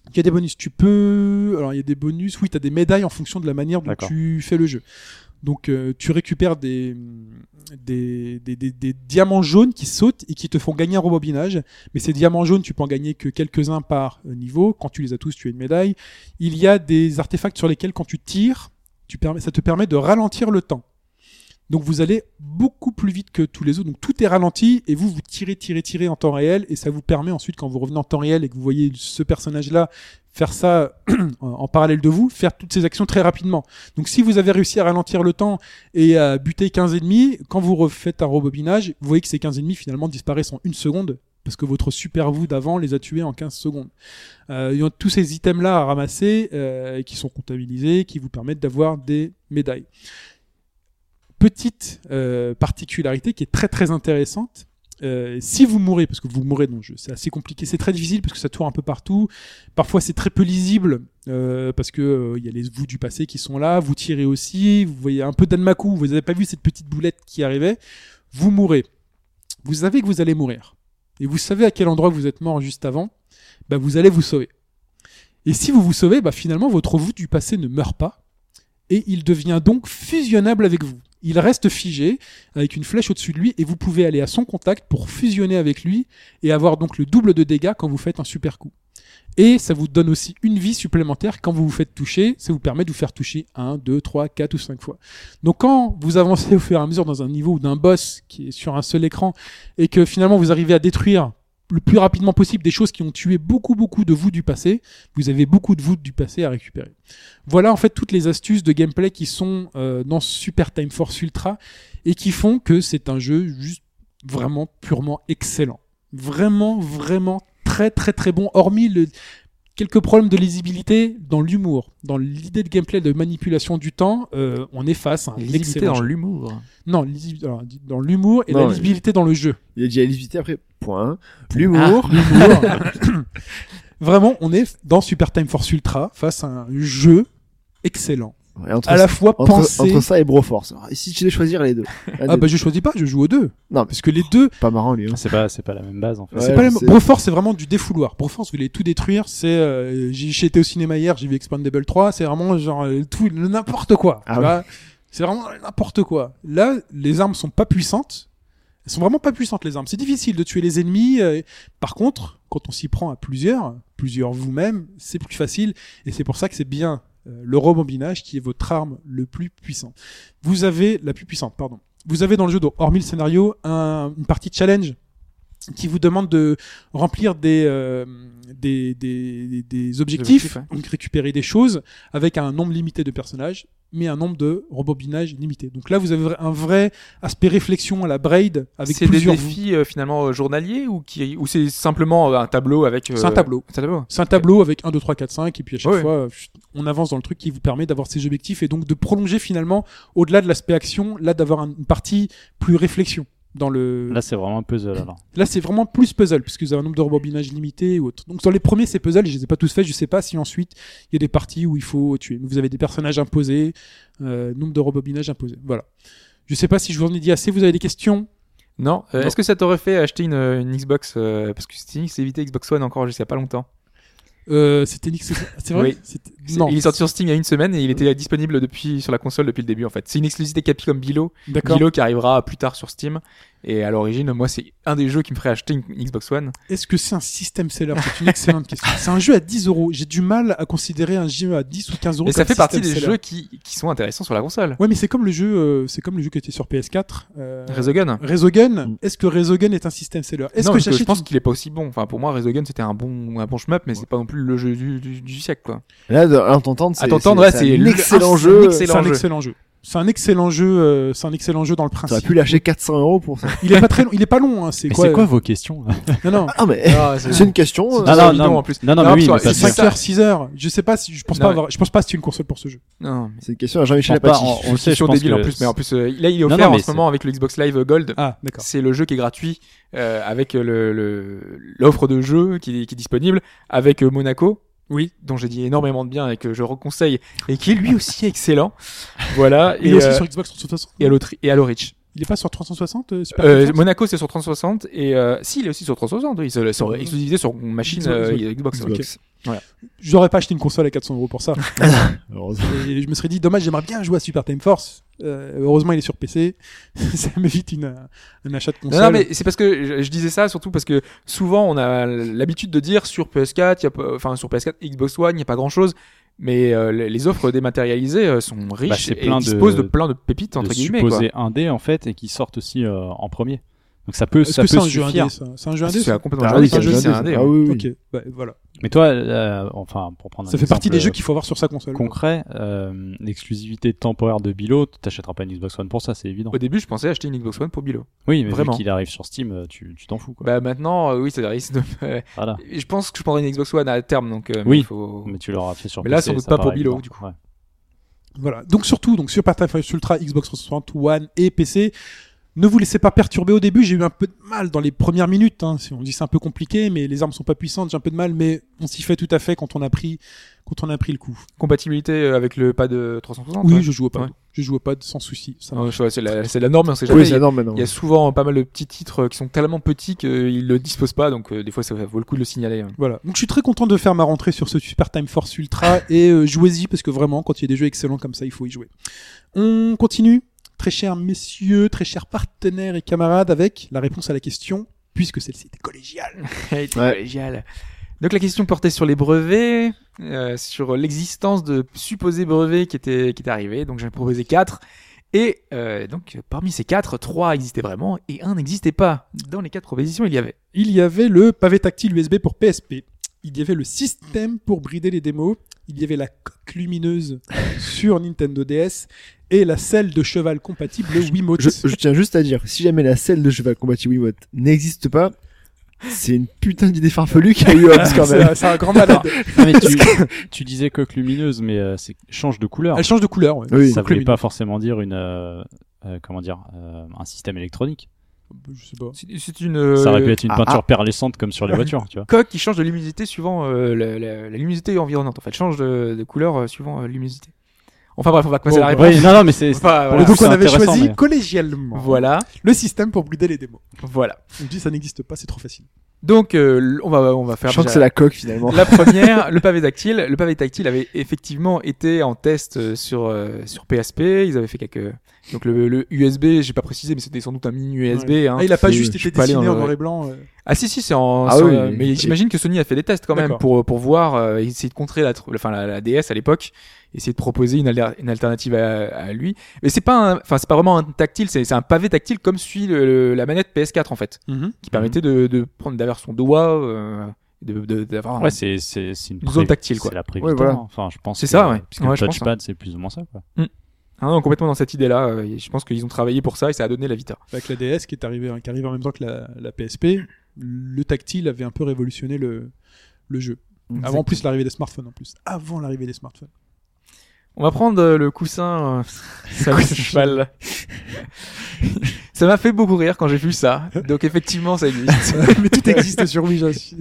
Il y a des bonus. Tu peux. Alors, il y a des bonus. Oui, tu as des médailles en fonction de la manière dont D'accord. tu fais le jeu. Donc, euh, tu récupères des, des, des, des- des diamants jaunes qui sautent et qui te font gagner un rebobinage. Mais ces diamants jaunes, tu peux en gagner que quelques-uns par euh, niveau. Quand tu les as tous, tu as une médaille. Il y a des artefacts sur lesquels, quand tu tires, tu permets, ça te permet de ralentir le temps. Donc vous allez beaucoup plus vite que tous les autres. Donc tout est ralenti et vous, vous tirez, tirez, tirez en temps réel et ça vous permet ensuite, quand vous revenez en temps réel et que vous voyez ce personnage-là faire ça *clears throat* en- en parallèle de vous, faire toutes ces actions très rapidement. Donc si vous avez réussi à ralentir le temps et à buter 15 ennemis, quand vous refaites un rebobinage, vous voyez que ces 15 ennemis finalement disparaissent en une seconde parce que votre super vous d'avant les a tués en 15 secondes. Euh, ils ont tous ces items-là à ramasser euh, et qui sont comptabilisés, qui vous permettent d'avoir des médailles. Petite euh, particularité qui est très très intéressante. euh, si vous mourrez, parce que vous mourrez dans le jeu, c'est assez compliqué, c'est très difficile parce que ça tourne un peu partout. Parfois c'est très peu lisible euh, parce que euh, il y a les vous du passé qui sont là, vous tirez aussi, vous voyez un peu d'Anmaku, vous n'avez pas vu cette petite boulette qui arrivait, vous mourrez. Vous savez que vous allez mourir et vous savez à quel endroit vous êtes mort juste avant, bah vous allez vous sauver. Et si vous vous sauvez, bah finalement votre vous du passé ne meurt pas et il devient donc fusionnable avec vous. Il reste figé avec une flèche au-dessus de lui et vous pouvez aller à son contact pour fusionner avec lui et avoir donc le double de dégâts quand vous faites un super coup. Et ça vous donne aussi une vie supplémentaire quand vous vous faites toucher. Ça vous permet de vous faire toucher 1, 2, 3, 4 ou 5 fois. Donc quand vous avancez au fur et à mesure dans un niveau ou d'un boss qui est sur un seul écran et que finalement vous arrivez à détruire le plus rapidement possible des choses qui ont tué beaucoup beaucoup de vous du passé, vous avez beaucoup de vous du passé à récupérer. Voilà en fait toutes les astuces de gameplay qui sont euh, dans Super Time Force Ultra et qui font que c'est un jeu juste vraiment purement excellent. Vraiment vraiment très très très bon hormis le quelques problèmes de lisibilité dans l'humour, dans l'idée de gameplay de manipulation du temps, euh, on est face à un Lisibilité excellent dans jeu. l'humour. Non, lisi- alors, dans l'humour et Non, la mais- lisibilité dans le jeu. Il y a déjà l'évité après, point. L'humour. L'humour. Vraiment, on est dans Super Time Force Ultra face à un jeu excellent. Et entre, À la fois entre, pensé. entre ça et Broforce. Alors, si tu devais choisir les deux. Un Ah des bah je choisis pas, je joue aux deux. Non, mais Parce que les deux, c'est pas marrant lui. hein. C'est pas, c'est pas la même base en fait. Ouais, c'est pas la je même- sais. Broforce, c'est vraiment du défouloir. Broforce, vous voulez tout détruire. C'est, euh, j'ai j'étais au cinéma hier, j'ai vu Expandable 3. C'est vraiment genre euh, tout, n'importe quoi. Ah tu ouais. vois. C'est vraiment n'importe quoi. Là, les armes sont pas puissantes. Elles sont vraiment pas puissantes les armes. C'est difficile de tuer les ennemis. euh, Par contre, quand on s'y prend à plusieurs, plusieurs vous-même, c'est plus facile. Et c'est pour ça que c'est bien euh, le rebobinage qui est votre arme le plus puissant. Vous avez la plus puissante, pardon. Vous avez dans le jeu, donc, hormis le scénario, un- une partie challenge qui vous demande de remplir des euh, des, des, des- des objectifs, Objectifs, ouais. donc récupérer des choses avec un nombre limité de personnages, mais un nombre de rebobinages limité. Donc là, vous avez un vrai aspect réflexion à la braid avec C'est des plusieurs défis euh, finalement euh, journaliers ou qui ou c'est simplement euh, un tableau avec. euh, C'est un tableau. C'est un tableau. C'est un tableau avec 1, 2, 3, 4, 5, et puis à chaque Ouais. fois, euh, chut, on avance dans le truc qui vous permet d'avoir ces objectifs et donc de prolonger finalement, au-delà de l'aspect action, là d'avoir un- une partie plus réflexion. dans le. Là, c'est vraiment un puzzle alors. Là, c'est vraiment plus puzzle, puisque vous avez un nombre de rebobinages limité ou autre. Donc, dans les premiers, c'est puzzle, je les ai pas tous faits, je sais pas si ensuite, il y a des parties où il faut tuer. Vous avez des personnages imposés, euh, nombre de rebobinages imposés. Voilà. Je sais pas si je vous en ai dit assez, vous avez des questions Non. euh, Non. Est-ce que ça t'aurait fait acheter une, une Xbox euh, Parce que Steam s'est évité Xbox One encore jusqu'à pas longtemps. euh, C'était Nix, c'est vrai Oui. C'était- C'est- Non. Il est sorti sur Steam il y a une semaine et il était disponible depuis sur la console depuis le début en fait. C'est une exclusivité Capcom Bilo, D'accord. Bilo qui arrivera plus tard sur Steam. Et à l'origine, moi, c'est un des jeux qui me ferait acheter une une Xbox One. Est-ce que c'est un système seller C'est une excellente question. C'est un jeu à 10 euros. J'ai du mal à considérer un jeu à 10 ou 15 euros. Mais ça comme fait partie système des seller. jeux qui, qui sont intéressants sur la console. Ouais, mais c'est comme le jeu, euh, c'est comme le jeu qui était sur PS4. Euh, Resogun. Resogun. Mm. Est-ce que Resogun est un système seller Est-ce Non, que parce que je j'achète pense qu'il est pas aussi bon. Enfin, pour moi, Resogun c'était un bon, un bon shmup, mais c'est pas non plus le jeu du, du, du siècle, quoi. Là, de- à t'entendre, c'est À t'entendre, ouais, c'est un le- *laughs* excellent un- jeu. c'est C'est excellent un jeu. excellent jeu. C'est un excellent jeu. euh, c'est un excellent jeu dans le T'aurais principe. pu lâcher 400 euros pour ça. Il est pas très long. Il est pas long. hein, C'est Mais quoi, c'est quoi vos questions *laughs* Non, non. Ah, mais *laughs* c'est une question. Ah, euh, non, bidon, en plus. non, non, Non, mais oui, mais parce que ça, c'est c'est- 5 heures, 6 heures. Je sais pas si je pense Non, pas. mais- avoir- Je pense pas que c'est une console pour ce jeu. Non, mais C'est une question à Jean-Michel on part- Apathy. on- on le sait, c'est je sur pense débile que en plus, mais en plus, euh, là, il est Non, offert non, en mais ce moment avec le Xbox Live Gold. Ah, d'accord. C'est le jeu qui est gratuit euh, avec le- le- l'offre de jeu qui, qui est disponible avec euh, Monaco. Oui, dont j'ai dit énormément de bien et que je reconseille et qui est lui aussi *laughs* excellent. Voilà. Il Et, est aussi euh, sur Xbox 360. et à l'autre et à l'Orich. Il est pas sur 360. euh, Super Euh, Xbox Monaco c'est sur 360 et euh, si il est aussi sur 360. Oui, c'est sur exclusivité sur machine Xbox, euh, oui. Xbox. Xbox. ok. J'aurais pas acheté une console à 400 euros pour ça. Heureusement. Et je me serais dit, dommage, j'aimerais bien jouer à Super Time Force. Euh, heureusement, il est sur PC. *laughs* ça m'évite une, euh, un achat de Non, console. non, mais c'est parce que je, je disais ça surtout parce que souvent on a l'habitude de dire sur PS4, il y a pas- enfin sur PS4, Xbox One, il n'y a pas grand chose, mais euh, les- les offres dématérialisées euh, sont Bah, riches c'est et plein de- disposent de, plein de pépites de entre guillemets. Quoi. supposés indés en fait et qui sortent aussi euh, en premier. Donc ça peut, Est-ce ça que c'est peut un jeu suffire. indé ça C'est un jeu Ah, indé C'est ça complètement Ah indé, oui, c'est un hein. c'est jeu, un c'est indé, indé, ah ouais. oui, oui. Ok, bah, voilà. Mais toi, euh, enfin, pour prendre un Ça fait partie exemple, des jeux euh, qu'il faut avoir sur sa console. concret, euh, l'exclusivité temporaire de Bilo, tu t'achèteras pas une Xbox One pour ça, c'est évident. Au début, je pensais acheter une Xbox One pour Bilo. Oui, mais vu Vraiment. qu'il arrive sur Steam, euh, tu tu t'en fous quoi. Bah maintenant, euh, oui, c'est risque de. *laughs* euh, Voilà. je pense que je prendrai une Xbox One à terme, donc. euh, mais Oui. il faut- Mais tu l'auras fait sur Mais là, PC, sans doute ça pas pour paraît Bilo, évident. du coup. Ouais. Voilà. Donc surtout, donc sur Time Force Ultra, Xbox 360 One et PC. Ne vous laissez pas perturber au début. J'ai eu un peu de mal dans les premières minutes. hein. Si On dit c'est un peu compliqué, mais les armes sont pas puissantes. J'ai un peu de mal, mais on s'y fait tout à fait quand on a pris, quand on a pris le coup. Compatibilité euh, avec le pad euh, 360. Oui, ouais. je joue au pad. Ouais. Je joue au pad sans souci. Ça Non, je- C'est la, c'est la norme, on sait jamais. Oui, c'est énorme maintenant. Il y a souvent pas mal de petits titres qui sont tellement petits qu'ils le disposent pas, donc euh, des fois ça vaut le coup de le signaler. *laughs* hein. Voilà. Donc je suis très content de faire ma rentrée sur ce Super Time Force Ultra et euh, jouez-y parce que vraiment quand il y a des jeux excellents comme ça, il faut y jouer. On continue, très chers messieurs, très chers partenaires et camarades avec la réponse à la question puisque celle-ci *laughs* était collégiale. Elle était Ouais. collégiale. Donc la question portait sur les brevets, euh, sur l'existence de supposés brevets qui étaient qui étaient arrivés. Donc j'en ai proposé quatre. Et euh, donc parmi ces quatre, trois existaient vraiment et un n'existait pas. Dans les quatre propositions, il y avait. Il y avait le pavé tactile USB pour PSP. Il y avait le système pour brider les démos. Il y avait la coque lumineuse *laughs* sur Nintendo DS et la selle de cheval compatible Wiimote. Je, je tiens juste à dire, si jamais la selle de cheval compatible Wiimote n'existe pas, c'est une putain d'idée farfelue qui a eu Hobbs quand même. *laughs* C'est c'est un grand malade. Non, mais tu, *laughs* tu disais coque lumineuse, mais euh, c'est change de couleur. Elle change de couleur. ouais. Oui. ça coque voulait lumineuse. pas forcément dire une, euh, euh, comment dire, euh, un système électronique. Je sais pas. *laughs* C'est c'est une euh, ça aurait pu être une ah, peinture perlescente *laughs* comme sur les voitures, tu vois. coque qui change de luminosité suivant euh, la, la- la luminosité environnante. En fait, change de, de couleur euh, suivant euh, luminosité. Enfin bref, on va passer Bon, la réponse. Oui, non, non, mais c'est. *laughs* Enfin, voilà. le coup, donc on c'est avait intéressant, choisi mais- collégialement voilà. le système pour brider les démos. Voilà. On dit ça n'existe pas, c'est trop facile. Donc euh, l- on va on va faire Je crois que déjà c'est la *laughs* coque finalement. la première, le pavé tactile. Le pavé tactile avait effectivement été en test euh, sur euh, sur PSP. Ils avaient fait quelques donc le, le USB, j'ai pas précisé, mais c'était sans doute un mini USB. hein. ah, il a pas Je- juste je été suis pas allé dessiné en dans le- noir et blanc. euh. Ah si si, c'est en. Ah c'est en- oui, euh, oui. mais j'imagine que Sony a fait des tests quand même D'accord. pour pour voir euh, essayer de contrer la tr- enfin la, la DS à l'époque, essayer de proposer une, alter- une alternative à, à lui. Mais c'est pas un- enfin c'est pas vraiment un tactile, c'est c'est un pavé tactile comme suit le- le- la manette PS4 en fait. Mhm. qui permettait de, de prendre d'avoir son doigt euh, de de- d'avoir un- Ouais, c'est c'est c'est une Zone pré- tactile, quoi. C'est la Ouais, voilà. prévision. Enfin, je pense. C'est que- ça, ouais. Parce que Ouais, le je pense, hein. touchpad, c'est plus ou moins ça, quoi. Ah non, complètement dans cette idée là je pense qu'ils ont travaillé pour ça et ça a donné la Vita Avec la DS qui est arrivée, qui arrive en même temps que la, la PSP, le tactile avait un peu révolutionné le, le jeu. Avant en plus l'arrivée des smartphones en plus. Avant l'arrivée *laughs* des smartphones. *laughs* *laughs* on va prendre euh, le coussin euh, ça, le cheval *laughs* Ça m'a fait beaucoup rire quand j'ai vu ça. Donc effectivement, ça existe. mais tout existe sur Wii. j'en suis-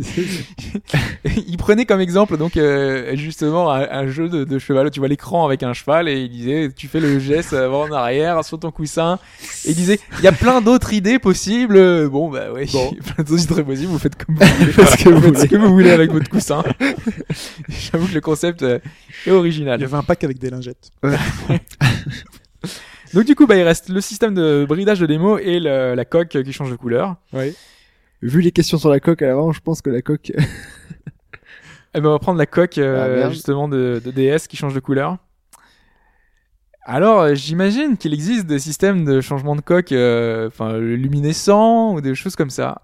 *laughs* il prenait comme exemple donc euh, justement un, un jeu de, de cheval où tu vois l'écran avec un cheval et il disait tu fais le geste avant en arrière sur ton coussin et il disait il y a plein d'autres idées possibles Euh, bon bah ouais Bon. il y a *laughs* plein d'autres idées possibles vous faites comme *laughs* vous voulez Parce que vous Faites ce que vous voulez avec votre coussin *laughs* j'avoue que le concept euh, est Il y original avait un pack avec des lingettes. donc du coup bah il reste le système de bridage de démo et le- la coque qui change de couleur Ouais. Vu les questions sur la coque à l'avant, je pense que la coque. Eh ben, on va prendre la coque euh, Ah, merde. justement de, de DS qui change de couleur. Alors, euh, j'imagine qu'il existe des systèmes de changement de coque, euh, enfin luminescent ou des choses comme ça.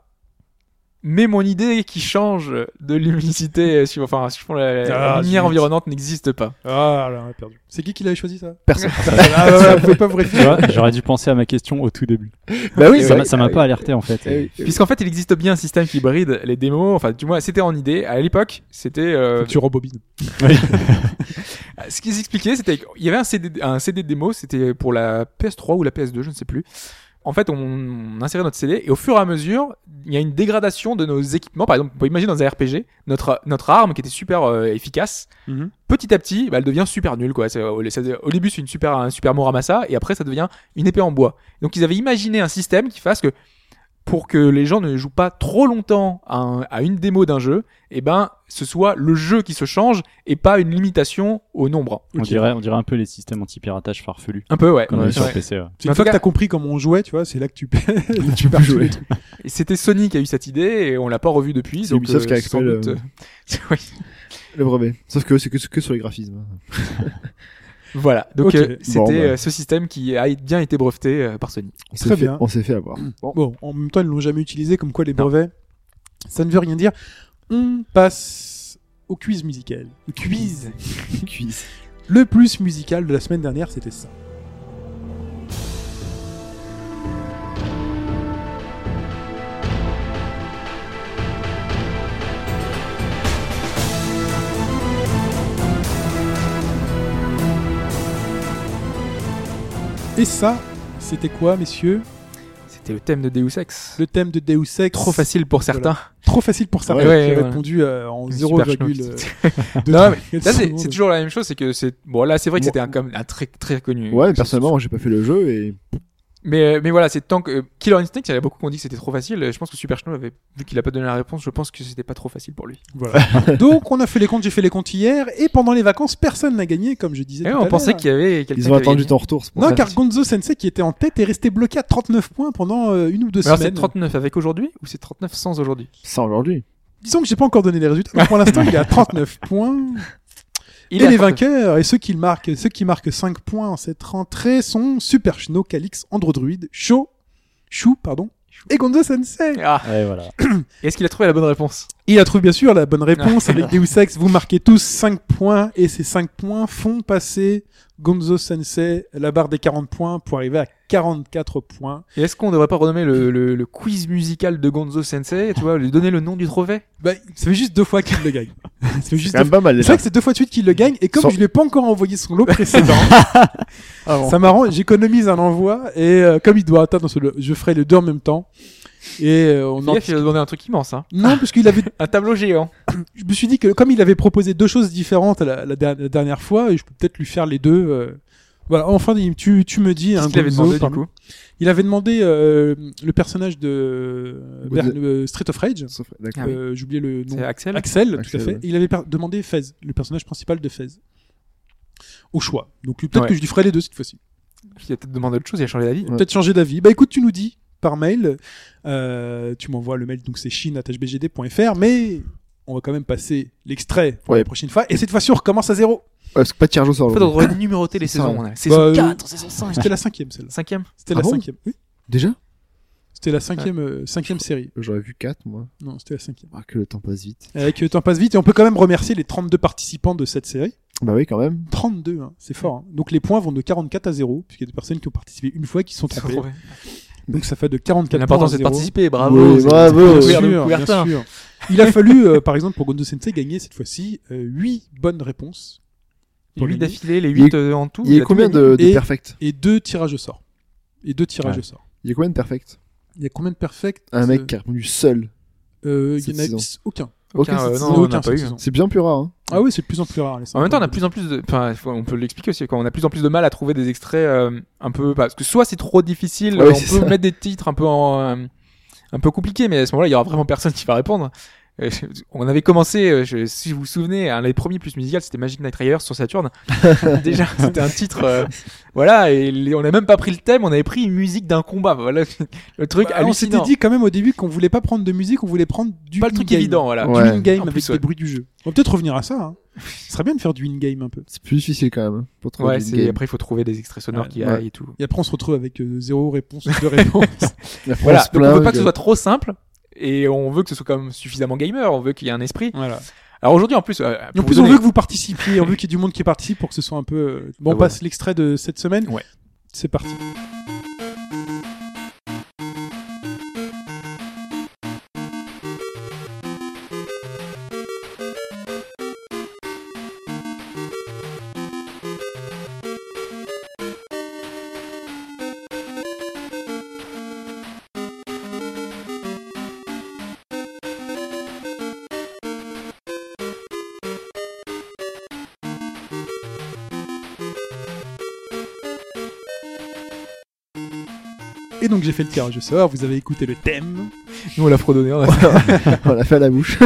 Mais mon idée qui change de luminosité, euh, suivant- enfin, suivant la, la Ah, lumière zut. environnante n'existe pas. Ah là, on a perdu. C'est qui qui l'avait choisi ça Personne. Ah ouais, vous pouvez pas vous Tu vois, j'aurais dû penser à ma question au tout début. *laughs* bah Ça m'a- ça m'a ah pas alerté en fait. oui, ah oui, Euh. ah oui. Puisqu'en fait, il existe bien un système qui bride les démos. Enfin, du moins, c'était en idée. À l'époque, c'était euh, Tu rebobines. Ce qu'ils expliquaient, c'était qu'il y avait un CD, un CD de démo, c'était pour la PS3 ou la PS2, je ne sais plus. En fait, on, on insérait notre CD et au fur et à mesure, il y a une dégradation de nos équipements. Par exemple, on peut imaginer dans un RPG, notre, notre arme qui était super euh, efficace, Mhm. petit à petit, bah, elle devient super nulle. Quoi. C'est- Au, c'est- au début, c'est une super, un super mot ramassa et après, ça devient une épée en bois. Donc, ils avaient imaginé un système qui fasse que pour que les gens ne jouent pas trop longtemps à, un- à une démo d'un jeu, et ben, ce soit le jeu qui se change et pas une limitation au nombre. On dirait, on dirait un peu les systèmes anti-piratage farfelus. Un peu, ouais. Comme Ouais. sur Ouais. PC. ouais. C'est en une tout fois que cas- t'as compris comment on jouait, tu vois, c'est là que tu peux. *laughs* Tu peux jouer. Et C'était Sony qui a eu cette idée et on l'a pas revu depuis. C'est donc, Ubisoft qui a euh, sans récupéré le- doute, euh, *laughs* oui. Le brevet. Sauf que c'est que, que sur les graphismes. Voilà. Donc Ok. euh, Bon, c'était bah. euh, ce système qui a bien été breveté euh, par Sony. On Très s'est fait, bien. on s'est *laughs* fait avoir. *laughs* Bon, en même temps, ils l'ont jamais utilisé, comme quoi les Non. brevets, ça ne veut rien dire. On passe au quiz musical. Le quiz. Cuisse. Le plus musical de la semaine dernière, c'était ça. Et ça, c'était quoi, messieurs C'était le thème de Deus Ex. Le thème de Deus Ex. Trop facile pour certains. *laughs* Trop facile pour ça. Ouais, J'ai ouais, ouais. répondu euh, en euh, Super 0,2 schnock. *laughs* Non, Là, c'est c'est secondes. toujours la même chose. C'est que c'est bon. Là, c'est vrai que Moi- c'était un, comme un très très connu. Ouais, mais personnellement, moi, j'ai pas fait le jeu et Mais, euh, mais voilà, c'est tant que euh, Killer Instinct, il y en a beaucoup qui ont dit que c'était trop facile. euh, Je pense que Super Snow avait, vu qu'il a pas donné la réponse, je pense que c'était pas trop facile pour lui. Voilà. Donc, on a fait les comptes, j'ai fait les comptes hier, et pendant les vacances, personne n'a gagné, comme je disais. Et tout Eh, on à pensait l'heure. qu'il y avait quelqu'un. ils ont qui avait attendu gagné. ton retour. c'est pour Non, ça. car Gonzo Sensei, qui était en tête, est resté bloqué à 39 points pendant euh, une ou deux Mais Alors c'est semaines. 39 avec aujourd'hui ou c'est 39 sans aujourd'hui ça aujourd'hui. Disons que j'ai pas encore donné les résultats, mais pour l'instant, il est *laughs* à 39 points. Il et est à les 39. vainqueurs, et ceux qui, le marquent, ceux qui marquent 5 points en cette rentrée sont Super Chino, Calix, Androdruid, Chou, Chou, pardon, et Gonzo Sensei. Ah, Ouais, *laughs* voilà. est-ce qu'il a trouvé la bonne réponse Il a trouvé bien sûr la bonne réponse *laughs* avec Deus Ex. Vous marquez tous 5 points et ces 5 points font passer Gonzo Sensei la barre des 40 points pour arriver à 44 points. Et est-ce qu'on devrait pas renommer le, le, le quiz musical de Gonzo Sensei Tu vois, lui donner le nom du trophée Bah, ça fait juste deux fois qu'il le *laughs* gagne. Ça fait juste deux C'est quand même fois- pas mal C'est déjà. vrai que c'est deux fois de suite qu'il le gagne et comme Sans- je lui ai pas encore envoyé son lot *laughs* précédent, Ah bon. ça m'arrange, j'économise un envoi et euh, comme il doit attendre, ce- je ferai les deux en même temps. Et euh, on Fais en... gaffe, il a demandé un truc immense. Hein. Non, parce qu'il avait Un tableau géant. je me suis dit que comme il avait proposé deux choses différentes la, la der- la dernière fois, et je peux peut-être lui faire les deux. euh, Voilà, enfin, il- tu, tu me dis. Qu'est-ce un qu'il avait Gonzo, demandé du pardon. coup Il avait demandé euh, le personnage de Gonzo. Bern- euh, Street of Rage. Sauf- d'accord. Ah oui. Euh, J'oubliais le nom. C'est Axel Axel, tout Axel, à fait. ouais. Il avait per- demandé Fez, le personnage principal de Fez. Au choix. Donc peut-être Ouais. que je lui ferai les deux cette fois-ci. Il a peut-être demandé autre chose, il a changé d'avis. Ouais. Peut-être changer d'avis. Bah écoute, tu nous dis par mail. Euh, tu m'envoies le mail, donc c'est chine.hbgd.fr. Mais on va quand même passer l'extrait pour Ouais. la prochaine fois. Et cette fois-ci, on recommence à zéro. Ouais, parce que pas de tirage au sort. En fait, on devrait numéroter les saisons. Oh. ça. on a la Saison euh, 4, saison 5. C'était la cinquième, celle-là. Cinquième C'était Ah la bon cinquième. Oui, Déjà c'était la cinquième, euh, cinquième série. J'aurais vu 4 moi. Non, c'était la cinquième. Ah, que le temps passe vite. Avec euh, Temps passe vite, et on peut quand même remercier les 32 participants de cette série. Bah oui, quand même. 32, hein, c'est fort. hein. Donc les points vont de 44 à 0, puisqu'il y a des personnes qui ont participé une fois qui se sont trompées. Donc ça fait de 44 L'important points à c'est de 0. participer, bravo. Oui, c'est- bravo. c'est- Couvertin, Bien sûr, bien Couvertin. sûr. Il a fallu, euh, par exemple, pour Gondo Sensei, gagner cette fois-ci 8 bonnes réponses pour Huit gagner. d'affilée, les Il y a- 8 en tout. Il y a a combien tout gagné. de, de Et- perfect et deux tirages au sort. Et deux tirages Ouais. au sort. Il y a combien de perfect Il y a combien de perfect Un mec qui a répondu seul. Euh, il y cette en a saison. aucun. Aucun, euh, cette non, saison, on aucun n'a pas cette eu. saison. C'est bien plus rare. Hein. Ah oui, c'est de plus en plus rare. les En même temps, on a cinq. de plus en plus de. Enfin, faut- on peut l'expliquer aussi. Quand on a de plus en plus de mal à trouver des extraits euh, un peu. Parce que soit c'est trop difficile, Ouais, euh, on c'est peut ça. mettre des titres un peu en, euh, un peu compliqués, mais à ce moment-là, il y aura vraiment personne qui va répondre. Euh, je- on avait commencé, euh, je- si vous vous souvenez, un des premiers plus musicales, c'était Magic Knight Rider sur *laughs* Saturn. Déjà, c'était un titre. euh, voilà, et les- on n'a même pas pris le thème, on avait pris une musique d'un combat. Voilà, le truc Bah, on s'était hallucinant. dit quand même au début qu'on voulait pas prendre de musique, on voulait prendre du pas le truc in-game. évident, voilà. Du Ouais. in-game En avec plus, les ouais. bruits du jeu. On va peut-être revenir à ça. Hein. Ce serait bien de faire du in-game un peu. C'est plus difficile quand même. hein, Pour trouver Ouais, une c'est- game. après, il faut trouver des extraits sonores Ouais, qui ouais. aillent et tout. Et après, on se retrouve avec euh, zéro réponse, *laughs* deux réponses. La France Voilà, donc on veut plage, pas que ce soit *laughs* trop simple et on veut que ce soit quand même suffisamment gamer, on veut qu'il y ait un esprit. voilà. Alors aujourd'hui en plus, euh, Et en pour plus, vous on donner- veut que vous participiez, on veut qu'il y ait du monde qui participe pour que ce soit un peu. euh, Bon, on Ah, passe l'extrait de cette semaine. Ouais. C'est parti. Et donc, j'ai fait le tirage au sort. Vous avez écouté le thème. nous on l'a fredonné. on a- on l'a fait à *laughs* la bouche.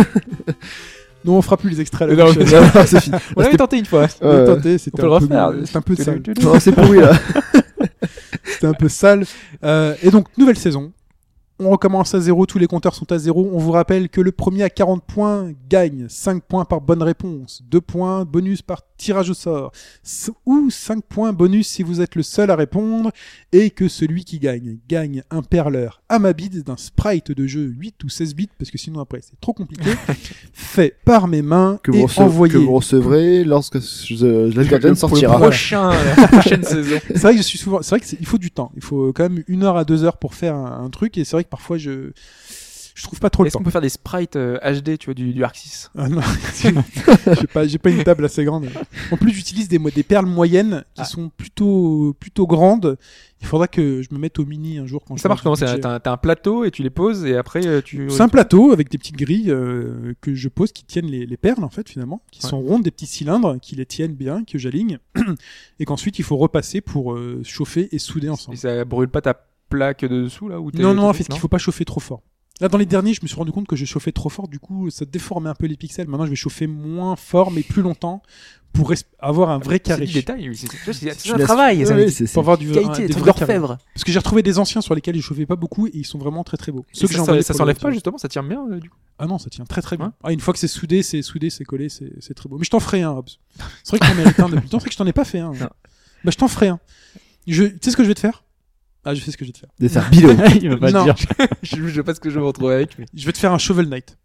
Nous, on fera plus les extraits. à la Non, prochaine. mais- c'est fini. on l'avait tenté une *laughs* fois. On a Ouais, ouais. tenté, c'était On peut un le peu- refaire. euh, c'était un peu sale. *laughs* Non, c'est pourri là. C'était un peu sale. Euh, et donc, nouvelle saison. On recommence à zéro, tous les compteurs sont à zéro. On vous rappelle que le premier à 40 points gagne 5 points par bonne réponse, 2 points bonus par tirage au sort, s- ou 5 points bonus si vous êtes le seul à répondre, et que celui qui gagne gagne un perleur amabide d'un sprite de jeu 8 ou 16 bits, parce que sinon après c'est trop *laughs* compliqué, fait par mes mains Que et vous, rece- envoyé. que vous recevrez lorsque The Last Guardian sortira. Pour le prochain, euh, la prochaine saison. *laughs* c'est vrai que je suis souvent c'est vrai que c'est- il faut du temps il faut quand même une heure à deux heures pour faire un, un truc et c'est vrai que parfois je je trouve pas trop le Est-ce temps qu'on peut faire des sprites euh, HD, tu vois, du, du Arc 6 Ah non, *laughs* j'ai j'ai pas, j'ai pas une table assez grande. En plus, j'utilise des, mo- des perles moyennes qui Ah. sont plutôt, plutôt grandes. Il faudra que je me mette au mini un jour. Quand je Ça marche ferai comment du C'est un- budget. T'as un, t'as un plateau et tu les poses et après euh, tu. C'est un plateau avec des petites grilles euh, que je pose qui tiennent les, les perles en fait finalement, qui sont rondes, des petits cylindres qui les tiennent bien, que j'aligne, *clears throat* et qu'ensuite il faut repasser pour euh, chauffer et souder ensemble. Et ça brûle pas ta plaque de dessous là où t'es- Non, non, en t'es- fait, il faut pas chauffer trop fort. Là, dans les derniers, je me suis rendu compte que je chauffais trop fort, du coup, ça déformait un peu les pixels. Maintenant, je vais chauffer moins fort, mais plus longtemps, pour res- avoir un vrai C'est carré. du détail. oui, c'est- tu vois, C'est c'est Tu un l'as- travail. ça, c'est- Ouais, c'est- Pour c'est- avoir du c'est vrai Qualité, des trucs carré. d'orfèvre. Parce que j'ai retrouvé des anciens sur lesquels je chauffais pas beaucoup, et ils sont vraiment très très beaux. Ça, que j'ai ça, envoyés ça pour s'enlève le- pas justement, ça tient bien euh, du coup. *laughs* Ah non, ça tient très très bien. Hein ah, une fois que c'est soudé, c'est soudé, c'est collé, c'est c'est très beau. Mais je t'en ferai un, Hobbs. C'est vrai que t'en mérites un depuis le temps, c'est vrai que je t'en ai pas fait un. Non. Bah, je t'en ferai un. Je... Tu sais ce que je vais te faire Ah, je sais ce que je vais te faire. Des serres bilo. il veut pas Non. dire. je je sais pas ce que je vais me retrouver avec, mais. Je vais te faire un Shovel Knight.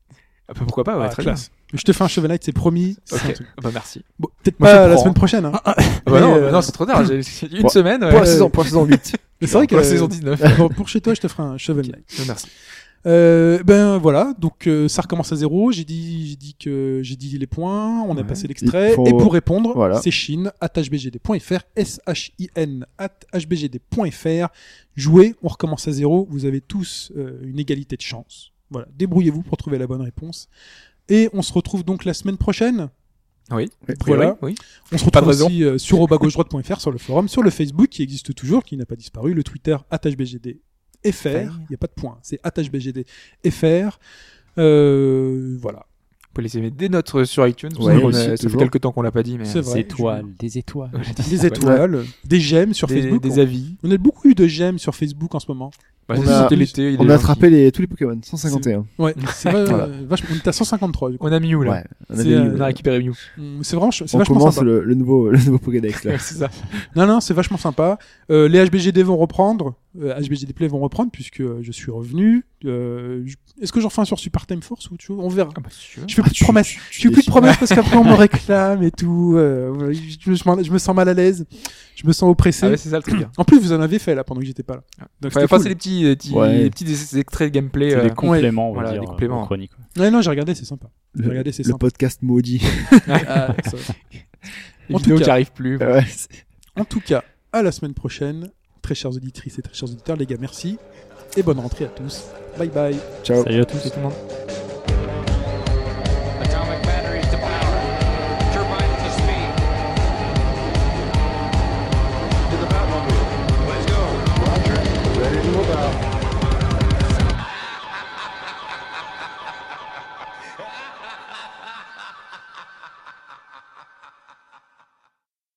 Ah, bah, Pourquoi pas, ouais, Ah, très bien. classe. Je te fais un Shovel Knight, c'est promis. c'est un Ok, truc. Ah bah merci. Bon, peut-être Moi, je pas prends, la hein. semaine prochaine. hein. Ah bah non, Mais, bah euh, non, c'est trop tard. J'ai j'ai une Pour- semaine. Pour la ouais. saison, pour la saison 8. Mais c'est vrai que Pour la saison 19. *laughs* Bon, pour chez toi, je te ferai un Shovel Ok, Knight. non, Merci. Euh, ben voilà, donc euh, ça recommence à zéro. J'ai dit, j'ai dit que j'ai dit les points. On a Ouais. passé l'extrait. Il faut- Et pour répondre, Voilà. c'est Chine at hbgd.fr, s h i n at hbgd.fr. Jouez, on recommence à zéro. Vous avez tous euh, une égalité de chance. Voilà, débrouillez-vous pour trouver la bonne réponse. Et on se retrouve donc la semaine prochaine. Oui. Voilà. Oui. On se Pas de retrouve raison. aussi euh, sur obagaugedroite.fr, sur le forum, sur le Facebook qui existe toujours, qui n'a pas disparu, le Twitter attachbgdfr, il n'y a pas de point, c'est attachbgdfr. Euh, voilà. Vous pouvez laisser mettre des notes euh, sur iTunes. parce Ouais, qu'on aussi, a- ça fait toujours. quelques temps qu'on l'a pas dit, mais euh, C'est vrai. étoiles, des étoiles. Des étoiles, des j'aime sur Ah, des, Facebook. des avis. on a beaucoup eu de j'aime sur Facebook en ce moment. Bah, On c'est- a- c'était l'été, il y a On des a gens qui- attrapé les, tous les Pokémon. 151. Ouais, *laughs* c'est vrai, Voilà. euh, vachement. On est à 153 du coup. On a Mew là. Ouais. On, C'est, avait, euh, On a euh, récupéré Mew. Mm, C'est vraiment, c'est on vachement commence sympa. le, le nouveau, *laughs* le nouveau Pokédex là. Ouais, c'est ça. Non, non, c'est vachement sympa. Euh, les HBGD vont reprendre, euh, HBGD Play vont reprendre puisque euh, je suis revenu. Euh, je- Est-ce que j'en fais un sur Super Time Force ou tu vois On verra. Ah bah, si tu veux. Je fais plus de promesses. Je fais plus de promesses parce qu'après *laughs* on me réclame et tout. euh, je, je m'en- je me sens mal à l'aise. Je me sens oppressé. Ah ouais, c'est ça le *coughs* truc. en plus, vous en avez fait là pendant que j'étais pas là. Donc Enfin, c'était enfin, cool. c'est les petits, les petits, Ouais. les petits des- des extraits de gameplay. C'est euh, des compléments, on va voilà, dire, des compléments. aux chroniques. Ouais, non, j'ai regardé, c'est sympa. Le, Regardez, c'est le sympa. podcast maudit. Ah, *laughs* ça va. les En tout vidéos qui cas. *laughs* euh, arrivent plus. Ouais, c'est- en tout cas, à la semaine prochaine. très chères auditrices et très chers auditeurs. Les gars, merci. Et bonne rentrée à tous. Bye bye. Ciao. Salut à tous. C'est tout le monde.